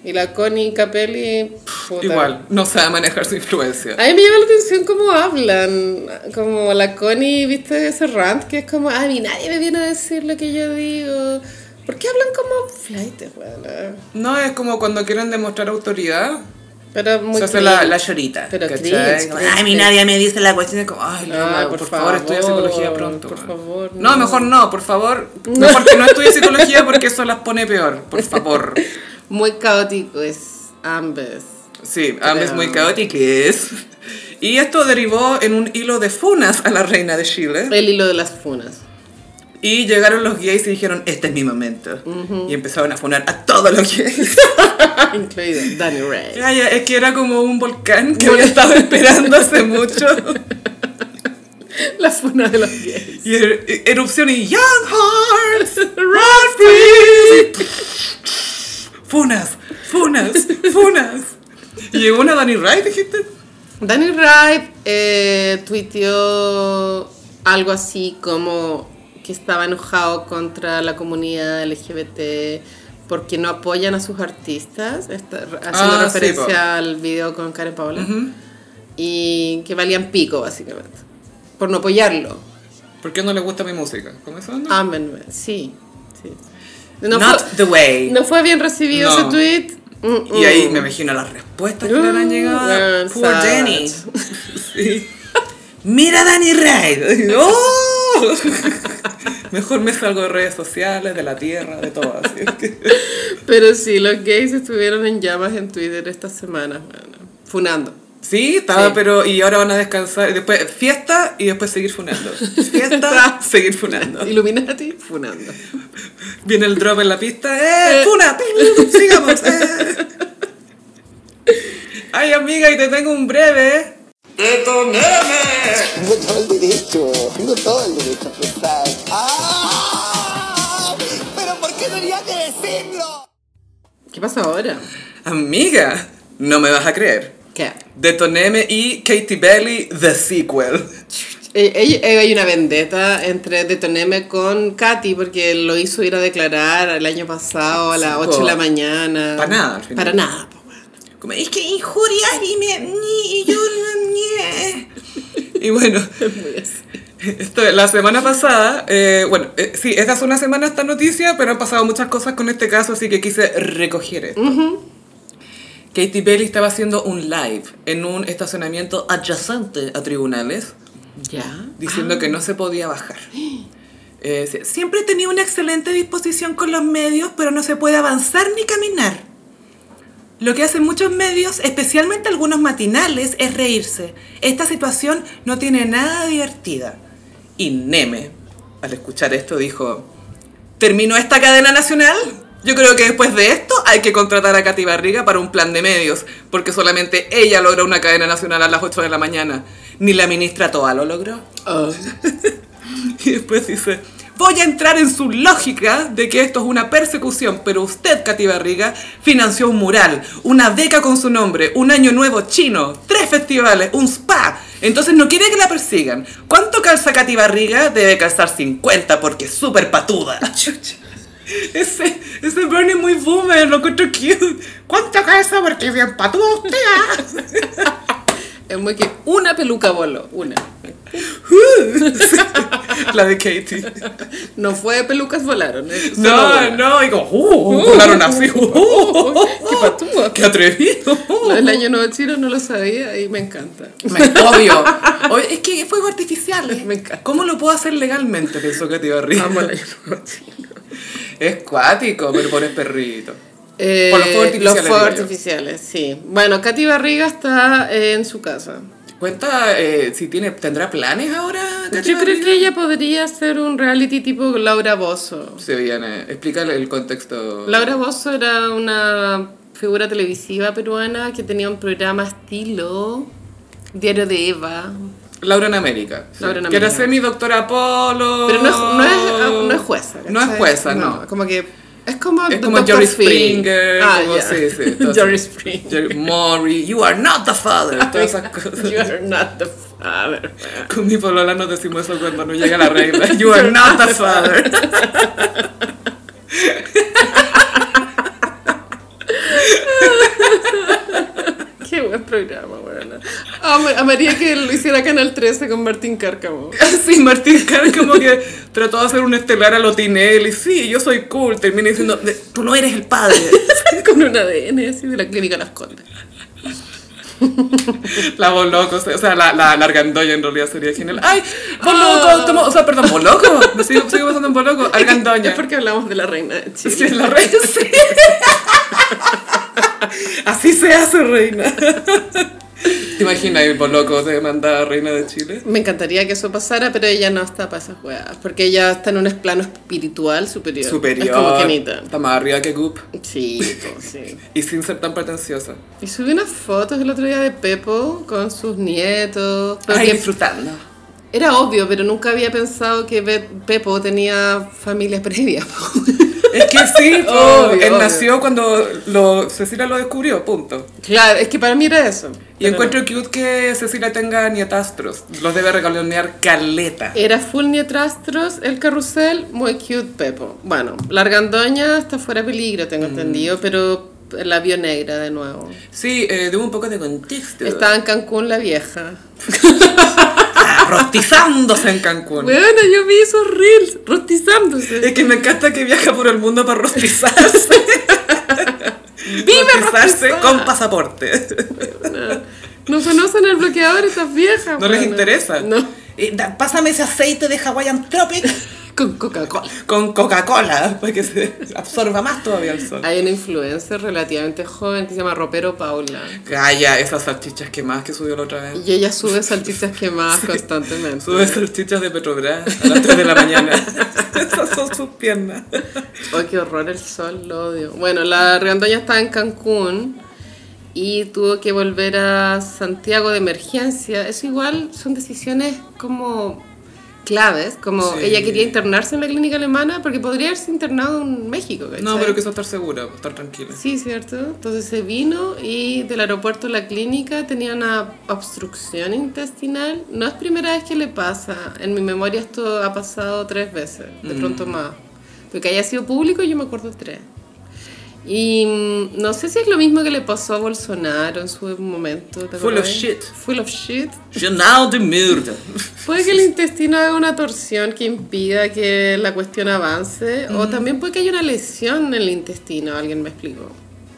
Y la Connie Capelli. puta.
igual, no sabe manejar su influencia.
A mí me llama la atención cómo hablan. Como la Connie, viste ese rant que es como, "Ay, a mí nadie me viene a decir lo que yo digo. ¿Por qué hablan como flightes, weón?
No, es como cuando quieren demostrar autoridad.
Pero muy
se hace
cringe.
la, la llorita.
Pero
¿cachai?
cringe,
Como,
cringe.
Ay, a mí nadie me dice la cuestión. Es como, ay, no,
Ay,
por,
por
favor, estudia
favor,
psicología pronto.
por
man".
favor,
No.
no.
mejor no, por favor. Mejor que no estudie psicología porque eso las pone peor, por favor.
Muy caótico es ambas.
Sí, ambas
Pero-
muy caóticas. Y esto derivó en un hilo de funas a la reina de Chile.
El hilo de las funas.
Y llegaron los gays y dijeron, este es mi momento. Y empezaron a funar a todos los gays.
Incluido Danny Ray.
Calla, es que era como un volcán que había estado esperando hace mucho.
La funa de los gays.
Y er- erupción y Young Hearts, Run Free. Funas, funas, funas. Y llegó una Danny Wright, dijiste.
Danny Ripe eh, tuiteó algo así como que estaba enojado contra la comunidad LGBT porque no apoyan a sus artistas, está- haciendo
Ah, sí,
referencia
po.
al video con Karen Paola, y que valían pico básicamente, por no apoyarlo.
¿Por qué no le gusta mi música? ¿Cómo eso Ah, no?
Ámenme, sí. sí. No,
Not
fue,
the way.
no fue bien recibido
No.
ese tweet. Mm,
Y ahí
mm.
me imagino las respuestas que le han
Uh,
llegado.
weón,
Poor
sad.
Danny. Sí. Mira a Danny Wright. ¡Oh! Mejor me salgo de redes sociales, de la tierra, de todo. Así que-
Pero sí, los gays estuvieron en llamas en Twitter esta semana, bueno, funando.
Sí, estaba,
Sí.
pero. Y ahora van a descansar. y Después, fiesta y después seguir funando. Fiesta, seguir funando.
Illuminati, funando.
Viene el drop en la pista. ¡Eh! ¡Funa! ¡Sigamos! eh. Ay, amiga, y te tengo un breve.
Tengo todo el derecho, tengo todo el derecho a pensar. ¡Ah! ¿Pero por qué tenía que decirlo?
¿Qué pasa ahora?
Amiga, no me vas a creer.
¿Qué?
Detoneme y Katy Belly, The Sequel.
Eh, eh, eh, hay una vendetta entre Detoneme con Katy porque lo hizo ir a declarar el año pasado a las
Sí,
8 de la
po.
mañana.
Pa' nada, al final.
Para nada, po, weón.
Como, es que injurias y me... Ni, y yo Y bueno, esto, la semana pasada, eh, bueno, eh, sí, esta es una semana esta noticia, pero han pasado muchas cosas con este caso, así que quise recoger esto. Katy Belly estaba haciendo un live en un estacionamiento adyacente a tribunales,
¿Ya?
diciendo que no se podía bajar. Eh, decía, Siempre he tenido una excelente disposición con los medios, pero no se puede avanzar ni caminar. Lo que hacen muchos medios, especialmente algunos matinales, es reírse. Esta situación no tiene nada divertida. Y Neme, al escuchar esto, dijo, ¿terminó esta cadena nacional? Yo creo que después de esto hay que contratar a Katy Barriga para un plan de medios, porque solamente ella logra una cadena nacional a las 8 de la mañana.
Ni la ministra toda lo logró.
Oh.
Y después dice, voy a entrar en su lógica de que esto es una persecución, pero usted, Katy Barriga, financió un mural, una beca con su nombre, un año nuevo chino, tres festivales, un spa. Entonces no quiere que la persigan. ¿Cuánto calza Katy Barriga? Debe calzar 50 porque es súper patuda. Ese, ese Bernie es muy boomer, lo encuentro cute. ¿Cuánto calza? Porque es bien patuda usted. ah?
Es muy que una peluca voló, una.
La de Katy.
No fue pelucas volaron. eh, solo
No,
una.
no, y como, uh, volaron así, uh, uh, uh,
Qué patúa.
qué atrevido. uh.
El año nuevo chino no lo sabía y me encanta.
Me- obvio. Obvio, Es que es fuego artificial. eh.
Me encanta.
¿Cómo lo puedo hacer legalmente? Pensó Katy Barriga.
Amo el año nuevo chino.
Es cuático, pero pones perrito.
Eh,
Por los fuegos artificiales,
los fuegos
digo yo.
artificiales, sí. Bueno, Katy Barriga está eh, en su casa.
Cuenta eh, si tiene, tendrá planes ahora. Katy
Yo creo
Barriga?
que ella podría hacer un reality tipo Laura Bozo.
Se viene. Explica el- el contexto.
Laura Bozo era una figura televisiva peruana que tenía un programa estilo Diario de Eva.
Laura en América. sí.
Laura en
Que era
América.
semi doctora Apolo.
Pero no es, no es, no es jueza.
No es
¿cachai?
jueza, no.
Como que es como,
Es como
Dr.
Jerry
Phil.
Springer.
Ah,
como-
ya.
sí, sí, entonces-
Jerry Springer.
Jerry- Maury, you are not the father. Todas esas cosas.
You are not the father.
Con mi polola nos decimos eso cuando no llega la regla. You are not the father.
Qué buen programa, bueno. Amaría que lo hiciera Canal 13 con Martín Cárcamo.
Sí, Martín Carr como que trató de hacer un estelar a lo Tinelli. Sí, yo soy cool. Termina diciendo, de- tú no eres el padre.
con un ADN así de la clínica Las Condes.
La Boloco, o sea, la, la, la Argandoya en realidad sería genial. ¡Ay! Boloco, tomo- o sea, perdón, Boloco. Me sigo, sigo pensando en Boloco.
Ah. Es
Argandoña.
porque hablamos de la reina de Chile.
Sí, en la reina, sí. Así se hace, reina. ¿Te imaginas el Boloco te manda a reina de Chile?
Me encantaría que eso pasara, pero ella no está para esas weas. Porque ella está en un plano espiritual superior.
Superior.
Es como Kenita.
Está más arriba que Goop.
Sí, po, sí.
Y sin ser tan pretenciosa.
Y subí unas fotos el otro día de Pepo con sus nietos. Pero
Ay,
que
disfrutando.
era obvio, pero nunca había pensado que Be- Pepo tenía familia previa. po.
Es que sí, po,
Obvio,
él
obvio.
nació cuando lo, Cecilia lo descubrió, punto.
claro, es que para mí era eso.
Y
Pero
encuentro cute que Cecilia tenga nietastros. Los debe regalonear caleta.
Era full nietrastros, el carrusel, muy cute Pepo. Bueno, la argandoña está fuera de peligro,
Mm.
tengo entendido, pero la vio negra de nuevo.
Sí, eh, debo un poco de contexto.
Estaba en Cancún la vieja.
rostizándose en Cancún.
Bueno, yo vi esos reels rostizándose.
Es que me encanta que viaja por el mundo para rostizarse.
¡Vive
rostizarse
rostizada!
con pasaporte.
No conocen el bloqueador estas viejas.
No les
bueno.
interesa.
No,
Eh, da- pásame ese aceite de Hawaiian Tropic.
con Coca-Cola.
Con Coca-Cola, para que se absorba más todavía el sol.
Hay una influencer relativamente joven que se llama Ropero Paula.
Calla, esas salchichas quemadas que subió la otra vez.
Y ella sube salchichas quemadas constantemente.
Sube salchichas de Petrobras a las 3 de la mañana. Esas son sus piernas.
Oh, qué horror el sol, lo odio. Bueno, la Riandoña estaba en Cancún y tuvo que volver a Santiago de emergencia. Eso igual son decisiones como claves, como
Sí.
ella quería internarse en la clínica alemana porque podría haberse internado en México. ¿cachai?
No, pero quiso estar segura, estar tranquila.
Sí, cierto. Entonces se vino y del aeropuerto a la clínica tenía una obstrucción intestinal. No es primera vez que le pasa. En mi memoria esto ha pasado tres veces, de
Mm.
pronto más. Porque haya sido público yo me acuerdo tres. Y mm, no sé si es lo mismo que le pasó a Bolsonaro en su momento. ¿te
Full of
acordás?
shit.
Full of shit.
Genal de mierda.
Puede que el intestino haga una torsión que impida que la cuestión avance, o también puede que haya una lesión en el intestino, alguien me explicó.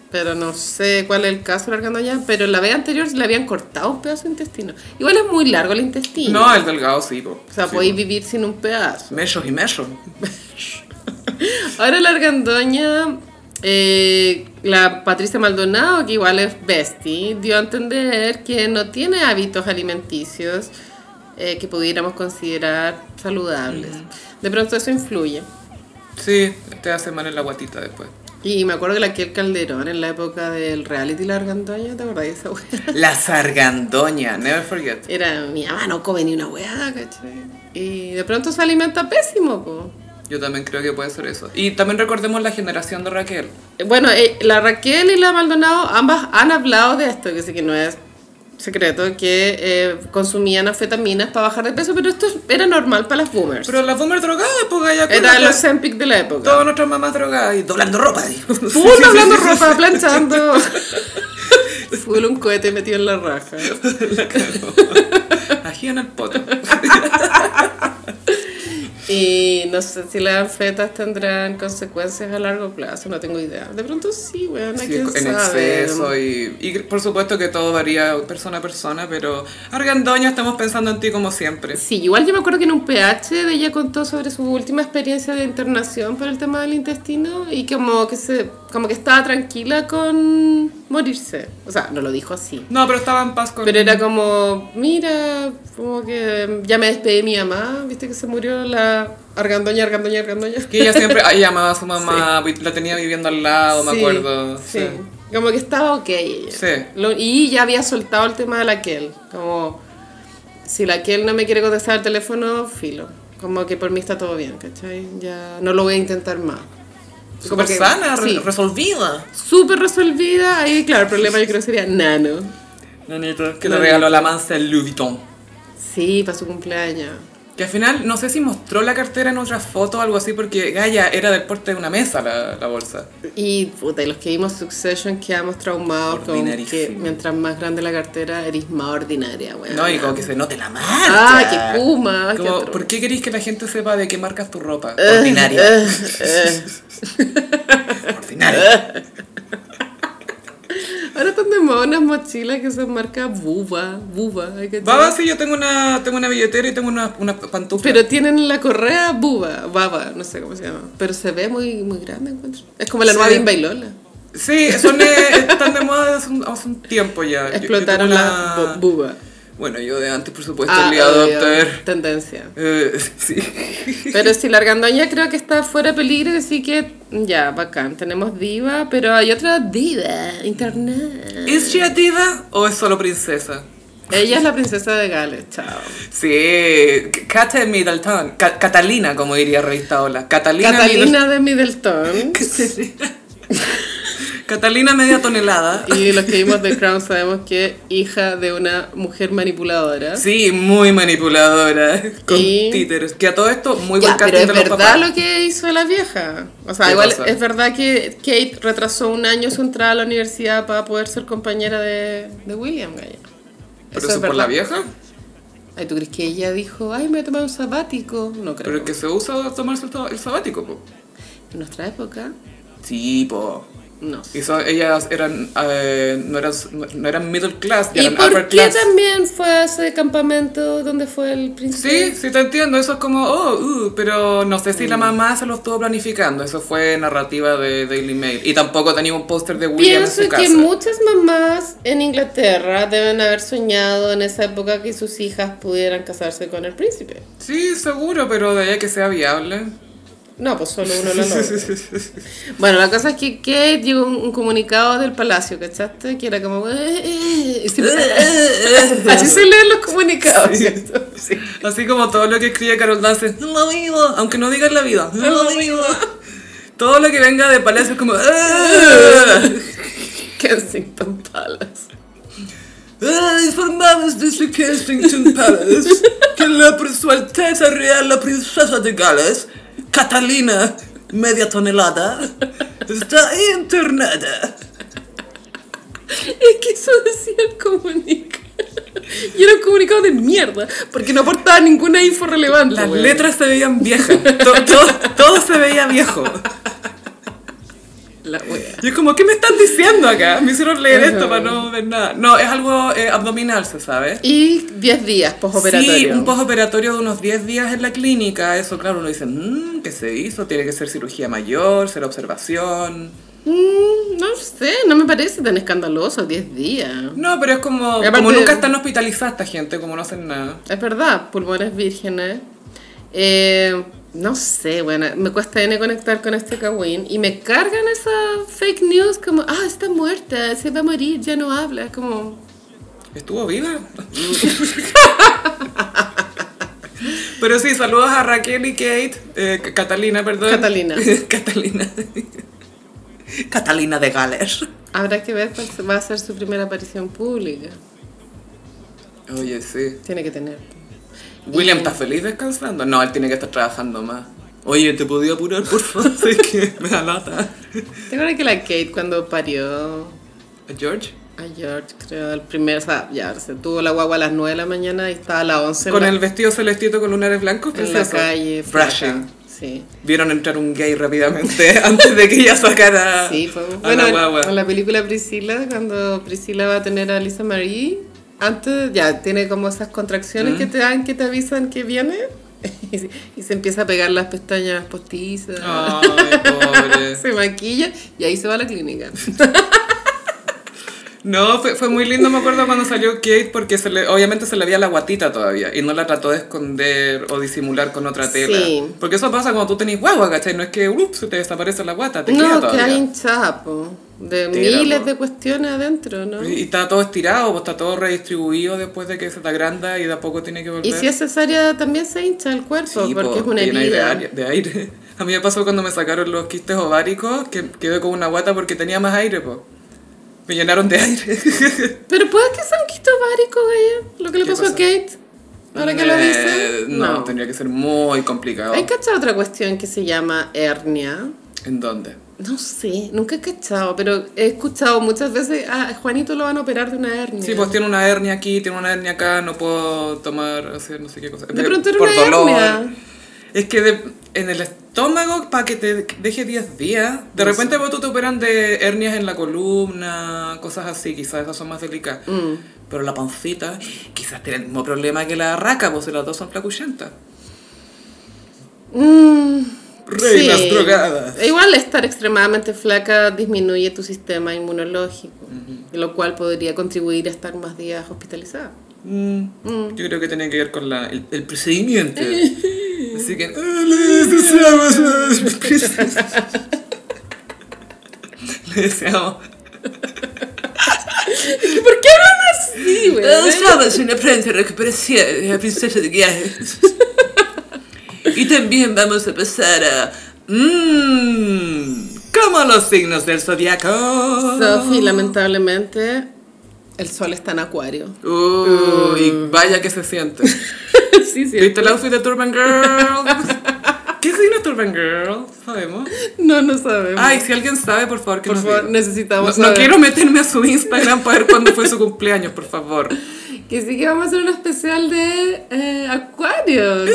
Pero no sé cuál es el caso, largando ya. Pero la vez anterior le habían cortado un pedazo de intestino. Igual es muy largo el intestino.
No, el delgado sí, po.
o sea,
Sí,
podéis
po.
vivir sin un pedazo.
Mellos y mellos.
Ahora la argandoña, eh, la Patricia Maldonado, que igual es bestie, dio a entender que no tiene hábitos alimenticios eh, que pudiéramos considerar saludables. De pronto eso influye.
Sí, te hace mal en la guatita después.
Y me acuerdo que la Kiel Calderón en la época del reality La Argandoña, ¿te acordás de esa weá?
La sargandoña, never forget.
Era, mi mamá no come ni una weá, ¿cachai? Y de pronto se alimenta pésimo, po.
Yo también creo que puede ser eso. Y también recordemos la generación de Raquel.
Bueno, eh, la Raquel y la Maldonado ambas han hablado de esto, que sé que no es secreto, que eh, consumían anfetaminas para bajar de peso, pero esto era normal para las boomers.
Pero la boomer drogada, pues Gaya, con
era
la-
el Ozempic de la época.
Todas nuestras mamás drogadas y doblando ropa. y-
Full doblando ropa, planchando. Full un cohete metido en la raja.
Ají en el poto.
Y no sé si las anfetas tendrán consecuencias a largo plazo, no tengo idea. De pronto sí, weón,
Sí,
¿quién
en
sabe?
exceso y, y por supuesto que todo varía persona a persona, pero Argandoña, estamos pensando en ti como siempre.
Sí, igual yo me acuerdo que en un PH de ella contó sobre su última experiencia de internación por el tema del intestino y como que se como que estaba tranquila con morirse. O sea, no lo dijo así.
No, pero estaba en paz con...
Pero era como, mira, como que ya me despedí de mi mamá, viste que se murió la argandoña, argandoña, argandoña.
Que ella siempre ay, llamaba a su mamá, vi- la tenía viviendo al lado, me
Sí,
acuerdo.
Sí. Como que estaba ok ella.
Sí.
Lo- y ya había soltado el tema de la Kel. Como, si la Kel no me quiere contestar el teléfono, filo. Como que por mí está todo bien, ¿cachai? Ya no lo voy a intentar más.
Súper
Como que-
sana, re-
sí.
Resolvida.
Súper resolvida. Ahí, claro, el problema yo creo que sería nano.
Nanito.
Que le regaló la mansa el Louis Vuitton.
Sí, para su cumpleaños.
Que al final, no sé si mostró la cartera en otra foto o algo así, porque Gaia era del porte de una mesa la, la bolsa.
Y puta, y los que vimos Succession quedamos traumados con que
Ordinarísimo.
mientras más grande la cartera, eres más ordinaria, weón.
No, y como que se nota.
No te la marcha.
Ah, qué puma. qué
Como,
atroz.
¿Por qué queréis que la gente sepa de qué marcas tu ropa?
Ordinaria.
Eh, eh.
Ordinaria.
eh. Ahora están de moda unas mochilas que son marca Buba, Buba, hay que
Baba, sí, yo tengo una, tengo una billetera y tengo una, una pantufla.
Pero tienen la correa Buba, Baba, no sé cómo se llama. Pero se ve muy, muy grande, encuentro. Es como la
Sí.
nueva Bimba y Lola.
Sí, son, eh, están de moda desde hace un, hace un tiempo ya. Yo- yo
Explotaron
tengo
la
una-
bu- Buba.
Bueno, yo de antes, por supuesto,
Ah,
el
obvio,
adopter.
Tendencia.
Eh, sí.
Pero si la argandoña creo que está fuera de peligro, así que ya, bacán. Tenemos diva, pero hay otra diva, internet.
¿Es she a diva o es solo princesa?
Ella es la princesa de Gales, chao.
Sí, Kate Middleton. Ca- Catalina, como diría Revista Ola. Catalina, Middleton.
Catalina de Middleton.
Catalina media tonelada.
Y los que vimos de Crown sabemos que hija de una mujer manipuladora.
Sí, muy manipuladora. Con
Y-
títeres. Que a todo esto, muy
Ya,
buen
pero
casting
es
de los
verdad
papás.
lo que hizo la vieja. O sea,
¿Qué
igual
cosa?
es verdad que Kate retrasó un año su entrada a la universidad para poder ser compañera de, de William Gaya.
¿Pero eso, por la vieja?
Ay, ¿tú crees que ella dijo, ay, me voy a tomar un sabático? No creo.
Pero que se usa tomarse el, sab- el sabático, po.
En nuestra época,
Sí, po.
no.
Y so- ellas eran, eh, no, eran, no eran middle class, ya
¿Y
eran
por
upper
qué
class.
también fue a ese campamento donde fue el príncipe?
Sí, sí te entiendo, eso es como, oh, uh, pero no sé si
Mm.
la mamá se lo estuvo planificando, eso fue narrativa de Daily Mail. Y tampoco tenía un póster de William
Pienso
en su casa.
que muchas mamás en Inglaterra deben haber soñado en esa época que sus hijas pudieran casarse con el príncipe.
Sí, seguro, pero de allá que sea viable.
No, pues solo uno lo logra. bueno, la cosa es que Kate llegó un, un comunicado del palacio, ¿cachaste? Que era como... "Eh, eh", y siempre- Así se leen los comunicados, ¿cierto?
Así como todo lo que escribe Carol Dance, no lo vivo, aunque no digas la vida, no lo vivo. Todo lo que venga de Palacio es como... "Ah,
Kensington Palace.
ah, Informados desde Kensington Palace que la, pr- su Alteza Real, la princesa de Gales, Catalina, media tonelada, está internada.
Es que eso decía el comunicado. Y era un comunicado de mierda, porque no aportaba ninguna info relevante.
Las
weón.
letras se veían viejas, to- to- todo se veía viejo.
La wea.
Y es como, ¿qué me están diciendo acá? Me hicieron leer esto
Ajá.
para no ver nada. No, es algo eh, abdominal, se sabe.
Y 10 días postoperatorio.
Sí, un postoperatorio de unos 10 días en la clínica. Eso, claro, uno dice, mmm, ¿qué se hizo? Tiene que ser cirugía mayor, ser observación.
Mm, no sé, no me parece tan escandaloso 10 días.
No, pero es como,
Y aparte-
como nunca están hospitalizadas esta gente, como no hacen nada.
Es verdad, pulmones vírgenes. Eh, No sé, bueno, me cuesta N conectar con este Kawin y me cargan esa fake news como, ah, está muerta, se va a morir, ya no habla, es como...
¿Estuvo viva? Pero sí, saludos a Raquel y Kate. eh, C- Catalina, perdón.
Catalina.
Catalina.
Catalina de Galer.
Habrá que ver cuál va a ser su primera aparición pública.
Oye, sí.
Tiene que tener.
William
Y-
está feliz descansando. No, él tiene que estar trabajando más. Oye, ¿te podía apurar, por favor? Es que me da lata.
¿Te acuerdas que la Kate cuando parió
¿A George?
a George, creo, el primer, o sea, ya se tuvo la guagua a las 9 de la mañana y estaba a las 11 en
Con
la-
el vestido celestito con lunares blancos,
en la
precioso.
calle?
Brushing.
flaca. Sí.
Vieron entrar un gay rápidamente antes de que ella sacara
Sí, fue
Ah, a
bueno,
la guagua.
con la película Priscila, cuando Priscila va a tener a Lisa Marie, antes ya tiene como esas contracciones
Mm.
que te dan, que te avisan que viene, y, se- y se empieza a pegar las pestañas postizas,
Ah, Ay, pobre.
se maquilla, y ahí se va a la clínica.
No, fue, fue muy lindo, me acuerdo cuando salió Kate, porque se le, obviamente se le veía la guatita todavía y no la trató de esconder o disimular con otra tela.
Sí.
Porque eso pasa cuando tú tenés guagua, ¿cachai? No es que ups, se te desaparece la guata, te queda
no, que
todavía.
hay hinchada, po, de
Tira,
miles
po.
de cuestiones adentro, ¿no?
Y, y está todo estirado, pues, está todo redistribuido después de que se te agranda y de a poco tiene que volver.
Y si es cesárea también se hincha el cuerpo,
Sí,
porque
po,
es una
llena
herida.
De aire, de aire. A mí me pasó cuando me sacaron los quistes ováricos que quedé con una guata porque tenía más aire, pues. Me llenaron de aire.
Pero puede que sea un quito várico, gaya, lo que le
¿Qué
pasó a
pasó?
Kate, ahora que lo
Eh,
dice.
No, tendría que ser muy complicado.
¿Hay cachado otra cuestión que se llama hernia?
¿En dónde?
No sé, nunca he cachado, pero he escuchado muchas veces, ah, a Juanito lo van a operar de una hernia.
Sí, pues tiene una hernia aquí, tiene una hernia acá, no puedo tomar, hacer no sé qué cosa. Eh,
De pronto era una hernia.
Es que de- en el estómago, para que te deje 10 días, de repente pues, tú te operan de hernias en la columna, cosas así, quizás esas son más delicadas.
Mm.
Pero la pancita, quizás tiene el mismo problema que la raca, pues si las dos son flacuyentas.
Mm,
Reinas drogadas.
Igual estar extremadamente flaca disminuye tu sistema inmunológico, lo cual podría contribuir a estar más días hospitalizada.
Mm, Yo creo que tiene que ver con la, el, el procedimiento. Así que... "Ah, Le deseamos, le deseamos
¿Por qué no así, güey?
Estabas en la prensa recuperación de la princesa de Gales. Y también vamos a pasar a...
Mmm, como los signos del zodiaco.
Sophie, lamentablemente, el sol está en acuario.
Uy, vaya que se siente.
Mm. sí, sí.
¿Viste el outfit de Turban Girl? ¿Qué signo es Turban Girl? Sabemos.
No, no sabemos.
Ay, si alguien sabe, por favor, que
Por
nos
favor,
diga.
necesitamos
No, no
saber.
quiero meterme a su Instagram para ver cuándo fue su cumpleaños, por favor.
Que sí que vamos a hacer un especial de eh, acuarios.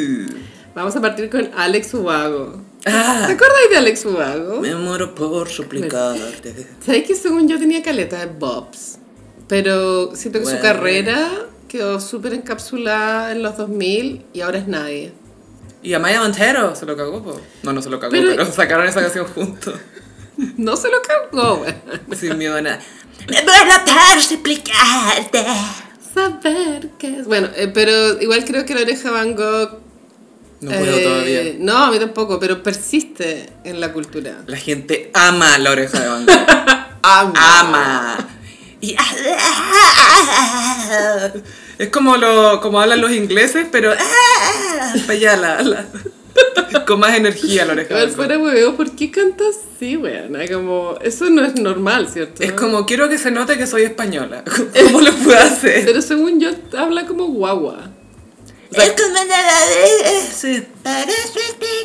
Vamos a partir con Alex Ubago. ¿Te
Ah,
acordáis de Alex Ubago?
me muero por suplicarte.
Sabéis que según yo tenía caleta de bobs, pero siento que su
Bueno.
carrera quedó súper encapsulada en los 2000 y ahora es nadie.
Y a Maya Montero se lo cagó, po? No, no se lo cagó,
Pero-
pero, sacaron esa canción juntos.
No se lo cargó, güey.
Sin miedo a nada.
Me muero por suplicarte.
Saber qué es. Bueno, eh, pero igual creo que la oreja Van Gogh.
No puedo
eh,
todavía.
No, a mí tampoco, pero persiste en la cultura.
La gente ama la oreja de Van Gogh.
Ama.
ama.
Y...
Es como lo como hablan los ingleses, pero ¡ah! pa' allá la, la- con más energía la oreja.
A ver, fuera hueveo, ¿por qué cantas así, weón? Como, eso no es normal, ¿cierto?
Es como quiero que se note que soy española. ¿Cómo lo puedo hacer?
Pero según yo, habla como guagua.
Es como una para suspirar.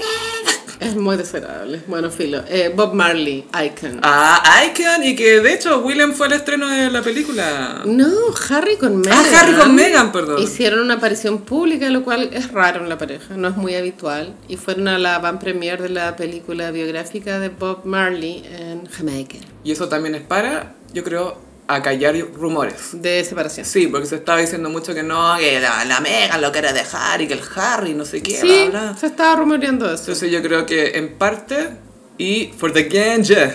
Es muy desagradable. Bueno, filo. Eh, Bob Marley, Icon.
Ah, Icon y que de hecho William fue al estreno de la película.
No, Harry con Meghan.
Ah, Harry con Meghan, perdón.
Hicieron una aparición pública, lo cual es raro en la pareja, no es muy habitual. Y fueron a la van premiere de la película biográfica de Bob Marley en Jamaica,
Y eso también es para, yo creo, acallar rumores.
de separación.
Sí, porque se estaba diciendo mucho que no, que la, la Megan lo quiere dejar y que el Harry no sé qué,
Sí,
bla, bla.
se estaba rumoreando eso.
Entonces yo creo que en parte y for the ganja.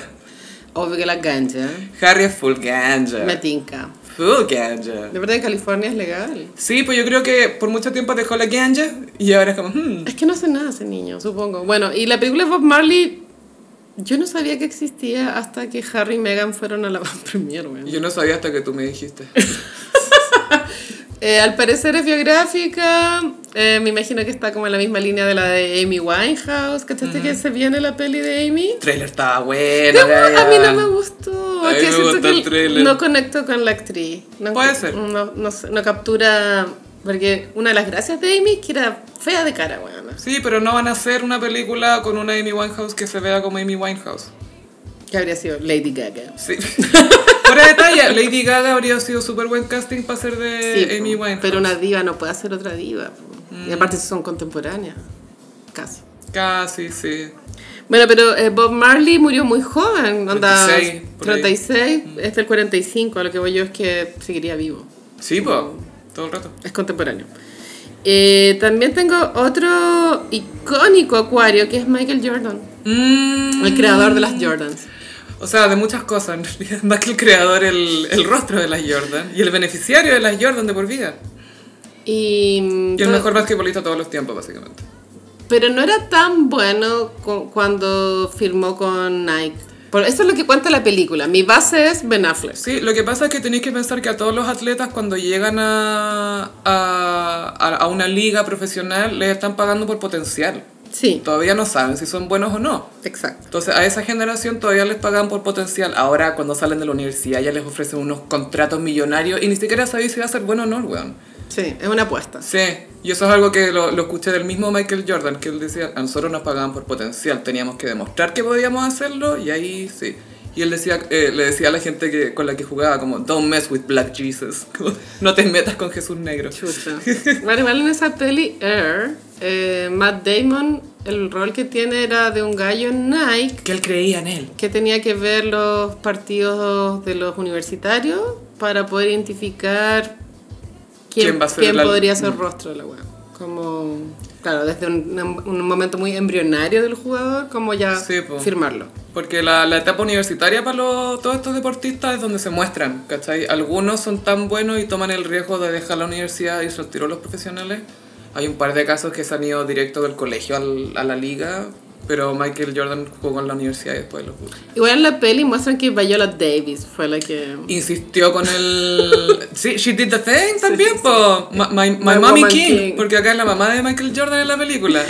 Obvio que la ganja
Harry es full ganja.
me tinca.
Full ganja.
De verdad en California es legal.
Sí, pues yo creo que por mucho tiempo dejó la ganja y ahora es como, hmm,
Es que no hace nada ese niño, supongo. Bueno, y la película de Bob Marley, yo no sabía que existía hasta que Harry y Meghan fueron a la premier, weón.
yo no sabía hasta que tú me dijiste.
Eh, al parecer es biográfica. eh, me imagino que está como en la misma línea de la de Amy Winehouse. ¿Cachaste que se viene la peli de Amy?
El trailer estaba bueno.
No, a mí no me
gusta.
gustó.
A mí
es que
me
siento
gustó
que
el
l-
tráiler.
No conecto con la actriz. No,
Puede ser.
No, no sé, no captura. Porque una de las gracias de Amy es que era fea de cara, weón.
Sí, pero no van a hacer una película con una Amy Winehouse que se vea como Amy Winehouse.
Que habría sido Lady Gaga.
Sí. Fuera de talla, Lady Gaga habría sido súper buen casting para ser de
Sí,
Eh, Amy
po,
Winehouse. Mm.
pero una diva no puede hacer otra diva. po. Y aparte son contemporáneas. Casi.
Casi, sí.
Bueno, pero eh, Bob Marley murió muy joven, onda
36, por ahí. Mm.
36, este el 45, a lo que voy yo es que seguiría vivo,
Sí, pues, todo el rato.
es contemporáneo. Eh, también tengo otro icónico acuario que es Michael Jordan, el creador de las Jordans.
O sea, de muchas cosas, en realidad. Más que el creador, el, el rostro de las Jordan. Y el beneficiario de las Jordan de por vida.
Y, mm,
Y el
todo-
mejor basquetbolista de todos los tiempos, básicamente.
Pero no era tan bueno cu- cuando firmó con Nike. Por, eso es lo que cuenta la película. Mi base es Ben Affleck.
Sí, lo que pasa es que tenéis que pensar que a todos los atletas cuando llegan a, a, a- a una liga profesional les están pagando por potencial.
Sí,
Todavía no saben si son buenos o no.
exacto.
Entonces a esa generación todavía les pagan por potencial. Ahora cuando salen de la universidad ya les ofrecen unos contratos millonarios y ni siquiera sabéis si va a ser bueno o no, weón.
Sí, es una apuesta.
Sí, y eso es algo que lo, lo escuché del mismo Michael Jordan, que él decía, a nosotros nos pagaban por potencial, teníamos que demostrar que podíamos hacerlo y ahí sí. Y él decía, eh, le decía a la gente que, con la que jugaba como, don't mess with Black Jesus, como, no te metas con Jesús Negro.
Chucha. Bueno, igual en esa peli Air, eh, Matt Damon, el rol que tiene era de un gallo en Nike
Que él creía en él.
que tenía que ver los partidos de los universitarios para poder identificar quién,
¿Quién va a ser
quién
la- Mm.
podría ser rostro de la web. Como, claro, desde un, un momento muy embrionario del jugador, como ya
Sí, po.
firmarlo.
Porque la, la etapa universitaria para los- todos estos deportistas es donde se muestran, ¿cachai? Algunos son tan buenos y toman el riesgo de dejar la universidad y se retiró los profesionales. Hay un par de casos que se han ido directo del colegio al- a la liga, pero Michael Jordan jugó en la universidad y después lo jugó.
Igual en la peli muestran que Viola Davis fue la que...
Insistió con el... sí, She Did The Thing también, po. Ma- My, my,
My
Mommy
Woman
King,
King.
porque acá es la mamá de Michael Jordan en la película.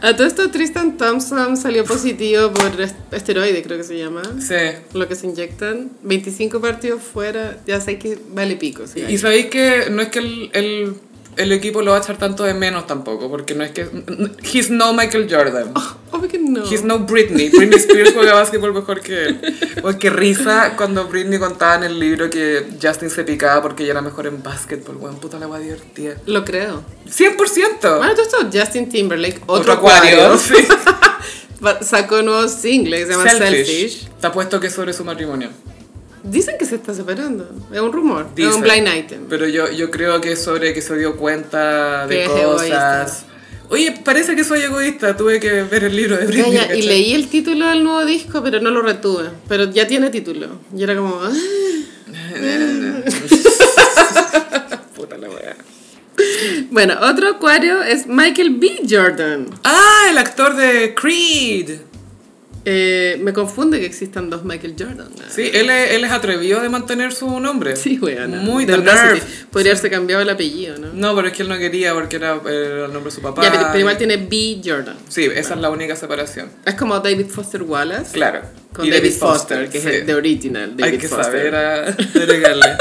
A todo esto Tristan Thompson salió positivo por est- esteroide, creo que se llama.
Sí.
Lo que se inyectan. 25 partidos fuera, ya sé que vale pico. sí.
Y sabéis que no es que el, el- el equipo lo va a echar tanto de menos tampoco, porque no es que... He's no Michael Jordan.
Obvio que no.
He's no Britney. Britney Spears juega básquetbol mejor que él. O qué risa cuando Britney contaba en el libro que Justin se picaba porque ella era mejor en básquetbol. Weón, puta la guay divertida.
Lo creo.
100%.
Bueno, todo esto Justin Timberlake, otro,
Otro
acuario,
acuario. Sí.
va- sacó un nuevo single que se llama Selfish.
Selfish. Te apuesto que es sobre su matrimonio.
Dicen que se está separando. Es un rumor. Es
Dicen.
un blind item.
Pero yo, yo creo que es sobre que se dio cuenta de
Que es
cosas. Oye, parece que soy egoísta. Tuve que ver el libro de Britney.
Calla, y
¿cachai?
leí el título del nuevo disco, pero no lo retuve. Pero ya tiene título. Y era como... ah.
Puta la wea.
Bueno, otro acuario es Michael B. Jordan.
Ah, el actor de Creed.
Eh, me confunde que existan dos Michael Jordan. ¿no?
Sí, él es, él es atrevido de mantener su nombre.
Sí, weón.
Muy
de
de nerve.
Podría haberse cambiado el apellido, ¿no?
No, pero es que él no quería porque era, era el nombre de su papá.
Ya, pero, pero igual tiene B. Jordan.
Sí, esa es la única separación.
Es como David Foster Wallace.
Claro.
Con
Y
David, Foster, que
sí.
es el the original. David
Hay que
Foster.
saber ah, a- agregarle.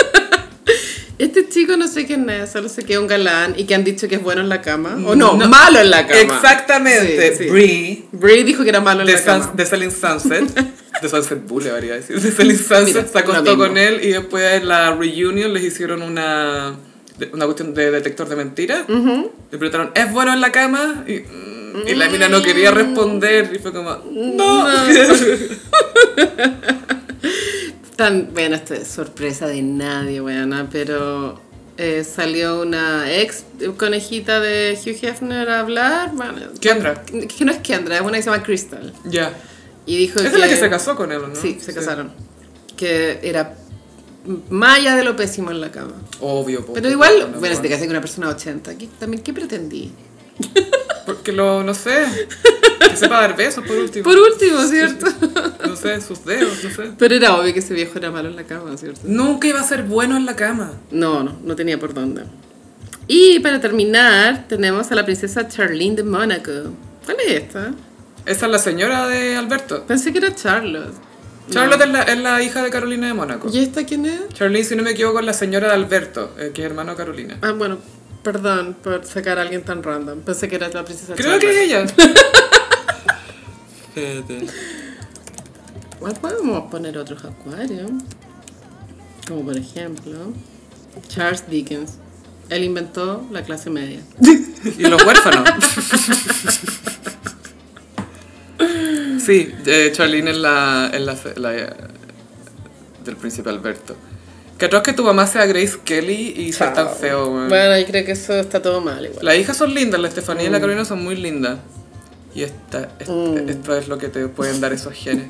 Este chico no sé quién es, solo sé que es un galán y que han dicho que es bueno en la cama. O no,
No.
malo en la cama.
Exactamente.
Sí, sí.
Brie,
Brie dijo que era malo en
de,
la cama.
Sun- de Selling Sunset. De Sunset Boulevard, iba a decir. De Selling Sunset
Mira,
se
lo
acostó
mismo.
con él y después en la reunion les hicieron una, una cuestión de detector de mentiras. Le preguntaron, ¿es bueno en la cama? Y, mm, y la mina no quería responder y fue como,
Mm,
no.
Tan, bueno, esto es sorpresa de nadie, weona, pero eh, salió una ex conejita de Hugh Hefner a hablar. bueno,
Kendra.
Que, que no es Kendra, es una que se llama Crystal.
Ya.
Y dijo
Esa
que.
es la que se casó con él, ¿o ¿no?
Sí, se casaron. Que era malla de lo pésimo en la cama.
Obvio. po,
Pero
po,
igual,
po, po,
bueno, este
po.
si te casé con una persona de 80, ¿qué, también, ¿qué pretendí?
Porque lo, no sé. Que sepa dar besos por último.
Por último, ¿cierto?
No sé, sus dedos, no sé.
Pero era obvio que ese viejo era malo en la cama, ¿cierto?
Nunca iba a ser bueno en la cama.
No, no, no tenía por dónde. Y para terminar, tenemos a la princesa Charlene de Mónaco. ¿Cuál es esta?
Esa es la señora de Alberto.
Pensé que era Charlotte.
Charlotte es, la, es la hija de Carolina de Mónaco.
¿Y esta quién es?
Charlene, si no me equivoco, es la señora de Alberto, eh, que es hermano de Carolina.
Ah, bueno, perdón por sacar a alguien tan random. Pensé que era la princesa
Creo que es ella.
Igual podemos poner otros acuarios. Como por ejemplo, Charles Dickens. Él inventó la clase media.
Y los huérfanos. Sí, eh, Charlene es la, es la- la- eh, del príncipe Alberto. Que atroz que tu mamá sea Grace Kelly y sea tan feo, weón.
Bueno, yo creo que eso está todo mal igual.
Las hijas son lindas, la Estefanía y la Carolina son muy lindas. Y esta, este- esto es lo que te pueden dar esos genes.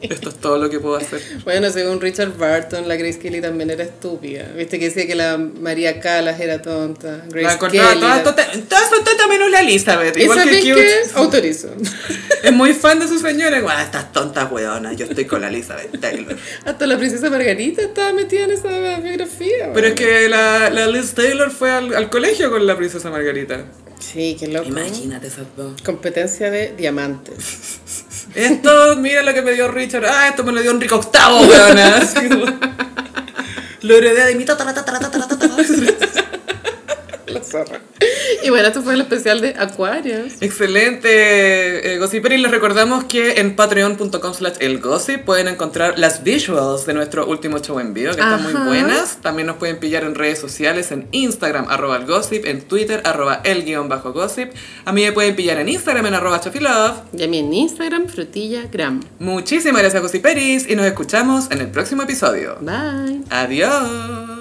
esto es todo lo que puedo hacer.
Bueno, según Richard Barton, la Grace Kelly también era estúpida. Viste que decía que la María Callas era tonta.
la
Grace
encontraba
Kelly.
toda
era-
tota- todas son tontas menos la Elizabeth.
¿Y
Igual que
sabes
cute.
qué? Autorizo.
Es muy fan de su señora. igual.
estas tontas weonas, yo estoy con la Elizabeth Taylor.
Hasta la princesa Margarita estaba metida en esa
Pero
biografía. bueno.
es que la, la Liz Taylor fue al, al colegio con la princesa Margarita.
Sí, qué loco.
Imagínate esas dos.
Competencia de diamantes.
Esto, mira lo que me dio Richard. Ah, esto me lo dio Enrico VIII, weona. Así como-
Lo heredé de mi tatara, tatara, tatara, tatara.
La zorra. Y bueno, esto fue el especial de Acuarios.
Excelente, eh, Gossiper. Y les recordamos que en patreon.com slash elgossip pueden encontrar las visuals de nuestro último show en vivo, que están muy
Ajá.
buenas. También nos pueden pillar en redes sociales, en Instagram, arroba elgossip, en Twitter, arroba el guión bajo gossip. A mí me pueden pillar en Instagram, en arroba chofilove.
Y a mí en Instagram, frutillagram.
Muchísimas gracias, Gossiperis, y nos escuchamos en el próximo episodio.
Bye.
Adiós.